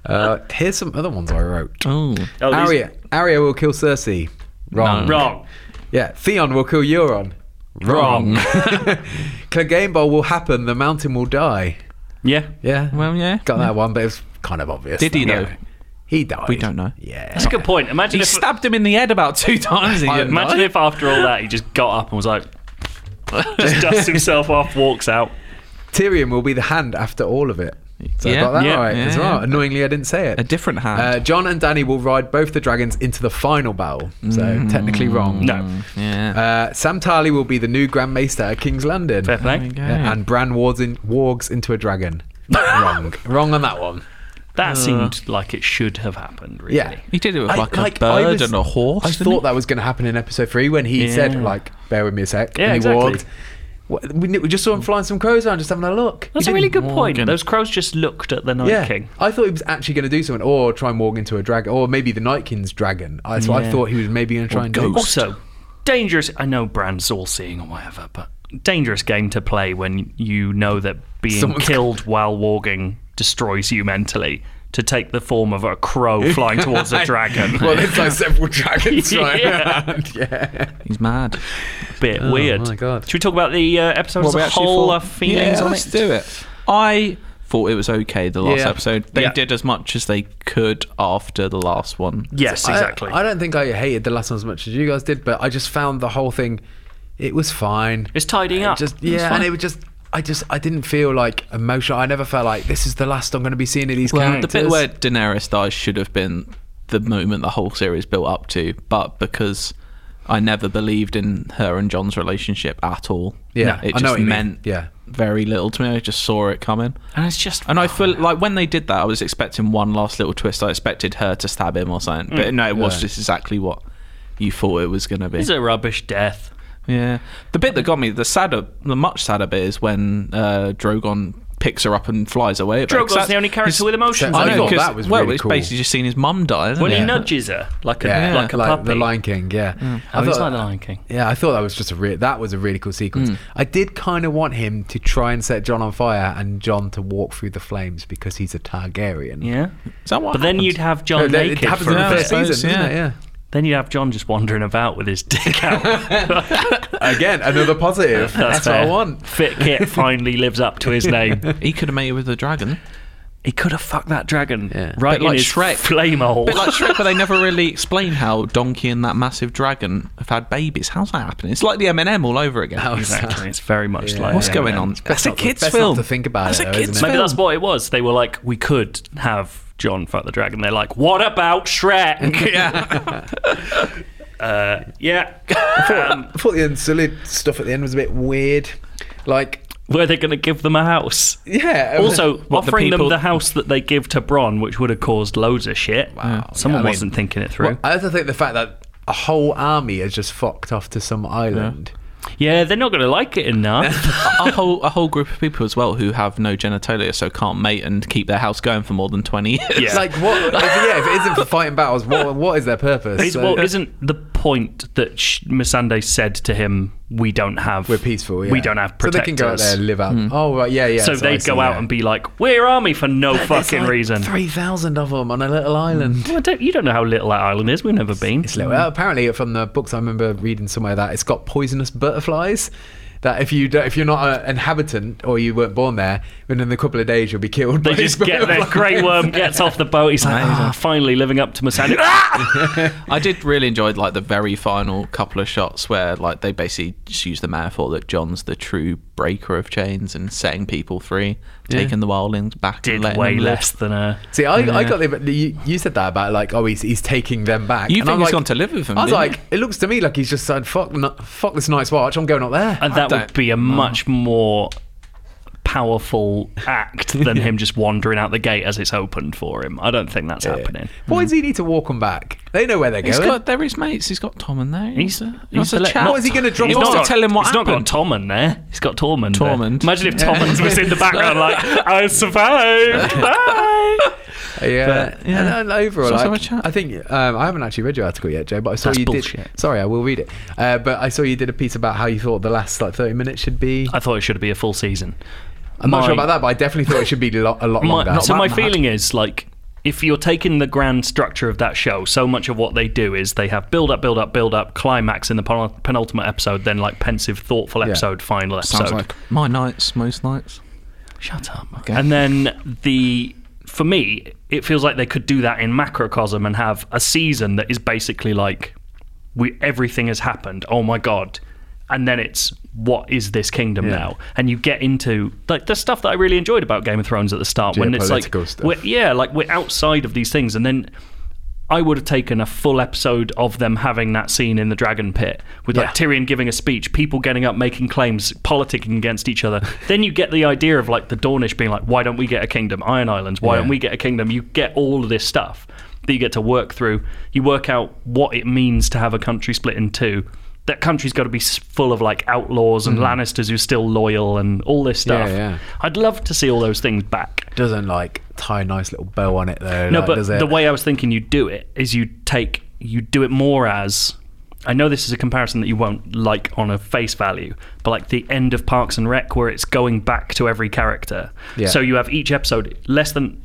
Speaker 3: Uh, here's some other ones I wrote.
Speaker 2: Oh.
Speaker 1: Oh, these-
Speaker 3: Arya, Arya will kill Cersei. Wrong.
Speaker 1: Wrong.
Speaker 3: Yeah. Theon will kill Euron.
Speaker 1: Wrong.
Speaker 3: Clegane Bowl will happen. The mountain will die.
Speaker 1: Yeah.
Speaker 3: Yeah.
Speaker 2: Well, yeah.
Speaker 3: Got that one, but it was kind of obvious.
Speaker 2: Did he,
Speaker 3: that-
Speaker 2: though?
Speaker 3: He died.
Speaker 2: We don't know.
Speaker 3: Yeah.
Speaker 1: That's a good point. Imagine
Speaker 2: He
Speaker 1: if
Speaker 2: stabbed him in the head about two times. He didn't
Speaker 1: imagine
Speaker 2: he?
Speaker 1: if after all that he just got up and was like just dusts himself off, walks out.
Speaker 3: Tyrion will be the hand after all of it. So I
Speaker 2: Yeah.
Speaker 3: got that
Speaker 1: Yeah.
Speaker 3: right as
Speaker 2: Yeah.
Speaker 3: well. Annoyingly, I didn't say it.
Speaker 2: A different hand.
Speaker 3: Uh, John and Danny will ride both the dragons into the final battle. So technically wrong.
Speaker 1: No.
Speaker 2: yeah.
Speaker 3: Uh, Sam Tarly will be the new Grand Maester at King's Landing.
Speaker 1: Fair play.
Speaker 3: Yeah, and Bran wargs, in, wargs into a dragon. wrong. Wrong on that one.
Speaker 1: That seemed like it should have happened, really.
Speaker 3: Uh. Yeah.
Speaker 2: He did it with
Speaker 3: I-
Speaker 2: like,
Speaker 3: like,
Speaker 2: a
Speaker 3: I
Speaker 2: bird
Speaker 3: was-
Speaker 2: and a horse.
Speaker 3: I
Speaker 2: didn't he?
Speaker 3: thought that was going to happen in episode three when he
Speaker 1: Yeah.
Speaker 3: said, like, bear with me a sec.
Speaker 1: Yeah,
Speaker 3: and he
Speaker 1: exactly.
Speaker 3: warged. What- We, knew- we just saw him flying some crows around, just having a look.
Speaker 1: That's
Speaker 3: He
Speaker 1: a really
Speaker 3: didn't-
Speaker 1: good point.
Speaker 2: Morgan.
Speaker 1: Those crows just looked at the Night
Speaker 3: yeah,
Speaker 1: King.
Speaker 3: I thought he was actually going to do something, or try and walk into a dragon, or maybe the Night King's dragon. I, so I
Speaker 1: Yeah.
Speaker 3: thought he was maybe going to try and do.
Speaker 2: ghost.
Speaker 1: Also, dangerous. I know Brand's all seeing or whatever, but dangerous game to play when you know that being
Speaker 3: Someone's-
Speaker 1: killed while walking destroys you mentally. To take the form of a crow flying towards a dragon.
Speaker 3: Well, there's like several dragons right
Speaker 1: Yeah.
Speaker 3: around. Yeah.
Speaker 2: He's mad.
Speaker 1: bit weird.
Speaker 3: oh my God.
Speaker 1: Should we talk about the uh, episode as a whole? Our feelings
Speaker 2: yeah,
Speaker 1: on
Speaker 2: let's
Speaker 1: it?
Speaker 2: do it. I thought it was okay the last
Speaker 3: Yeah.
Speaker 2: episode. They
Speaker 1: Yeah.
Speaker 2: did as much as they could after the last one.
Speaker 1: Yes,
Speaker 3: I-
Speaker 1: exactly.
Speaker 3: I, don't think I hated the last one as much as you guys did, but I just found the whole thing. It was fine.
Speaker 1: it's tidying up.
Speaker 3: Just yeah,
Speaker 2: fine.
Speaker 3: and it was just. I just I didn't feel like emotional. I never felt like this is the last I'm going to be seeing of these
Speaker 2: Well, the
Speaker 3: characters.
Speaker 2: bit where Daenerys dies should have been the moment the whole series built up to, but because I never believed in her and John's relationship at all.
Speaker 3: Yeah, I know
Speaker 2: it just
Speaker 3: what you mean.
Speaker 2: meant
Speaker 3: Yeah.
Speaker 2: very little to me. I just saw it coming.
Speaker 1: and it's just.
Speaker 2: And I feel like when they did that, I was expecting one last little twist. I expected her to stab him or something, but no, it was
Speaker 3: Yeah.
Speaker 2: just exactly what you thought it was going to be.
Speaker 1: Mm. It's a rubbish death.
Speaker 2: Yeah. The bit that got me, the sadder, the much sadder bit is when uh, Drogon picks her up and flies away.
Speaker 1: Drogon's the only character with emotions.
Speaker 3: I
Speaker 1: I
Speaker 3: thought
Speaker 1: think.
Speaker 3: that was
Speaker 2: well,
Speaker 3: really
Speaker 2: it's
Speaker 3: cool.
Speaker 2: basically just seen his mum die. Isn't
Speaker 1: When
Speaker 2: it?
Speaker 1: he nudges her like a
Speaker 3: yeah,
Speaker 1: like a puppy.
Speaker 3: the Lion King, yeah.
Speaker 1: Oh,
Speaker 3: I
Speaker 1: he's like
Speaker 3: thought,
Speaker 1: the Lion King.
Speaker 3: yeah, I thought that was just a re- that was a really cool sequence.
Speaker 1: Hmm.
Speaker 3: I did kind of want him to try and set John on fire and John to walk through the flames because he's a Targaryen.
Speaker 1: Yeah.
Speaker 2: Is that what
Speaker 1: But then
Speaker 2: happens?
Speaker 1: you'd have
Speaker 3: No,
Speaker 1: John
Speaker 3: that- it
Speaker 1: naked.
Speaker 3: happens
Speaker 1: for
Speaker 3: in the
Speaker 1: a
Speaker 2: bit.
Speaker 3: first
Speaker 2: Yeah, I
Speaker 3: season,
Speaker 2: suppose,
Speaker 3: doesn't it? Yeah.
Speaker 1: Then you'd have John just wandering about with his dick out.
Speaker 3: Again, another positive. That's, what I
Speaker 1: fair.
Speaker 3: want.
Speaker 1: Fit Kit finally lives up to his name.
Speaker 2: He could have made it with a dragon.
Speaker 1: He could have fucked that dragon
Speaker 3: Yeah.
Speaker 1: right
Speaker 2: Bit
Speaker 1: in
Speaker 2: like
Speaker 1: his
Speaker 2: Shrek.
Speaker 1: flame hole.
Speaker 2: Bit like Shrek, but they never really explain how Donkey and that massive dragon have had babies. How's that happening? It's like the M&M all over again.
Speaker 1: exactly. It's very much like
Speaker 2: What's
Speaker 1: that,
Speaker 2: going
Speaker 1: yeah.
Speaker 2: on? That's a
Speaker 3: not to-
Speaker 2: kids'
Speaker 3: best not
Speaker 2: film.
Speaker 3: to think about
Speaker 2: That's
Speaker 3: it,
Speaker 2: a
Speaker 3: though,
Speaker 2: kids'
Speaker 3: isn't it?
Speaker 1: Maybe
Speaker 2: film.
Speaker 1: that's what it was. They were like, we could have John fuck the dragon. They're like, what about Shrek?
Speaker 2: yeah.
Speaker 1: yeah. um,
Speaker 3: I thought the unsullied stuff at the end was a bit weird. Like,
Speaker 1: were they going to give them a house?
Speaker 3: yeah.
Speaker 1: Also,
Speaker 2: What, the
Speaker 1: offering them
Speaker 2: people-
Speaker 1: the house that they give to Bron, which would have caused loads of shit. Wow. Someone
Speaker 3: Yeah, I mean-
Speaker 1: wasn't thinking it through.
Speaker 3: I also think the fact that a whole army has just fucked off to some island.
Speaker 2: uh,
Speaker 1: Yeah, they're not going to like it enough.
Speaker 2: a whole a whole group of people as well who have no genitalia, so can't mate and keep their house going for more than twenty years.
Speaker 1: Yeah.
Speaker 3: Like, what? If, yeah, if it isn't for fighting battles, what, what is their purpose?
Speaker 1: Is,
Speaker 3: So-
Speaker 1: well, isn't the point that Sh- Missandei said to him, "We don't have,
Speaker 3: we're peaceful. Yeah.
Speaker 1: we don't have protectors."
Speaker 3: So they can go out there, and live
Speaker 2: Hmm.
Speaker 3: out. Oh right, yeah, yeah.
Speaker 1: So
Speaker 3: I
Speaker 1: they'd
Speaker 3: see,
Speaker 1: go out
Speaker 3: yeah.
Speaker 1: and be like, "We're army for no
Speaker 3: There's
Speaker 1: fucking
Speaker 3: like
Speaker 1: reason."
Speaker 3: Three thousand of them on a little
Speaker 2: Hmm.
Speaker 3: island.
Speaker 1: Well, don't, you don't know how little that island is. We've never been.
Speaker 3: It's little. Well, apparently, from the books I remember reading somewhere that it's got poisonous butterflies. That if you don't, if you're not an inhabitant or you weren't born there, within a couple of days you'll be killed.
Speaker 1: They
Speaker 3: by
Speaker 1: just
Speaker 3: these
Speaker 1: get there.
Speaker 3: butterflies.
Speaker 1: Grey Worm gets off the boat. He's like, "Ah, finally living up to Missandei. Ah!
Speaker 2: I did really enjoy like the very final couple of shots where like they basically just use the metaphor that John's the true breaker of chains and setting people free, taking the wildlings back. and
Speaker 1: Did
Speaker 2: letting
Speaker 1: way
Speaker 2: them live.
Speaker 1: less than a.
Speaker 3: See, I, I got the you, you said that about like oh he's, he's taking them back.
Speaker 2: You
Speaker 3: And
Speaker 2: think
Speaker 3: I'm
Speaker 2: he's
Speaker 3: like,
Speaker 2: gone to live with them?
Speaker 3: I was
Speaker 2: didn't you?
Speaker 3: like, it looks to me like he's just said fuck no- fuck this night's watch. I'm going up there.
Speaker 1: And that would
Speaker 2: don't
Speaker 1: be a much more powerful act than him just wandering out the gate as it's opened for him. I don't think that's happening.
Speaker 3: Why does he need to walk them back? They know where they're
Speaker 2: Hmm. He's
Speaker 3: going.
Speaker 2: got there his mates. He's got Tom in there.
Speaker 1: He's-
Speaker 2: He's, a,
Speaker 1: he's
Speaker 2: he's a
Speaker 1: the-
Speaker 2: chap.
Speaker 1: not- What is he
Speaker 3: gonna drop
Speaker 2: He's
Speaker 3: on?
Speaker 2: not
Speaker 1: got-
Speaker 2: to tell him what
Speaker 1: he's
Speaker 2: happened.
Speaker 1: not got Tommen there. He's got Tormund. there.
Speaker 2: Tormund.
Speaker 1: Imagine if Tormund was in the background, like I survived. Bye.
Speaker 3: Yeah,
Speaker 2: But, yeah.
Speaker 3: And, and overall,
Speaker 2: So- so
Speaker 3: like,
Speaker 2: much chat.
Speaker 3: I think um, I haven't actually read your article yet, Joe. But I saw
Speaker 1: That's
Speaker 3: you did.
Speaker 1: bullshit.
Speaker 3: Sorry, I will read it. Uh, but I saw you did a piece about how you thought the last like thirty minutes should be.
Speaker 1: I thought it should be a full season.
Speaker 3: I'm not
Speaker 1: my-
Speaker 3: sure about that, but I definitely thought it should be lo- a lot
Speaker 1: My,
Speaker 3: longer.
Speaker 1: so my
Speaker 2: mad.
Speaker 1: feeling is like if you're taking the grand structure of that show, so much of what they do is they have build up, build up, build up, climax in the pen- penultimate episode, then like pensive, thoughtful episode, final episode.
Speaker 2: Sounds like my nights, most nights.
Speaker 1: Shut up. And then the for me, it feels like they could do that in macrocosm and have a season that is basically like we everything has happened. Oh my god. And then it's what is this kingdom now? And you get into like the stuff that I really enjoyed about Game of Thrones at the start when it's like
Speaker 3: Geopolitical stuff.
Speaker 1: we're- yeah, like we're outside of these things and then I would have taken a full episode of them having that scene in the dragon pit with like
Speaker 3: Yeah.
Speaker 1: Tyrion giving a speech, people getting up, making claims, politicking against each other. then you get the idea of like the Dornish being like, why don't we get a kingdom? Iron Islands, why don't we get a kingdom? You get all of this stuff that you get to work through. You work out what it means to have a country split in two. that country's got to be s- full of like outlaws and Lannisters who are still loyal and all this
Speaker 3: Mm. Yeah,
Speaker 1: stuff.
Speaker 3: yeah.
Speaker 1: I'd love to see all those things back.
Speaker 3: Doesn't like tie a nice little bow on it though.
Speaker 1: No,
Speaker 3: like,
Speaker 1: but
Speaker 3: does it?
Speaker 1: the way I was thinking you do it is you take you do it more as I know this is a comparison that you won't like on a face value, but like the end of Parks and Rec where it's going back to every character.
Speaker 3: Yeah.
Speaker 1: So you have each episode less than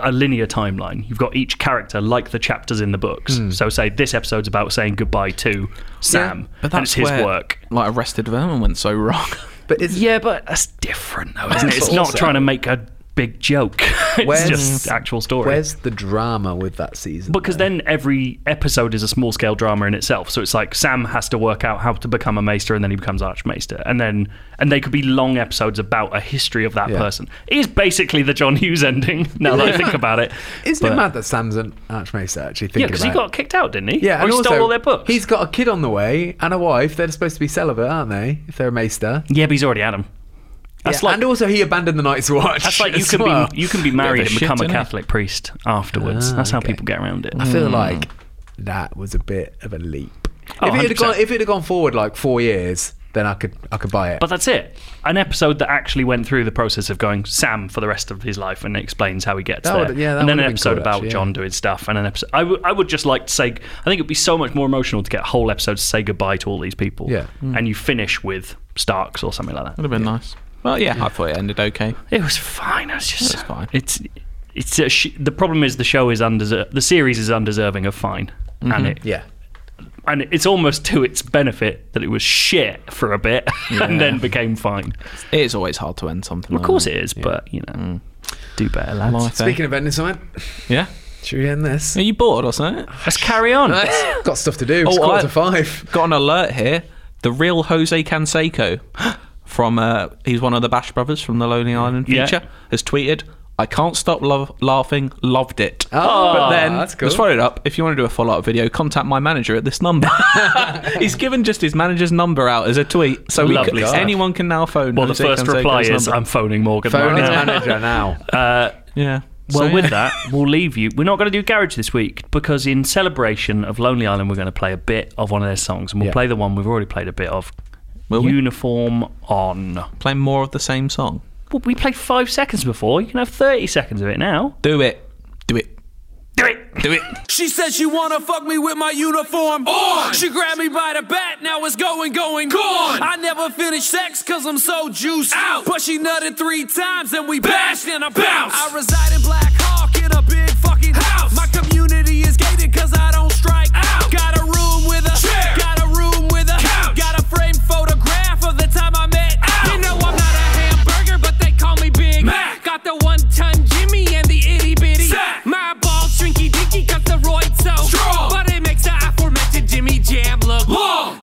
Speaker 1: a linear timeline. You've got each character like the chapters in the books.
Speaker 3: Hmm.
Speaker 1: So say this episode's about saying goodbye to Sam, and
Speaker 2: but that's
Speaker 1: it's his
Speaker 2: where,
Speaker 1: work.
Speaker 2: Like Arrested Development went so wrong.
Speaker 3: but it's,
Speaker 1: Yeah, but that's different though, isn't it? It's not
Speaker 3: awesome.
Speaker 1: trying to make a big joke. it's
Speaker 3: Where's-
Speaker 1: just actual story.
Speaker 3: where's the drama with that season?
Speaker 1: Because then every episode is a small scale drama in itself. So it's like Sam has to work out how to become a maester and then he becomes archmaester. And then and they could be long episodes about a history of that
Speaker 3: Yeah.
Speaker 1: person. It is basically the John Hughes ending, now that I think about it.
Speaker 3: Isn't
Speaker 1: But-
Speaker 3: it mad that Sam's an archmaester actually thinking
Speaker 1: Yeah, because he
Speaker 3: about it?
Speaker 1: got kicked out, didn't he?
Speaker 3: Yeah,
Speaker 1: or
Speaker 3: and
Speaker 1: he
Speaker 3: also,
Speaker 1: stole all their books.
Speaker 3: He's got a kid on the way and a wife. They're supposed to be celibate, aren't they? If they're a maester.
Speaker 1: yeah, but he's already had them. That's
Speaker 3: Yeah,
Speaker 1: like
Speaker 3: and also he abandoned the Night's Watch.
Speaker 1: that's like you
Speaker 3: as
Speaker 1: can
Speaker 3: well.
Speaker 1: be you can be married
Speaker 2: a
Speaker 1: and
Speaker 2: shit,
Speaker 1: become a
Speaker 2: innit?
Speaker 1: Catholic priest afterwards.
Speaker 3: Ah,
Speaker 1: that's how
Speaker 3: okay.
Speaker 1: people get around it.
Speaker 3: I feel like that was a bit of a leap.
Speaker 1: Oh,
Speaker 3: if it had
Speaker 1: 100%.
Speaker 3: gone, if it had gone forward like four years, then I could I could buy it.
Speaker 1: But that's it. An episode that actually went through the process of going Sam for the rest of his life and explains how he gets
Speaker 3: That
Speaker 1: there.
Speaker 3: would- yeah, that
Speaker 1: and then
Speaker 3: would've
Speaker 1: an
Speaker 3: been
Speaker 1: episode
Speaker 3: cool,
Speaker 1: about
Speaker 3: actually, yeah.
Speaker 1: John doing stuff and an episode. I would- I would just like to say, I think it'd be so much more emotional to get a whole episode to say goodbye to all these people.
Speaker 3: Yeah. Mm.
Speaker 1: And you finish with Starks or something like that.
Speaker 2: Would have been nice. Well, yeah, I thought it ended okay.
Speaker 1: It was fine. It was just
Speaker 2: It was fine.
Speaker 1: It's it's a sh- the problem is the show is undeserved. The series is undeserving of fine. And it
Speaker 3: Mm-hmm. yeah,
Speaker 1: and it's almost to its benefit that it was shit for a bit and then became fine.
Speaker 2: It is always hard to end something.
Speaker 1: Of course it is, but you know, do better, lads.
Speaker 2: Life, eh?
Speaker 3: speaking of ending something,
Speaker 2: Yeah.
Speaker 3: should we end this?
Speaker 2: Are you bored or something?
Speaker 1: Let's carry on.
Speaker 3: Got stuff to do. It's
Speaker 2: Oh,
Speaker 3: quarter
Speaker 2: I-
Speaker 3: to five.
Speaker 2: Got an alert here. The real Jose Canseco from uh, he's one of the Bash brothers from the Lonely Island
Speaker 1: Yeah.
Speaker 2: feature has tweeted. I can't stop lo- laughing. Loved it.
Speaker 3: Oh,
Speaker 2: but then
Speaker 3: that's cool.
Speaker 2: let's follow it up. If you want to do a follow up video, contact my manager at this number. He's given just his manager's number out as a tweet, so we
Speaker 1: Lovely
Speaker 2: c-
Speaker 1: stuff.
Speaker 2: anyone can now phone.
Speaker 1: well, the
Speaker 2: Jose
Speaker 1: first
Speaker 2: Canseco's
Speaker 1: reply is um,
Speaker 2: number.
Speaker 1: I'm phoning Morgan.
Speaker 3: Phone
Speaker 1: right
Speaker 3: his
Speaker 1: now."
Speaker 3: manager now.
Speaker 2: yeah.
Speaker 1: Well,
Speaker 2: So,
Speaker 1: with
Speaker 2: yeah.
Speaker 1: that, we'll leave you. We're not going to do Garage this week because, in celebration of Lonely Island, we're going to play a bit of one of their songs, and we'll
Speaker 3: Yeah.
Speaker 1: play the one we've already played a bit of.
Speaker 2: Will we?
Speaker 1: Uniform on.
Speaker 2: play more of the same song.
Speaker 1: Well, we played five seconds before. You can have thirty seconds of it now.
Speaker 2: Do it. Do it.
Speaker 1: Do it.
Speaker 2: Do it.
Speaker 5: She said she wanna fuck me with my uniform on. She grabbed me by the bat, now it's going, going, gone. I never finish sex cause I'm so juiced out. But she nutted three times and we bashed and I bounced. I reside in Black Hawk in a big fucking